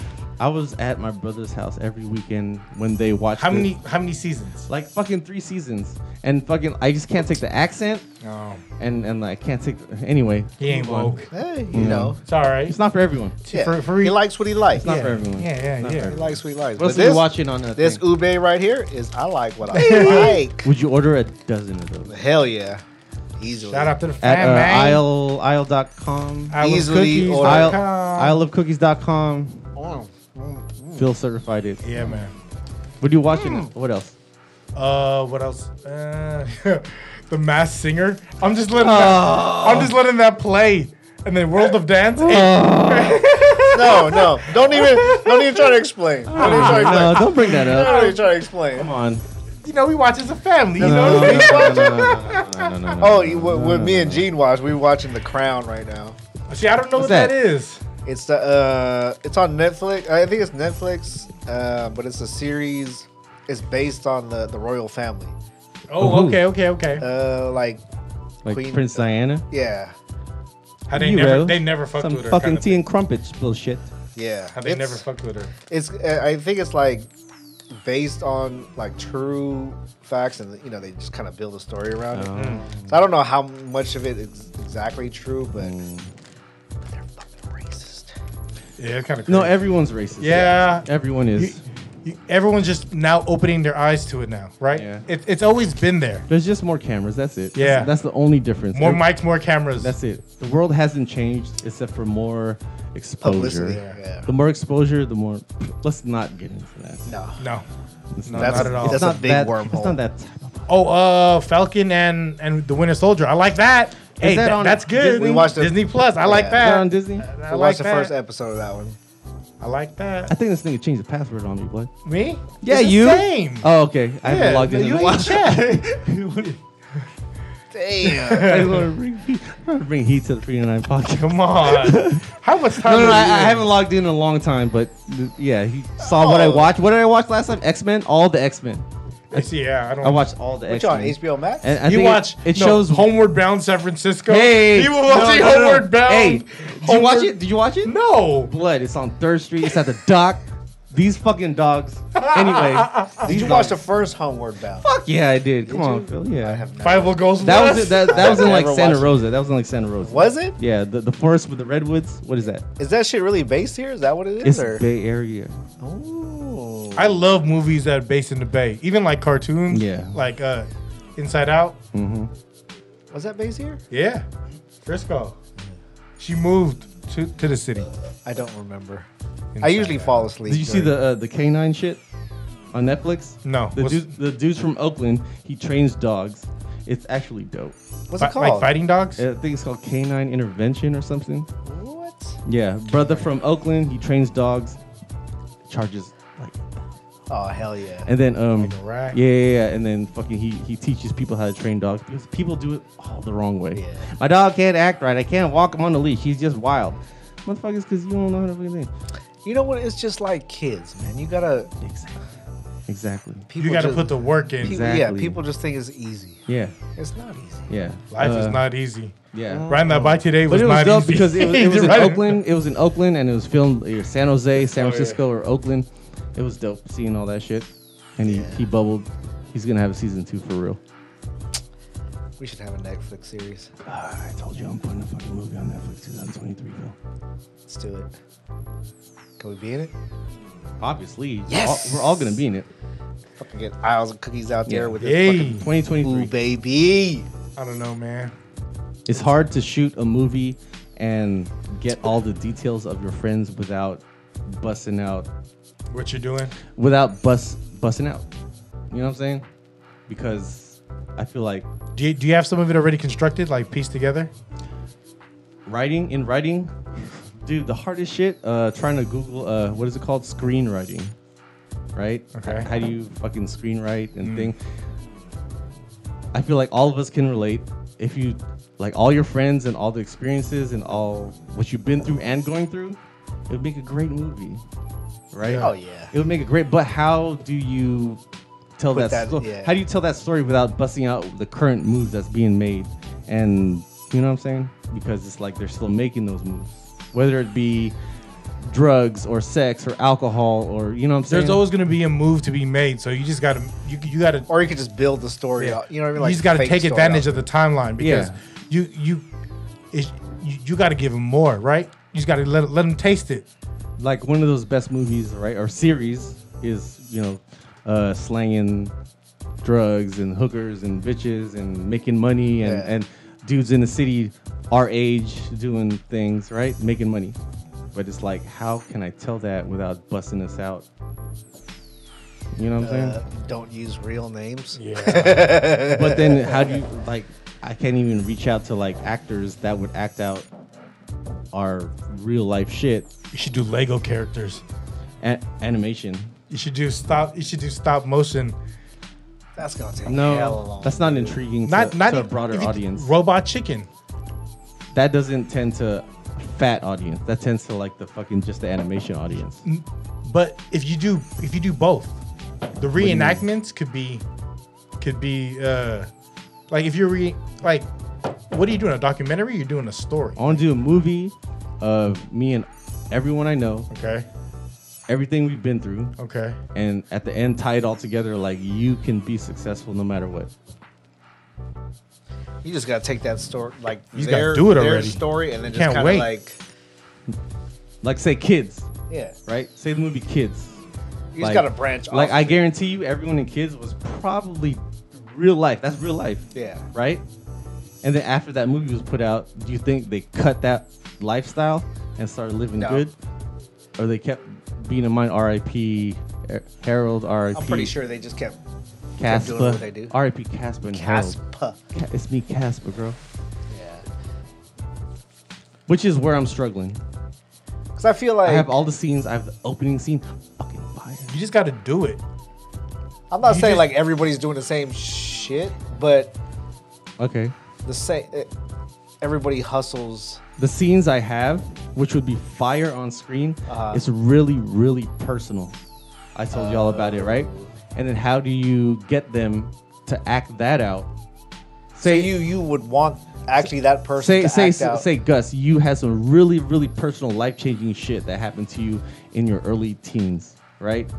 [SPEAKER 4] I was at my brother's house every weekend when they watched.
[SPEAKER 2] How
[SPEAKER 4] the-
[SPEAKER 2] many how many seasons?
[SPEAKER 4] Like fucking three seasons, and fucking I just can't take the accent,
[SPEAKER 2] No,
[SPEAKER 4] and and I can't take. Anyway,
[SPEAKER 2] he ain't
[SPEAKER 4] move Oh, on.
[SPEAKER 2] woke.
[SPEAKER 3] Hey, you know.
[SPEAKER 2] It's all right.
[SPEAKER 4] It's not for everyone. It's
[SPEAKER 3] Yeah.
[SPEAKER 2] For- for-
[SPEAKER 3] he likes what he likes.
[SPEAKER 4] not
[SPEAKER 2] yeah.
[SPEAKER 4] for everyone.
[SPEAKER 2] Yeah, yeah,
[SPEAKER 4] Not for
[SPEAKER 2] yeah.
[SPEAKER 4] everyone.
[SPEAKER 3] He likes what he likes.
[SPEAKER 4] What else
[SPEAKER 3] But
[SPEAKER 4] are you
[SPEAKER 3] this,
[SPEAKER 4] watching on uh,
[SPEAKER 3] this
[SPEAKER 4] thing?
[SPEAKER 3] ube right here is I like what I like.
[SPEAKER 4] Would you order a dozen of those?
[SPEAKER 3] Hell yeah, easily.
[SPEAKER 2] Shout out to the fan
[SPEAKER 4] At uh,
[SPEAKER 2] man.
[SPEAKER 4] aisle aisle.com.
[SPEAKER 2] I love
[SPEAKER 3] Easily
[SPEAKER 2] cookies.
[SPEAKER 3] or-
[SPEAKER 4] Isle,
[SPEAKER 2] com.
[SPEAKER 4] Isle of Cookies.com.
[SPEAKER 3] Mm, mm.
[SPEAKER 4] Phil certified it.
[SPEAKER 2] yeah, man.
[SPEAKER 4] What are you watching?
[SPEAKER 2] Mm.
[SPEAKER 4] What else?
[SPEAKER 2] Uh, what else? Uh, the Mass Singer. I'm just letting
[SPEAKER 4] Oh. Ah,
[SPEAKER 2] that, I'm just letting that play, and then World of Dance.
[SPEAKER 4] Oh.
[SPEAKER 3] No, no, don't even, don't even try to explain. Don't even try to
[SPEAKER 4] no,
[SPEAKER 3] explain.
[SPEAKER 4] don't bring that up.
[SPEAKER 3] Don't even try to explain.
[SPEAKER 4] Come on.
[SPEAKER 2] you know, we watch as a family. You
[SPEAKER 4] No,
[SPEAKER 2] know,
[SPEAKER 4] no, no, no, no, no, no, no, no,
[SPEAKER 3] Oh,
[SPEAKER 4] no,
[SPEAKER 3] you-
[SPEAKER 4] no,
[SPEAKER 3] what,
[SPEAKER 4] no,
[SPEAKER 3] what
[SPEAKER 4] no,
[SPEAKER 3] me
[SPEAKER 4] no.
[SPEAKER 3] and Gene watch? We're watching The Crown right now.
[SPEAKER 2] see, I don't know
[SPEAKER 4] What's
[SPEAKER 2] what
[SPEAKER 4] that?
[SPEAKER 2] that is.
[SPEAKER 3] It's the, uh, it's on Netflix. I think it's Netflix, uh, but it's a series. It's based on the the royal family.
[SPEAKER 2] Oh,
[SPEAKER 4] Ooh.
[SPEAKER 2] okay, okay, okay.
[SPEAKER 3] Uh, like,
[SPEAKER 4] like
[SPEAKER 3] Queen-
[SPEAKER 4] Prince Diana.
[SPEAKER 3] yeah,
[SPEAKER 2] How they
[SPEAKER 4] you
[SPEAKER 2] never
[SPEAKER 4] know,
[SPEAKER 2] they never fucked
[SPEAKER 4] Some
[SPEAKER 2] with her.
[SPEAKER 4] fucking
[SPEAKER 2] kinda
[SPEAKER 4] tea
[SPEAKER 2] thing.
[SPEAKER 4] and crumpets bullshit.
[SPEAKER 3] yeah.
[SPEAKER 2] How they
[SPEAKER 3] it's,
[SPEAKER 2] never fucked with her.
[SPEAKER 3] It's. uh, I think it's like based on like true facts, and you know they just kind of build a story around it.
[SPEAKER 4] Oh.
[SPEAKER 3] So I don't know how much of it is exactly true, but
[SPEAKER 4] Mm.
[SPEAKER 3] they're fucking racist.
[SPEAKER 2] Yeah, it's kind of
[SPEAKER 4] No, everyone's racist.
[SPEAKER 2] yeah.
[SPEAKER 4] Everyone
[SPEAKER 2] You-
[SPEAKER 4] is.
[SPEAKER 2] you- everyone's just now opening their eyes to it now, right?
[SPEAKER 4] Yeah.
[SPEAKER 2] It, it's always been there.
[SPEAKER 4] There's just more cameras. That's it.
[SPEAKER 2] Yeah.
[SPEAKER 4] That's, that's the only difference.
[SPEAKER 2] More
[SPEAKER 4] Every-
[SPEAKER 2] mics, more cameras.
[SPEAKER 4] That's it. The world hasn't changed except for more exposure.
[SPEAKER 3] Publicity. Yeah.
[SPEAKER 4] The more exposure, the more. Let's not get into that.
[SPEAKER 3] No.
[SPEAKER 2] no.
[SPEAKER 4] It's
[SPEAKER 2] No,
[SPEAKER 4] not-
[SPEAKER 2] not at all.
[SPEAKER 3] that's
[SPEAKER 4] it's
[SPEAKER 3] a
[SPEAKER 4] not
[SPEAKER 3] big
[SPEAKER 4] that,
[SPEAKER 3] wormhole.
[SPEAKER 4] It's not that.
[SPEAKER 2] Oh, uh, Falcon and and the Winter Soldier. I like that. hey,
[SPEAKER 4] that
[SPEAKER 2] that
[SPEAKER 4] on
[SPEAKER 2] that's good.
[SPEAKER 4] Disney?
[SPEAKER 2] Disney,
[SPEAKER 3] We watched it.
[SPEAKER 2] Plus. I like
[SPEAKER 3] Yeah.
[SPEAKER 4] Is that on
[SPEAKER 2] that.
[SPEAKER 4] Disney?
[SPEAKER 2] I,
[SPEAKER 3] I
[SPEAKER 2] like
[SPEAKER 3] watched
[SPEAKER 2] that.
[SPEAKER 3] the first episode of that one.
[SPEAKER 2] I like
[SPEAKER 4] I
[SPEAKER 2] that.
[SPEAKER 4] think this nigga changed the password on me, boy.
[SPEAKER 2] Me?
[SPEAKER 4] Yeah,
[SPEAKER 2] It's the
[SPEAKER 4] you.
[SPEAKER 2] Same.
[SPEAKER 4] Oh, okay. I haven't
[SPEAKER 2] Yeah,
[SPEAKER 4] logged in.
[SPEAKER 2] You
[SPEAKER 4] in a
[SPEAKER 2] ain't
[SPEAKER 4] while.
[SPEAKER 2] chat.
[SPEAKER 3] Damn.
[SPEAKER 4] I just want to bring, I wanna bring heat to the 309 podcast.
[SPEAKER 2] Come on. How much time?
[SPEAKER 4] No,
[SPEAKER 2] are
[SPEAKER 4] no, no,
[SPEAKER 2] we
[SPEAKER 4] I, I
[SPEAKER 2] in?
[SPEAKER 4] haven't logged in in a long time, but th- yeah, he saw what I
[SPEAKER 3] Oh.
[SPEAKER 4] watched. What did I watch last time? X Men, all the X Men.
[SPEAKER 2] It's- yeah, I don't.
[SPEAKER 4] I watched all the
[SPEAKER 3] Which
[SPEAKER 4] X
[SPEAKER 3] on
[SPEAKER 4] Men.
[SPEAKER 3] HBO Max?
[SPEAKER 4] And I
[SPEAKER 2] you
[SPEAKER 4] think
[SPEAKER 2] watch.
[SPEAKER 4] It, it
[SPEAKER 2] no,
[SPEAKER 4] shows.
[SPEAKER 2] Homeward Bound San Francisco.
[SPEAKER 4] hey,
[SPEAKER 2] you were
[SPEAKER 4] no,
[SPEAKER 2] watching
[SPEAKER 4] no, no, no.
[SPEAKER 2] Homeward Bound.
[SPEAKER 4] Hey, did you watch
[SPEAKER 2] Homeward-
[SPEAKER 4] it? Did you watch it?
[SPEAKER 2] No.
[SPEAKER 4] Blood. It's on Third Street. It's at the dock. These fucking dogs. Anyway,
[SPEAKER 3] Did you watch the first Homeward Bound?
[SPEAKER 4] Fuck yeah, I did. Come
[SPEAKER 3] Did
[SPEAKER 4] on,
[SPEAKER 3] you?
[SPEAKER 4] Phil. Yeah,
[SPEAKER 3] I have not.
[SPEAKER 2] Five will goes
[SPEAKER 4] That was
[SPEAKER 2] West.
[SPEAKER 4] that, that was in like
[SPEAKER 3] Never
[SPEAKER 4] Santa
[SPEAKER 3] watched it.
[SPEAKER 4] Rosa. That was in like Santa Rosa.
[SPEAKER 3] Was it?
[SPEAKER 4] Yeah, the, the forest with the redwoods. What is that?
[SPEAKER 3] Is that shit really based here? Is that what it
[SPEAKER 4] It's
[SPEAKER 3] is? Or?
[SPEAKER 4] Bay Area.
[SPEAKER 3] Ooh.
[SPEAKER 2] I love movies that are based in the Bay, even like cartoons.
[SPEAKER 4] Yeah.
[SPEAKER 2] Like uh, Inside Out.
[SPEAKER 3] Was that based here?
[SPEAKER 2] Yeah. Frisco. She moved to to the city.
[SPEAKER 3] I don't remember. I
[SPEAKER 2] Inside
[SPEAKER 3] usually
[SPEAKER 2] Out.
[SPEAKER 3] fall asleep.
[SPEAKER 4] Did you see
[SPEAKER 3] during-
[SPEAKER 4] the uh, the canine shit on Netflix?
[SPEAKER 2] No.
[SPEAKER 4] The
[SPEAKER 2] What's-
[SPEAKER 4] dude, the dude's from Oakland. He trains dogs. It's actually dope.
[SPEAKER 3] What's
[SPEAKER 2] Fi-
[SPEAKER 3] it called?
[SPEAKER 2] Like fighting dogs.
[SPEAKER 4] I think it's called Canine Intervention or something.
[SPEAKER 3] What?
[SPEAKER 4] Yeah, brother from Oakland. He trains dogs. Charges like,
[SPEAKER 3] Oh hell yeah!
[SPEAKER 4] and then um,
[SPEAKER 2] Like a rat.
[SPEAKER 4] yeah, yeah, yeah, and then fucking he he teaches people how to train dogs because people do it all the wrong way.
[SPEAKER 3] Yeah.
[SPEAKER 4] My dog can't act right. I can't walk him on the leash. He's just wild. Motherfuckers, because you don't know how to fucking thing.
[SPEAKER 3] You know what? It's just like kids, man. You gotta.
[SPEAKER 4] Exactly. Exactly.
[SPEAKER 3] People
[SPEAKER 2] you got to
[SPEAKER 3] just-
[SPEAKER 2] put the work in.
[SPEAKER 3] people- Yeah,
[SPEAKER 4] Exactly.
[SPEAKER 3] people just think it's easy.
[SPEAKER 4] Yeah.
[SPEAKER 3] It's not easy.
[SPEAKER 4] Yeah.
[SPEAKER 2] Life is
[SPEAKER 4] Uh,
[SPEAKER 2] not easy.
[SPEAKER 4] Yeah.
[SPEAKER 2] Riding that bike today
[SPEAKER 4] But
[SPEAKER 2] was,
[SPEAKER 4] it was
[SPEAKER 2] not
[SPEAKER 4] dope
[SPEAKER 2] easy.
[SPEAKER 4] because it was, it was in
[SPEAKER 2] Right.
[SPEAKER 4] Oakland. It was in Oakland, and it was filmed in San Jose, San
[SPEAKER 2] Oh, yeah.
[SPEAKER 4] Francisco, or Oakland. It was dope seeing all that shit. And he, he bubbled. He's gonna have a season two for real.
[SPEAKER 3] We should have a Netflix series.
[SPEAKER 4] I told you I'm putting a fucking movie on Netflix 2023.
[SPEAKER 3] Let's do it. Can we be in it?
[SPEAKER 4] Obviously,
[SPEAKER 3] Yes!
[SPEAKER 4] we're all, we're all gonna be in it.
[SPEAKER 3] Fucking get aisles of cookies out there
[SPEAKER 4] Yeah.
[SPEAKER 3] with this
[SPEAKER 2] Hey,
[SPEAKER 3] fucking
[SPEAKER 4] 2023.
[SPEAKER 3] Ooh, baby.
[SPEAKER 2] I don't know, man.
[SPEAKER 4] It's hard to shoot a movie and get all the details of your friends without busting out,
[SPEAKER 2] What you doing?
[SPEAKER 4] without bus busting out. You know what I'm saying? Because I feel like
[SPEAKER 2] Do you, do you have some of it already constructed, like pieced together?
[SPEAKER 4] writing in writing, dude, the hardest shit. Uh, trying to Google uh, what is it called? Screenwriting, right?
[SPEAKER 2] Okay.
[SPEAKER 4] How do you fucking screenwrite and thing? I feel like all of us can relate. If you like all your friends and all the experiences and all what you've been through and going through, it would make a great movie, right?
[SPEAKER 3] Oh, yeah.
[SPEAKER 4] It would make a great. But how do you tell
[SPEAKER 3] Put
[SPEAKER 4] that?
[SPEAKER 3] that-
[SPEAKER 4] sto-
[SPEAKER 3] yeah.
[SPEAKER 4] How do you tell that story without busting out the current moves that's being made? And you know what I'm saying? Because it's like they're still making those moves, whether it be drugs or sex or alcohol or you know what I'm saying.
[SPEAKER 2] There's always going to be a move to be made, so you just got to you you got to
[SPEAKER 3] Or you could just build the story out. You know what I mean?
[SPEAKER 2] you just got to take advantage of the timeline because
[SPEAKER 4] Yeah.
[SPEAKER 2] you you it's, you, you got to give them more, right? You just got to let let them taste it.
[SPEAKER 4] like one of those best movies, right, or series is you know, uh, slanging drugs and hookers and bitches and making money and
[SPEAKER 3] Yeah.
[SPEAKER 4] and dudes in the city our age doing things, right, making money. But it's like, how can I tell that without busting us out? You know what I'm saying?
[SPEAKER 3] Uh, don't use real names.
[SPEAKER 2] Yeah,
[SPEAKER 4] but then how do you like i can't even reach out to like actors that would act out our real life shit
[SPEAKER 2] you should do Lego characters.
[SPEAKER 4] a- animation
[SPEAKER 2] You should do stop. You should do stop motion.
[SPEAKER 3] That's gonna take hell
[SPEAKER 4] no
[SPEAKER 3] long.
[SPEAKER 4] that's not intriguing to,
[SPEAKER 2] Not not
[SPEAKER 4] to a broader
[SPEAKER 2] if you-
[SPEAKER 4] audience
[SPEAKER 2] Robot Chicken.
[SPEAKER 4] that doesn't tend to fat audience that tends to like the fucking just the animation audience
[SPEAKER 2] But if you do if you do both, the
[SPEAKER 4] you mean?
[SPEAKER 2] reenactments could be could be uh like if you're re like what are you doing? A documentary? You're doing a story.
[SPEAKER 4] i want to do a movie of me and everyone i know
[SPEAKER 2] Okay.
[SPEAKER 4] everything we've been through
[SPEAKER 2] Okay.
[SPEAKER 4] and at the end tie it all together like you can be successful no matter what
[SPEAKER 3] You just gotta take that story, like
[SPEAKER 2] You just gotta
[SPEAKER 3] their,
[SPEAKER 2] do it
[SPEAKER 3] their
[SPEAKER 2] already.
[SPEAKER 3] story, and then just
[SPEAKER 2] Can't
[SPEAKER 3] kind of
[SPEAKER 2] wait.
[SPEAKER 3] like,
[SPEAKER 4] like say kids
[SPEAKER 3] yeah,
[SPEAKER 4] right say the movie kids
[SPEAKER 3] you just gotta branch. off.
[SPEAKER 4] Like I guarantee you, everyone in kids was probably real life. That's real life.
[SPEAKER 3] Yeah.
[SPEAKER 4] Right. And then after that movie was put out, do you think they cut that lifestyle and started living
[SPEAKER 3] No.
[SPEAKER 4] good, or they kept being in mind? R.I.P. Er- Harold. R.I.P.
[SPEAKER 3] I'm pretty sure they just kept kept doing what they do.
[SPEAKER 4] Casper. R.I.P. Casper and Harold.
[SPEAKER 3] Caspa.
[SPEAKER 4] Ca- It's me, Casper, girl.
[SPEAKER 3] Yeah,
[SPEAKER 4] Which is where I'm struggling.
[SPEAKER 3] because I feel like
[SPEAKER 4] I have all the scenes. I have the opening scene. Fucking fire.
[SPEAKER 2] You just got to do it.
[SPEAKER 3] I'm not
[SPEAKER 2] you
[SPEAKER 3] saying
[SPEAKER 2] just-
[SPEAKER 3] like everybody's doing the same shit, but
[SPEAKER 4] Okay.
[SPEAKER 3] the same. It, everybody hustles.
[SPEAKER 4] the scenes I have, which would be fire on screen,
[SPEAKER 3] Uh-huh.
[SPEAKER 4] it's really, really personal. I told y'all about it, right? And then how do you get them to act that out?
[SPEAKER 3] So
[SPEAKER 4] Say
[SPEAKER 3] you you would want actually that person
[SPEAKER 4] say
[SPEAKER 3] to
[SPEAKER 4] say
[SPEAKER 3] act
[SPEAKER 4] say,
[SPEAKER 3] out.
[SPEAKER 4] Gus, you had some really, really personal, life-changing shit that happened to you in your early teens, right?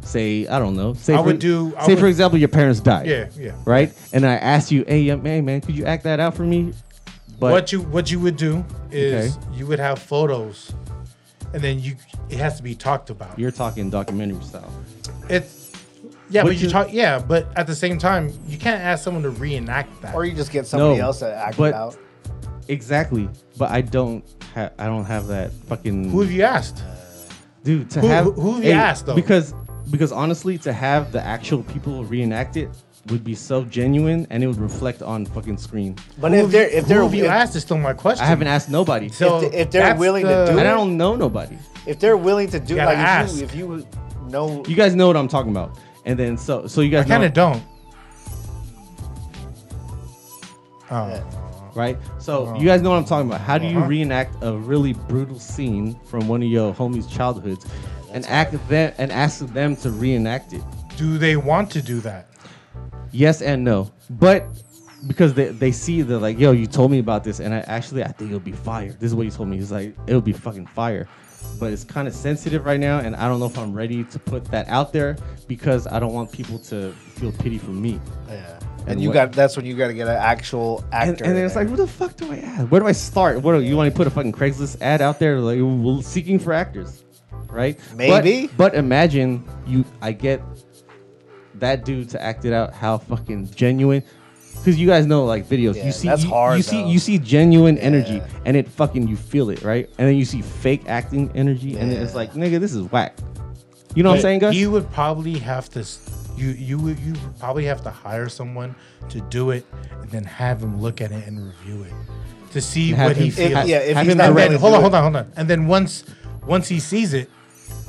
[SPEAKER 4] Say I don't know. Say
[SPEAKER 2] I
[SPEAKER 4] for,
[SPEAKER 2] would do- I
[SPEAKER 4] say for
[SPEAKER 2] would-
[SPEAKER 4] example, your parents died.
[SPEAKER 2] Yeah, yeah.
[SPEAKER 4] Right, and I asked you, hey, young man, man, could you act that out for me? But
[SPEAKER 2] what you what you would do is
[SPEAKER 4] Okay.
[SPEAKER 2] you would have photos, and then you it has to be talked about.
[SPEAKER 4] you're talking documentary style.
[SPEAKER 2] It's yeah,
[SPEAKER 4] Would
[SPEAKER 2] but you,
[SPEAKER 4] you-
[SPEAKER 2] talk yeah, but at the same time you can't ask someone to reenact that.
[SPEAKER 3] or you just get somebody
[SPEAKER 4] No,
[SPEAKER 3] else to act
[SPEAKER 4] but-
[SPEAKER 3] it out.
[SPEAKER 4] Exactly, but I don't have I don't have that fucking
[SPEAKER 2] Who have you asked?
[SPEAKER 4] dude to
[SPEAKER 2] who-
[SPEAKER 4] have
[SPEAKER 2] who- who have you asked, though?
[SPEAKER 4] because because honestly to have the actual people reenact it would be so genuine and it would reflect on fucking screen.
[SPEAKER 3] But
[SPEAKER 2] Who
[SPEAKER 3] if
[SPEAKER 2] have you-
[SPEAKER 3] they're if
[SPEAKER 2] who
[SPEAKER 3] they're
[SPEAKER 2] have you
[SPEAKER 3] if-
[SPEAKER 2] asked is still my question.
[SPEAKER 4] I haven't asked nobody,
[SPEAKER 2] So
[SPEAKER 3] If they- if they're
[SPEAKER 2] that's
[SPEAKER 3] willing to
[SPEAKER 2] the-
[SPEAKER 3] do
[SPEAKER 4] and
[SPEAKER 3] it-
[SPEAKER 4] I don't know nobody.
[SPEAKER 3] if they're willing to do
[SPEAKER 2] You gotta
[SPEAKER 3] like if you, if
[SPEAKER 2] ask.
[SPEAKER 3] you know
[SPEAKER 4] You guys know what I'm talking about, and then so so you guys
[SPEAKER 2] I kind
[SPEAKER 4] know,
[SPEAKER 2] of don't.
[SPEAKER 3] Yeah.
[SPEAKER 2] Oh,
[SPEAKER 4] right? So you guys know what I'm talking about. How do you
[SPEAKER 2] Uh-huh.
[SPEAKER 4] reenact a really brutal scene from one of your homies' childhoods and act them and ask them to reenact it?
[SPEAKER 2] Do they want to do that?
[SPEAKER 4] Yes and no. But because they, they see they're like, yo, you told me about this, and I actually I think it'll be fire. This is what you told me. He's like, it'll be fucking fire. But it's kind of sensitive right now, and I don't know if I'm ready to put that out there because I don't want people to feel pity for me.
[SPEAKER 3] Yeah. And,
[SPEAKER 4] And
[SPEAKER 3] you
[SPEAKER 4] what-
[SPEAKER 3] got that's when you got to get an actual actor.
[SPEAKER 4] And, and
[SPEAKER 3] in
[SPEAKER 4] then it's
[SPEAKER 3] there.
[SPEAKER 4] like, where the fuck do I add? Where do I start? What do you want to put a fucking Craigslist ad out there, like we're seeking for actors, right? But-
[SPEAKER 3] Maybe.
[SPEAKER 4] But, imagine you, I get that dude to act it out. How fucking genuine? Because you guys know, like videos,
[SPEAKER 3] Yeah,
[SPEAKER 4] you see,
[SPEAKER 3] that's
[SPEAKER 4] you,
[SPEAKER 3] hard,
[SPEAKER 4] You see,
[SPEAKER 3] though.
[SPEAKER 4] you see genuine energy,
[SPEAKER 3] Yeah.
[SPEAKER 4] and it fucking you feel it, right? And then you see fake acting energy, and it's
[SPEAKER 3] Yeah.
[SPEAKER 4] like, nigga, this is whack. You know what I'm
[SPEAKER 2] But
[SPEAKER 4] saying, guys?
[SPEAKER 2] He would probably have to. s- You you would- you would probably have to hire someone to do it, and then have him look at it and review it to see
[SPEAKER 4] Have
[SPEAKER 2] what he
[SPEAKER 4] him-
[SPEAKER 2] feels.
[SPEAKER 4] ha-
[SPEAKER 3] Yeah, if
[SPEAKER 4] have
[SPEAKER 3] he's
[SPEAKER 4] him
[SPEAKER 3] not
[SPEAKER 2] and then
[SPEAKER 4] direct-
[SPEAKER 3] really
[SPEAKER 2] hold on,
[SPEAKER 3] do
[SPEAKER 2] hold
[SPEAKER 3] it.
[SPEAKER 2] on, hold on. And then once once he sees it,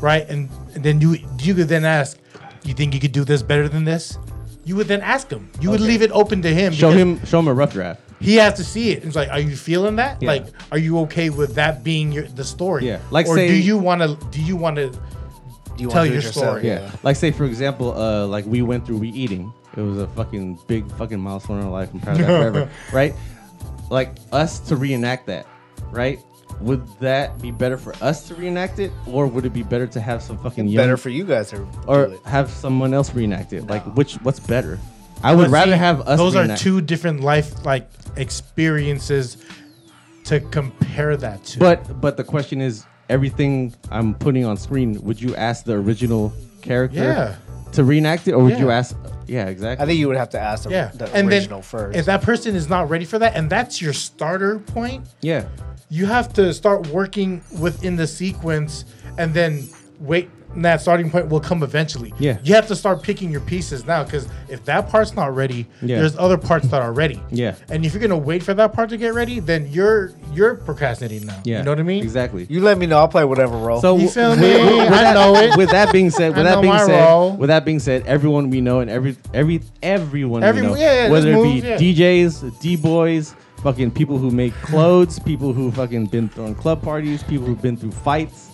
[SPEAKER 2] right, and, and then you you could then ask, you think you could do this better than this? You would then ask him. You would leave it open to him.
[SPEAKER 4] show
[SPEAKER 2] because
[SPEAKER 4] him, show him a rough draft.
[SPEAKER 2] He has to see it. It's like, are you feeling that?
[SPEAKER 4] Yeah.
[SPEAKER 2] Like, are you okay with that being your the story?
[SPEAKER 4] Yeah. Like,
[SPEAKER 2] or
[SPEAKER 4] say-
[SPEAKER 2] do you want to? Do you want to?
[SPEAKER 3] you wanna
[SPEAKER 2] tell
[SPEAKER 3] do it
[SPEAKER 2] your
[SPEAKER 3] yourself,
[SPEAKER 2] story.
[SPEAKER 4] Yeah. Like say for example, uh, like we went through we eating. It was a fucking big fucking milestone in our life. I'm proud of that forever. Right? Like us to reenact that, right? Would that be better for us to reenact it, or would it be better to have some fucking young,
[SPEAKER 3] Better for you guys to do
[SPEAKER 4] or
[SPEAKER 3] it.
[SPEAKER 4] have someone else reenact it? Like which what's better? I would
[SPEAKER 2] But
[SPEAKER 4] rather
[SPEAKER 2] see,
[SPEAKER 4] have us.
[SPEAKER 2] Those are
[SPEAKER 4] reenact-
[SPEAKER 2] two different life like experiences to compare that to.
[SPEAKER 4] But but the question is, everything I'm putting on screen, would you ask the original character
[SPEAKER 2] Yeah.
[SPEAKER 4] to reenact it, or would you
[SPEAKER 2] Yeah.
[SPEAKER 4] ask? Yeah, exactly.
[SPEAKER 3] I think you would have to ask the,
[SPEAKER 2] yeah,
[SPEAKER 3] the
[SPEAKER 2] and
[SPEAKER 3] original
[SPEAKER 2] then
[SPEAKER 3] first.
[SPEAKER 2] if that person is not ready for that, and that's your starter point,
[SPEAKER 4] yeah.
[SPEAKER 2] you have to start working within the sequence, and then wait. And that starting point will come eventually.
[SPEAKER 4] Yeah.
[SPEAKER 2] you have to start picking your pieces now because if that part's not ready,
[SPEAKER 4] Yeah.
[SPEAKER 2] there's other parts that are ready.
[SPEAKER 4] Yeah.
[SPEAKER 2] and if you're gonna wait for that part to get ready, then you're you're procrastinating now.
[SPEAKER 4] Yeah,
[SPEAKER 2] you know what I mean?
[SPEAKER 4] Exactly.
[SPEAKER 3] you let me know, I'll play whatever role.
[SPEAKER 4] so
[SPEAKER 2] You
[SPEAKER 4] w-
[SPEAKER 2] feel
[SPEAKER 4] with,
[SPEAKER 2] me?
[SPEAKER 4] with
[SPEAKER 2] I
[SPEAKER 4] that,
[SPEAKER 2] know it.
[SPEAKER 4] With that being said,
[SPEAKER 2] I
[SPEAKER 4] with that
[SPEAKER 2] know
[SPEAKER 4] being
[SPEAKER 2] my
[SPEAKER 4] said,
[SPEAKER 2] role.
[SPEAKER 4] with that being said, everyone we know and every every everyone
[SPEAKER 2] Every-
[SPEAKER 4] we know,
[SPEAKER 2] yeah, yeah,
[SPEAKER 4] whether it
[SPEAKER 2] just
[SPEAKER 4] be
[SPEAKER 2] move, yeah.
[SPEAKER 4] DJs, D boys, fucking people who make clothes, people who fucking been throwing club parties, people who've been through fights.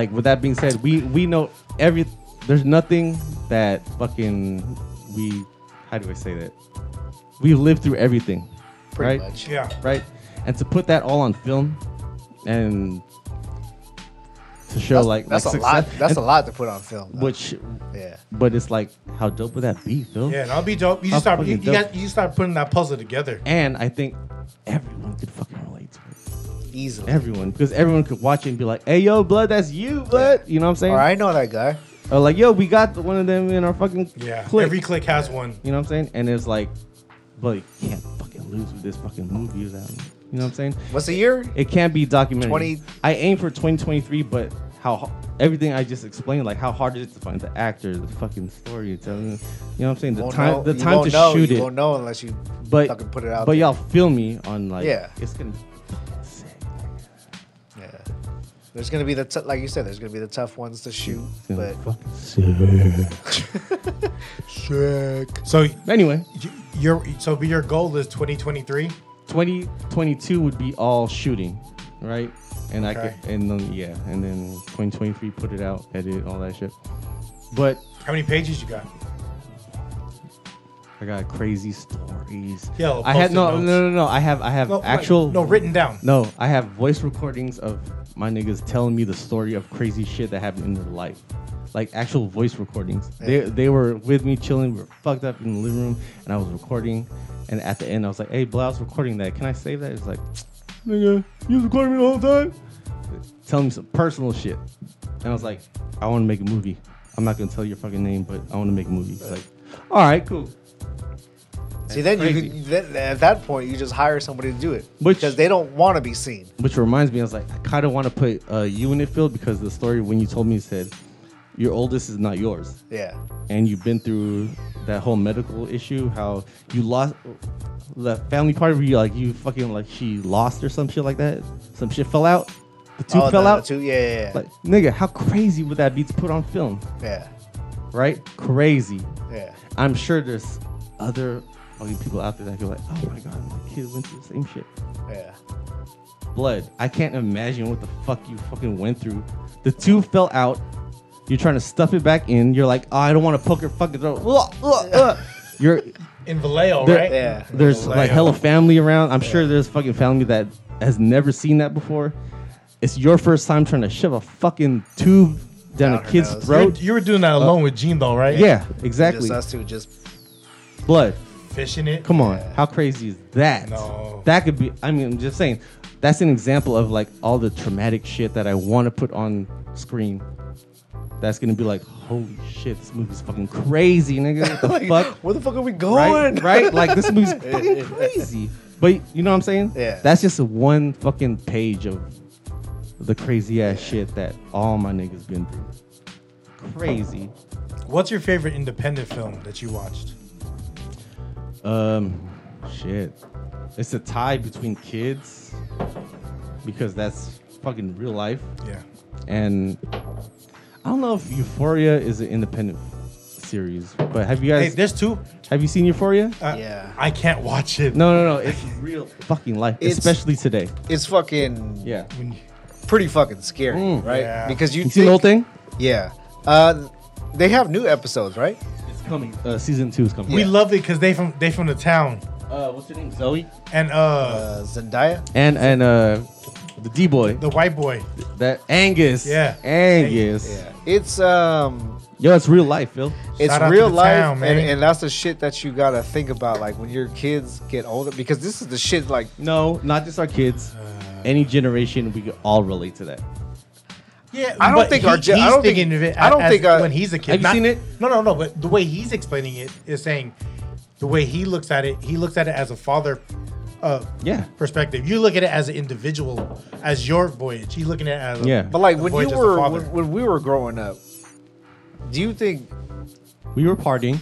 [SPEAKER 4] Like with that being said, we we know every. There's nothing that fucking we. How do I say that? We've lived through everything,
[SPEAKER 3] pretty
[SPEAKER 4] right?
[SPEAKER 3] much.
[SPEAKER 2] Yeah.
[SPEAKER 4] right? And to put that all on film and to show
[SPEAKER 3] That's,
[SPEAKER 4] like
[SPEAKER 3] that's
[SPEAKER 4] like
[SPEAKER 3] a lot.
[SPEAKER 4] success-
[SPEAKER 3] That's
[SPEAKER 4] and-
[SPEAKER 3] a lot to put on film. though.
[SPEAKER 4] Which,
[SPEAKER 3] yeah.
[SPEAKER 4] but it's like, how dope would that be, Phil?
[SPEAKER 2] Yeah, that'll be dope. You just
[SPEAKER 4] That's
[SPEAKER 2] start you,
[SPEAKER 4] fucking
[SPEAKER 2] you
[SPEAKER 4] dope.
[SPEAKER 2] got you start putting that puzzle together.
[SPEAKER 4] And I think everyone could fucking relate to it.
[SPEAKER 3] Easily.
[SPEAKER 4] Everyone, because everyone could watch it and be like, "Hey, yo, blood, that's you, blood." You know what I'm saying?
[SPEAKER 3] Or I know that guy.
[SPEAKER 4] Or like, "Yo, we got one of them in our fucking
[SPEAKER 2] Yeah,
[SPEAKER 4] clique."
[SPEAKER 2] every click has one.
[SPEAKER 4] You know what I'm saying? And it's like, but you can't fucking lose with this fucking movie. Is out. You know what I'm saying?
[SPEAKER 3] What's the year?
[SPEAKER 4] It can't be documented.
[SPEAKER 3] 20
[SPEAKER 4] I aim for 2023, but how h- everything I just explained, like how hard it is to find the actor, the fucking story you're telling. You know what I'm saying? The
[SPEAKER 3] Won't
[SPEAKER 4] time,
[SPEAKER 3] know-
[SPEAKER 4] the
[SPEAKER 3] you
[SPEAKER 4] time
[SPEAKER 3] won't
[SPEAKER 4] to
[SPEAKER 3] know,
[SPEAKER 4] shoot
[SPEAKER 3] you
[SPEAKER 4] it.
[SPEAKER 3] won't know unless you
[SPEAKER 4] but
[SPEAKER 3] fucking put it out.
[SPEAKER 4] but
[SPEAKER 3] there.
[SPEAKER 4] y'all feel me on like
[SPEAKER 3] Yeah.
[SPEAKER 4] it's gonna. be fucking sick.
[SPEAKER 3] Yeah. There's gonna be the t- like you said. There's gonna be the tough ones to shoot,
[SPEAKER 4] It's gonna
[SPEAKER 3] but
[SPEAKER 4] be fucking sick.
[SPEAKER 2] So y-
[SPEAKER 4] Anyway,
[SPEAKER 2] your so be your goal is 2023.
[SPEAKER 4] 2022 would be all shooting, right? And I
[SPEAKER 2] Okay.
[SPEAKER 4] could, and then yeah, and then 2023 put it out, edit all that shit. But
[SPEAKER 2] How many pages you got?
[SPEAKER 4] I got crazy stories.
[SPEAKER 2] Yo,
[SPEAKER 4] I had
[SPEAKER 2] post-it
[SPEAKER 4] no,
[SPEAKER 2] notes.
[SPEAKER 4] no, no, no. I have, I have
[SPEAKER 2] No,
[SPEAKER 4] actual.
[SPEAKER 2] like, no written down.
[SPEAKER 4] No, I have voice recordings of my niggas telling me the story of crazy shit that happened in their life. Like actual voice recordings. They, they were with me chilling. We were fucked up in the living room, and I was recording. And at the end, I was like, "Hey, blah, I was recording that. Can I save that?" It's like, "Nigga, you was recording me the whole time." Telling me some personal shit, and I was like, "I want to make a movie. I'm not gonna tell your fucking name, but I want to make a movie." It's like, "All right, cool."
[SPEAKER 3] see, then you
[SPEAKER 4] crazy.
[SPEAKER 3] could, then, at that point you just hire somebody to do it
[SPEAKER 4] Which-
[SPEAKER 3] because they don't want to be seen.
[SPEAKER 4] Which reminds me, I was like, I kind of want to put uh, you in it, Phil, because the story when you told me said, your oldest is not yours,
[SPEAKER 3] Yeah.
[SPEAKER 4] and you've been through that whole medical issue, how you lost the family part of you, like you fucking like she lost or some shit like that, some shit fell out, the tooth
[SPEAKER 3] Oh, the-
[SPEAKER 4] fell
[SPEAKER 3] the
[SPEAKER 4] out.
[SPEAKER 3] Two, yeah, yeah, yeah.
[SPEAKER 4] Like nigga, how crazy would that be to put on film,
[SPEAKER 3] yeah.
[SPEAKER 4] right? Crazy.
[SPEAKER 3] Yeah.
[SPEAKER 4] I'm sure there's other fucking people out there that go like, oh my god, my kid went through the same shit.
[SPEAKER 3] Yeah.
[SPEAKER 4] blood. I can't imagine what the fuck you fucking went through. The tube fell out. You're trying to stuff it back in. You're like, oh, I don't want to poke your fucking throat. Ugh, ugh, ugh. You're
[SPEAKER 2] in Vallejo,
[SPEAKER 4] There-
[SPEAKER 2] right?
[SPEAKER 3] Yeah.
[SPEAKER 4] there's
[SPEAKER 2] Vallejo.
[SPEAKER 4] like hella family around. I'm sure there's fucking family that has never seen that before. It's your first time trying to shove a fucking tube down
[SPEAKER 3] Down
[SPEAKER 4] a
[SPEAKER 3] her
[SPEAKER 4] kid's
[SPEAKER 3] nose.
[SPEAKER 2] You were,
[SPEAKER 4] throat.
[SPEAKER 2] you were doing that alone with Gene, though, right?
[SPEAKER 4] Yeah,
[SPEAKER 3] Just
[SPEAKER 4] exactly.
[SPEAKER 3] us two just
[SPEAKER 4] Blood.
[SPEAKER 2] Fishing it.
[SPEAKER 4] Come on, how crazy is that?
[SPEAKER 2] No.
[SPEAKER 4] That could be. I mean, I'm just saying. That's an example of like all the traumatic shit that I want to put on screen. That's gonna be like, holy shit, this movie's fucking crazy, nigga. What the
[SPEAKER 3] like,
[SPEAKER 4] fuck?
[SPEAKER 3] where the fuck are we going?
[SPEAKER 4] Right, right. Like this movie's fucking crazy. But you know what I'm saying?
[SPEAKER 3] Yeah.
[SPEAKER 4] That's just one fucking page of the crazy ass shit that all my niggas been through. Crazy.
[SPEAKER 2] What's your favorite independent film that you watched?
[SPEAKER 4] Um, shit. It's a tie between kids because that's fucking real life,
[SPEAKER 2] Yeah.
[SPEAKER 4] and I don't know if Euphoria is an independent series, but have you
[SPEAKER 2] Hey,
[SPEAKER 4] guys
[SPEAKER 2] there's two.
[SPEAKER 4] have you seen Euphoria?
[SPEAKER 2] Uh,
[SPEAKER 3] Yeah.
[SPEAKER 2] I can't watch it.
[SPEAKER 4] No, no, no. It's real fucking life,
[SPEAKER 3] It's-
[SPEAKER 4] especially today.
[SPEAKER 3] It's fucking
[SPEAKER 4] Yeah.
[SPEAKER 2] When you-
[SPEAKER 3] pretty fucking scary,
[SPEAKER 4] Mm.
[SPEAKER 3] right?
[SPEAKER 2] Yeah.
[SPEAKER 3] Because you
[SPEAKER 4] You see the whole
[SPEAKER 3] think-
[SPEAKER 4] thing?
[SPEAKER 3] Yeah. Uh, they have new episodes, right?
[SPEAKER 4] It's coming. Uh, season two is coming.
[SPEAKER 2] We love it because they from they from the town.
[SPEAKER 4] Uh, what's her name? Zoe.
[SPEAKER 2] And uh,
[SPEAKER 3] Uh, Zendaya.
[SPEAKER 4] And and uh, the D boy.
[SPEAKER 2] the white boy.
[SPEAKER 4] That Angus.
[SPEAKER 2] Yeah.
[SPEAKER 4] Angus.
[SPEAKER 3] Yeah. It's um,
[SPEAKER 4] Yo, it's real life, Phil.
[SPEAKER 3] it's
[SPEAKER 2] Shout out to
[SPEAKER 3] real
[SPEAKER 2] the
[SPEAKER 3] life,
[SPEAKER 2] town, man.
[SPEAKER 3] and, and that's the shit that you gotta think about, like when your kids get older, because this is the shit. Like,
[SPEAKER 4] No, not just our kids.
[SPEAKER 3] Uh,
[SPEAKER 4] Any generation, we could all relate to that.
[SPEAKER 2] Yeah,
[SPEAKER 3] I don't
[SPEAKER 2] but
[SPEAKER 3] think our gen- I
[SPEAKER 2] he's
[SPEAKER 3] don't think-
[SPEAKER 2] thinking of it.
[SPEAKER 3] I don't
[SPEAKER 2] as
[SPEAKER 3] think, uh,
[SPEAKER 2] when he's a kid.
[SPEAKER 4] Have you seen it?
[SPEAKER 2] No, no, no. But the way he's explaining it is saying the way he looks at it. He looks at it as a father uh,
[SPEAKER 4] Yeah.
[SPEAKER 2] perspective. You look at it as an individual, as your voyage. He's looking at it as a,
[SPEAKER 4] Yeah.
[SPEAKER 3] but like
[SPEAKER 2] the
[SPEAKER 3] when
[SPEAKER 2] voyage
[SPEAKER 3] you
[SPEAKER 2] as a
[SPEAKER 3] were
[SPEAKER 2] father.
[SPEAKER 3] when, when we were growing up, do you think
[SPEAKER 4] We were partying.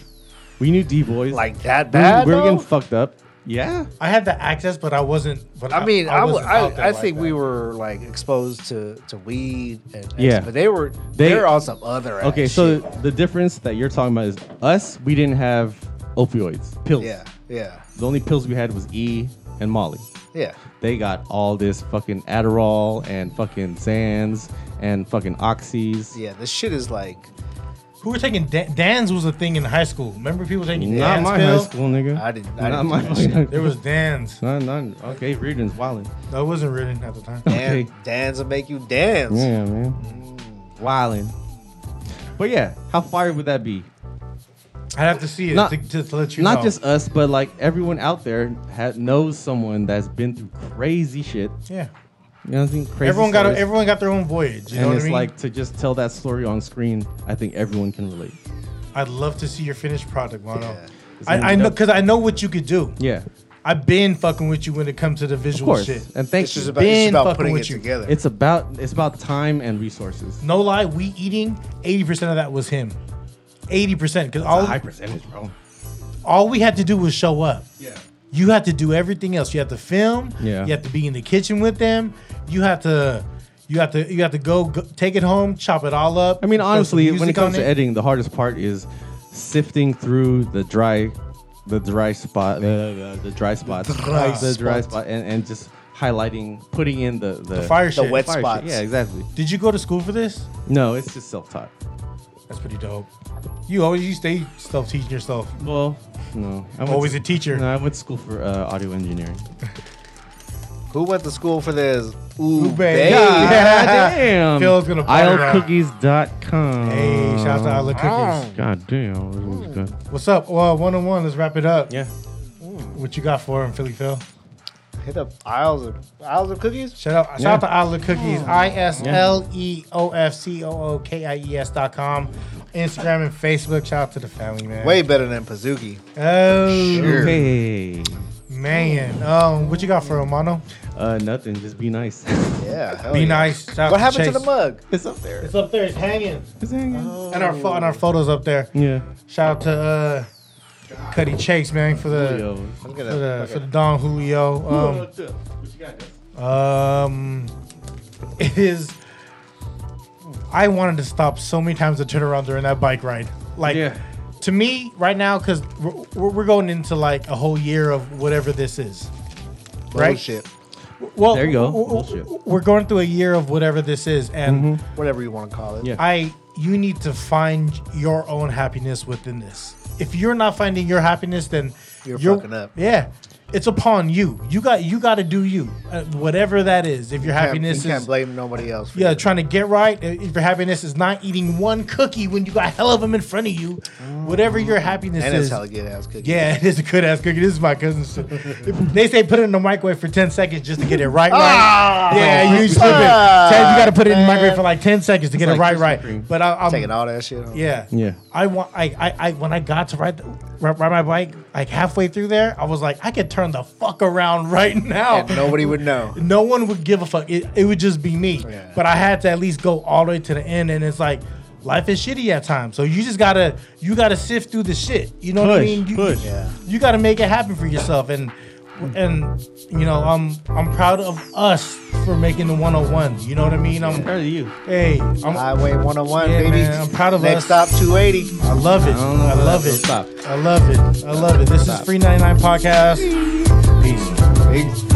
[SPEAKER 4] We knew D boys.
[SPEAKER 3] like that
[SPEAKER 4] we,
[SPEAKER 3] bad?
[SPEAKER 4] we were getting
[SPEAKER 3] though?
[SPEAKER 4] fucked up. Yeah.
[SPEAKER 2] I had the access, but I wasn't. But
[SPEAKER 3] I mean, I,
[SPEAKER 2] wasn't
[SPEAKER 3] w- I,
[SPEAKER 2] out there
[SPEAKER 3] I
[SPEAKER 2] like
[SPEAKER 3] think we
[SPEAKER 2] that.
[SPEAKER 3] were like exposed to, to weed and, and
[SPEAKER 4] Yeah.
[SPEAKER 3] but they were
[SPEAKER 4] They-
[SPEAKER 3] they, are on some other.
[SPEAKER 4] Okay,
[SPEAKER 3] ass
[SPEAKER 4] so
[SPEAKER 3] shit.
[SPEAKER 4] the difference that you're talking about is us. We didn't have opioids, pills.
[SPEAKER 3] yeah, yeah,
[SPEAKER 4] The only pills we had was E and Molly.
[SPEAKER 3] yeah.
[SPEAKER 4] they got all this fucking Adderall and fucking Zans and fucking Oxys.
[SPEAKER 3] Yeah, this shit is like
[SPEAKER 2] Who were taking da- Dan's was a thing in high school. Remember people taking
[SPEAKER 4] Not
[SPEAKER 2] Dan's
[SPEAKER 4] my
[SPEAKER 2] pill?
[SPEAKER 4] high school, nigga.
[SPEAKER 3] I didn't- I
[SPEAKER 4] Not
[SPEAKER 3] didn't
[SPEAKER 4] my
[SPEAKER 3] do that
[SPEAKER 4] fucking
[SPEAKER 3] shit.
[SPEAKER 4] high
[SPEAKER 2] There was Dan's.
[SPEAKER 4] None, none. Okay, Reardon's wildin'.
[SPEAKER 2] No, it wasn't written at the time.
[SPEAKER 3] dan-
[SPEAKER 4] Okay.
[SPEAKER 3] dance will make you dance.
[SPEAKER 4] Yeah,
[SPEAKER 2] Mm.
[SPEAKER 4] man. Wildin'. But yeah, how fire would that be?
[SPEAKER 2] I'd have to see it
[SPEAKER 4] Not-
[SPEAKER 2] to, to, to let you
[SPEAKER 4] Not
[SPEAKER 2] know.
[SPEAKER 4] just us, but like everyone out there ha knows someone that's been through crazy shit.
[SPEAKER 2] yeah.
[SPEAKER 4] You know what I mean? Crazy.
[SPEAKER 2] Everyone got
[SPEAKER 4] stories.
[SPEAKER 2] everyone got their own voyage. You know
[SPEAKER 4] and
[SPEAKER 2] what
[SPEAKER 4] it's
[SPEAKER 2] I mean?
[SPEAKER 4] like to just tell that story on screen. I think everyone can relate.
[SPEAKER 2] I'd love to see your finished product, Mono.
[SPEAKER 3] Yeah.
[SPEAKER 4] It's
[SPEAKER 2] I, I
[SPEAKER 4] gonna be
[SPEAKER 2] know
[SPEAKER 4] dope.
[SPEAKER 2] because I know what you could do.
[SPEAKER 4] Yeah,
[SPEAKER 2] I've been fucking with you when it comes to the
[SPEAKER 4] of
[SPEAKER 2] visual
[SPEAKER 4] course.
[SPEAKER 2] shit.
[SPEAKER 4] And thanks.
[SPEAKER 3] It's just
[SPEAKER 4] you.
[SPEAKER 3] about, it's
[SPEAKER 2] Been
[SPEAKER 3] about
[SPEAKER 2] fucking
[SPEAKER 3] putting it
[SPEAKER 2] with you.
[SPEAKER 3] together.
[SPEAKER 4] It's about it's about time and resources.
[SPEAKER 2] No lie, we eating eighty percent of that was him. Eighty percent because all
[SPEAKER 4] percentage, bro.
[SPEAKER 2] all we had to do was show up.
[SPEAKER 4] Yeah.
[SPEAKER 2] You have to do everything else. You have to film.
[SPEAKER 4] Yeah.
[SPEAKER 2] You have to be in the kitchen with them. You have to. You have to. You have to go, go take it home, chop it all up.
[SPEAKER 4] I mean,
[SPEAKER 2] throw some
[SPEAKER 4] honestly, when it
[SPEAKER 2] music
[SPEAKER 4] comes
[SPEAKER 2] on
[SPEAKER 4] to editing, the hardest part is sifting through the dry, the dry spot, uh, the, the dry spots, the
[SPEAKER 2] dry
[SPEAKER 4] dry spot, and, and just highlighting, putting in the the,
[SPEAKER 2] fire
[SPEAKER 3] the
[SPEAKER 2] shit.
[SPEAKER 3] wet
[SPEAKER 4] fire shit.
[SPEAKER 3] spots.
[SPEAKER 4] Yeah, exactly.
[SPEAKER 2] Did you go to school for this?
[SPEAKER 4] No, it's just self taught.
[SPEAKER 2] That's pretty dope. You always you stay self teaching yourself.
[SPEAKER 4] Well, no, I went
[SPEAKER 2] Always
[SPEAKER 4] to-
[SPEAKER 2] oh, a teacher.
[SPEAKER 4] No, I went to school for uh, audio engineering.
[SPEAKER 3] Who went to school for this? Ooh,
[SPEAKER 2] Ooh, babe.
[SPEAKER 3] babe.
[SPEAKER 4] God damn.
[SPEAKER 2] Ah, Phil's gonna bite it out.
[SPEAKER 4] IleCookies.com.
[SPEAKER 2] Hey, shout out to Isla Cookies.
[SPEAKER 4] God damn, this was good.
[SPEAKER 2] What's up? Well, one on one. Let's wrap it up.
[SPEAKER 4] Yeah.
[SPEAKER 2] What you got for him, Philly Phil?
[SPEAKER 3] Hit up aisles of aisles of cookies.
[SPEAKER 2] Shout out, shout out to Isla
[SPEAKER 3] Oh.
[SPEAKER 2] Cookies. I S L E O F C O O K I E S dot com, Instagram and Facebook. Shout out to the family, man.
[SPEAKER 3] Way better than Pazuki.
[SPEAKER 2] oh
[SPEAKER 3] Sure.
[SPEAKER 4] Hey.
[SPEAKER 2] man, um, what you got for him, Mono?
[SPEAKER 4] Uh, nothing. Just be nice.
[SPEAKER 3] Yeah. hell
[SPEAKER 2] Be
[SPEAKER 3] Oh, yeah.
[SPEAKER 2] nice. Shout out
[SPEAKER 3] What happened to
[SPEAKER 2] Chase.
[SPEAKER 3] the mug?
[SPEAKER 4] it's up there.
[SPEAKER 2] It's up there. It's hanging,
[SPEAKER 4] It's hanging.
[SPEAKER 2] and our pho- and our photos up there.
[SPEAKER 4] yeah.
[SPEAKER 2] Shout out to uh, Cuddy Chase, man, for the.
[SPEAKER 4] Yo.
[SPEAKER 3] I'm
[SPEAKER 2] For
[SPEAKER 3] gonna.
[SPEAKER 2] the, for the Don Julio,
[SPEAKER 4] what you got?
[SPEAKER 2] um, um, it is. I wanted to stop so many times to turn around during that bike ride. Like,
[SPEAKER 4] Yeah.
[SPEAKER 2] to me right now, because we're, we're going into like a whole year of whatever this is, right?
[SPEAKER 3] Bullshit.
[SPEAKER 2] Well,
[SPEAKER 4] There you go.
[SPEAKER 2] w- w-
[SPEAKER 4] Bullshit. Mm-hmm.
[SPEAKER 2] We're going through a year of whatever this is, and
[SPEAKER 3] whatever you want to call it.
[SPEAKER 4] Yeah.
[SPEAKER 2] I you need to find your own happiness within this. If you're not finding your happiness, then
[SPEAKER 3] You're fucking up.
[SPEAKER 2] Yeah, it's upon you. You got you got to do you, uh, whatever that is. If your
[SPEAKER 3] Can't-
[SPEAKER 2] happiness
[SPEAKER 3] you can't
[SPEAKER 2] is
[SPEAKER 3] blame nobody else. For
[SPEAKER 2] yeah,
[SPEAKER 3] your-
[SPEAKER 2] trying to get right. uh, If your happiness is not eating one cookie when you got hell of them in front of you, whatever your happiness
[SPEAKER 3] and
[SPEAKER 2] is.
[SPEAKER 3] it's hella good ass cookie.
[SPEAKER 2] yeah, it is a good ass cookie. This is my cousin's. shit. they say put it in the microwave for ten seconds just to get it right. right. Yeah, you slipping.
[SPEAKER 3] Ah,
[SPEAKER 2] Ten- you got to put it in the
[SPEAKER 3] man.
[SPEAKER 2] microwave for like ten seconds to get
[SPEAKER 4] like
[SPEAKER 2] it right,
[SPEAKER 4] Krispy
[SPEAKER 2] right.
[SPEAKER 4] Kreme.
[SPEAKER 2] But I, I'm
[SPEAKER 3] taking all that shit. Home.
[SPEAKER 2] yeah.
[SPEAKER 4] Yeah.
[SPEAKER 2] I want I, I I when I got to ride, the, ride ride my bike like halfway through there, I was like, I could turn the fuck around right now.
[SPEAKER 3] And nobody would know.
[SPEAKER 2] No one would give a fuck. It, it would just be me.
[SPEAKER 3] Yeah.
[SPEAKER 2] But I had to at least go all the way to the end, and it's like life is shitty at times. So you just gotta you gotta sift through the shit. You know what I
[SPEAKER 4] Push,
[SPEAKER 2] mean? You,
[SPEAKER 4] push.
[SPEAKER 3] Yeah.
[SPEAKER 2] You gotta make it happen for yourself, and and you know I'm I'm proud of us for making the 101. You know what I mean? I'm
[SPEAKER 4] Proud of you.
[SPEAKER 2] hey I'm,
[SPEAKER 3] Highway 101,
[SPEAKER 2] Yeah,
[SPEAKER 3] baby.
[SPEAKER 2] man, I'm proud of
[SPEAKER 3] Next
[SPEAKER 2] us.
[SPEAKER 3] stop 280.
[SPEAKER 2] I love it.
[SPEAKER 4] I don't know
[SPEAKER 2] I
[SPEAKER 4] about
[SPEAKER 2] love
[SPEAKER 4] that,
[SPEAKER 2] it.
[SPEAKER 4] so stop.
[SPEAKER 2] I love it. I love it. This is
[SPEAKER 4] Stop.
[SPEAKER 2] Free 99 Podcast. Peace.
[SPEAKER 3] Peace.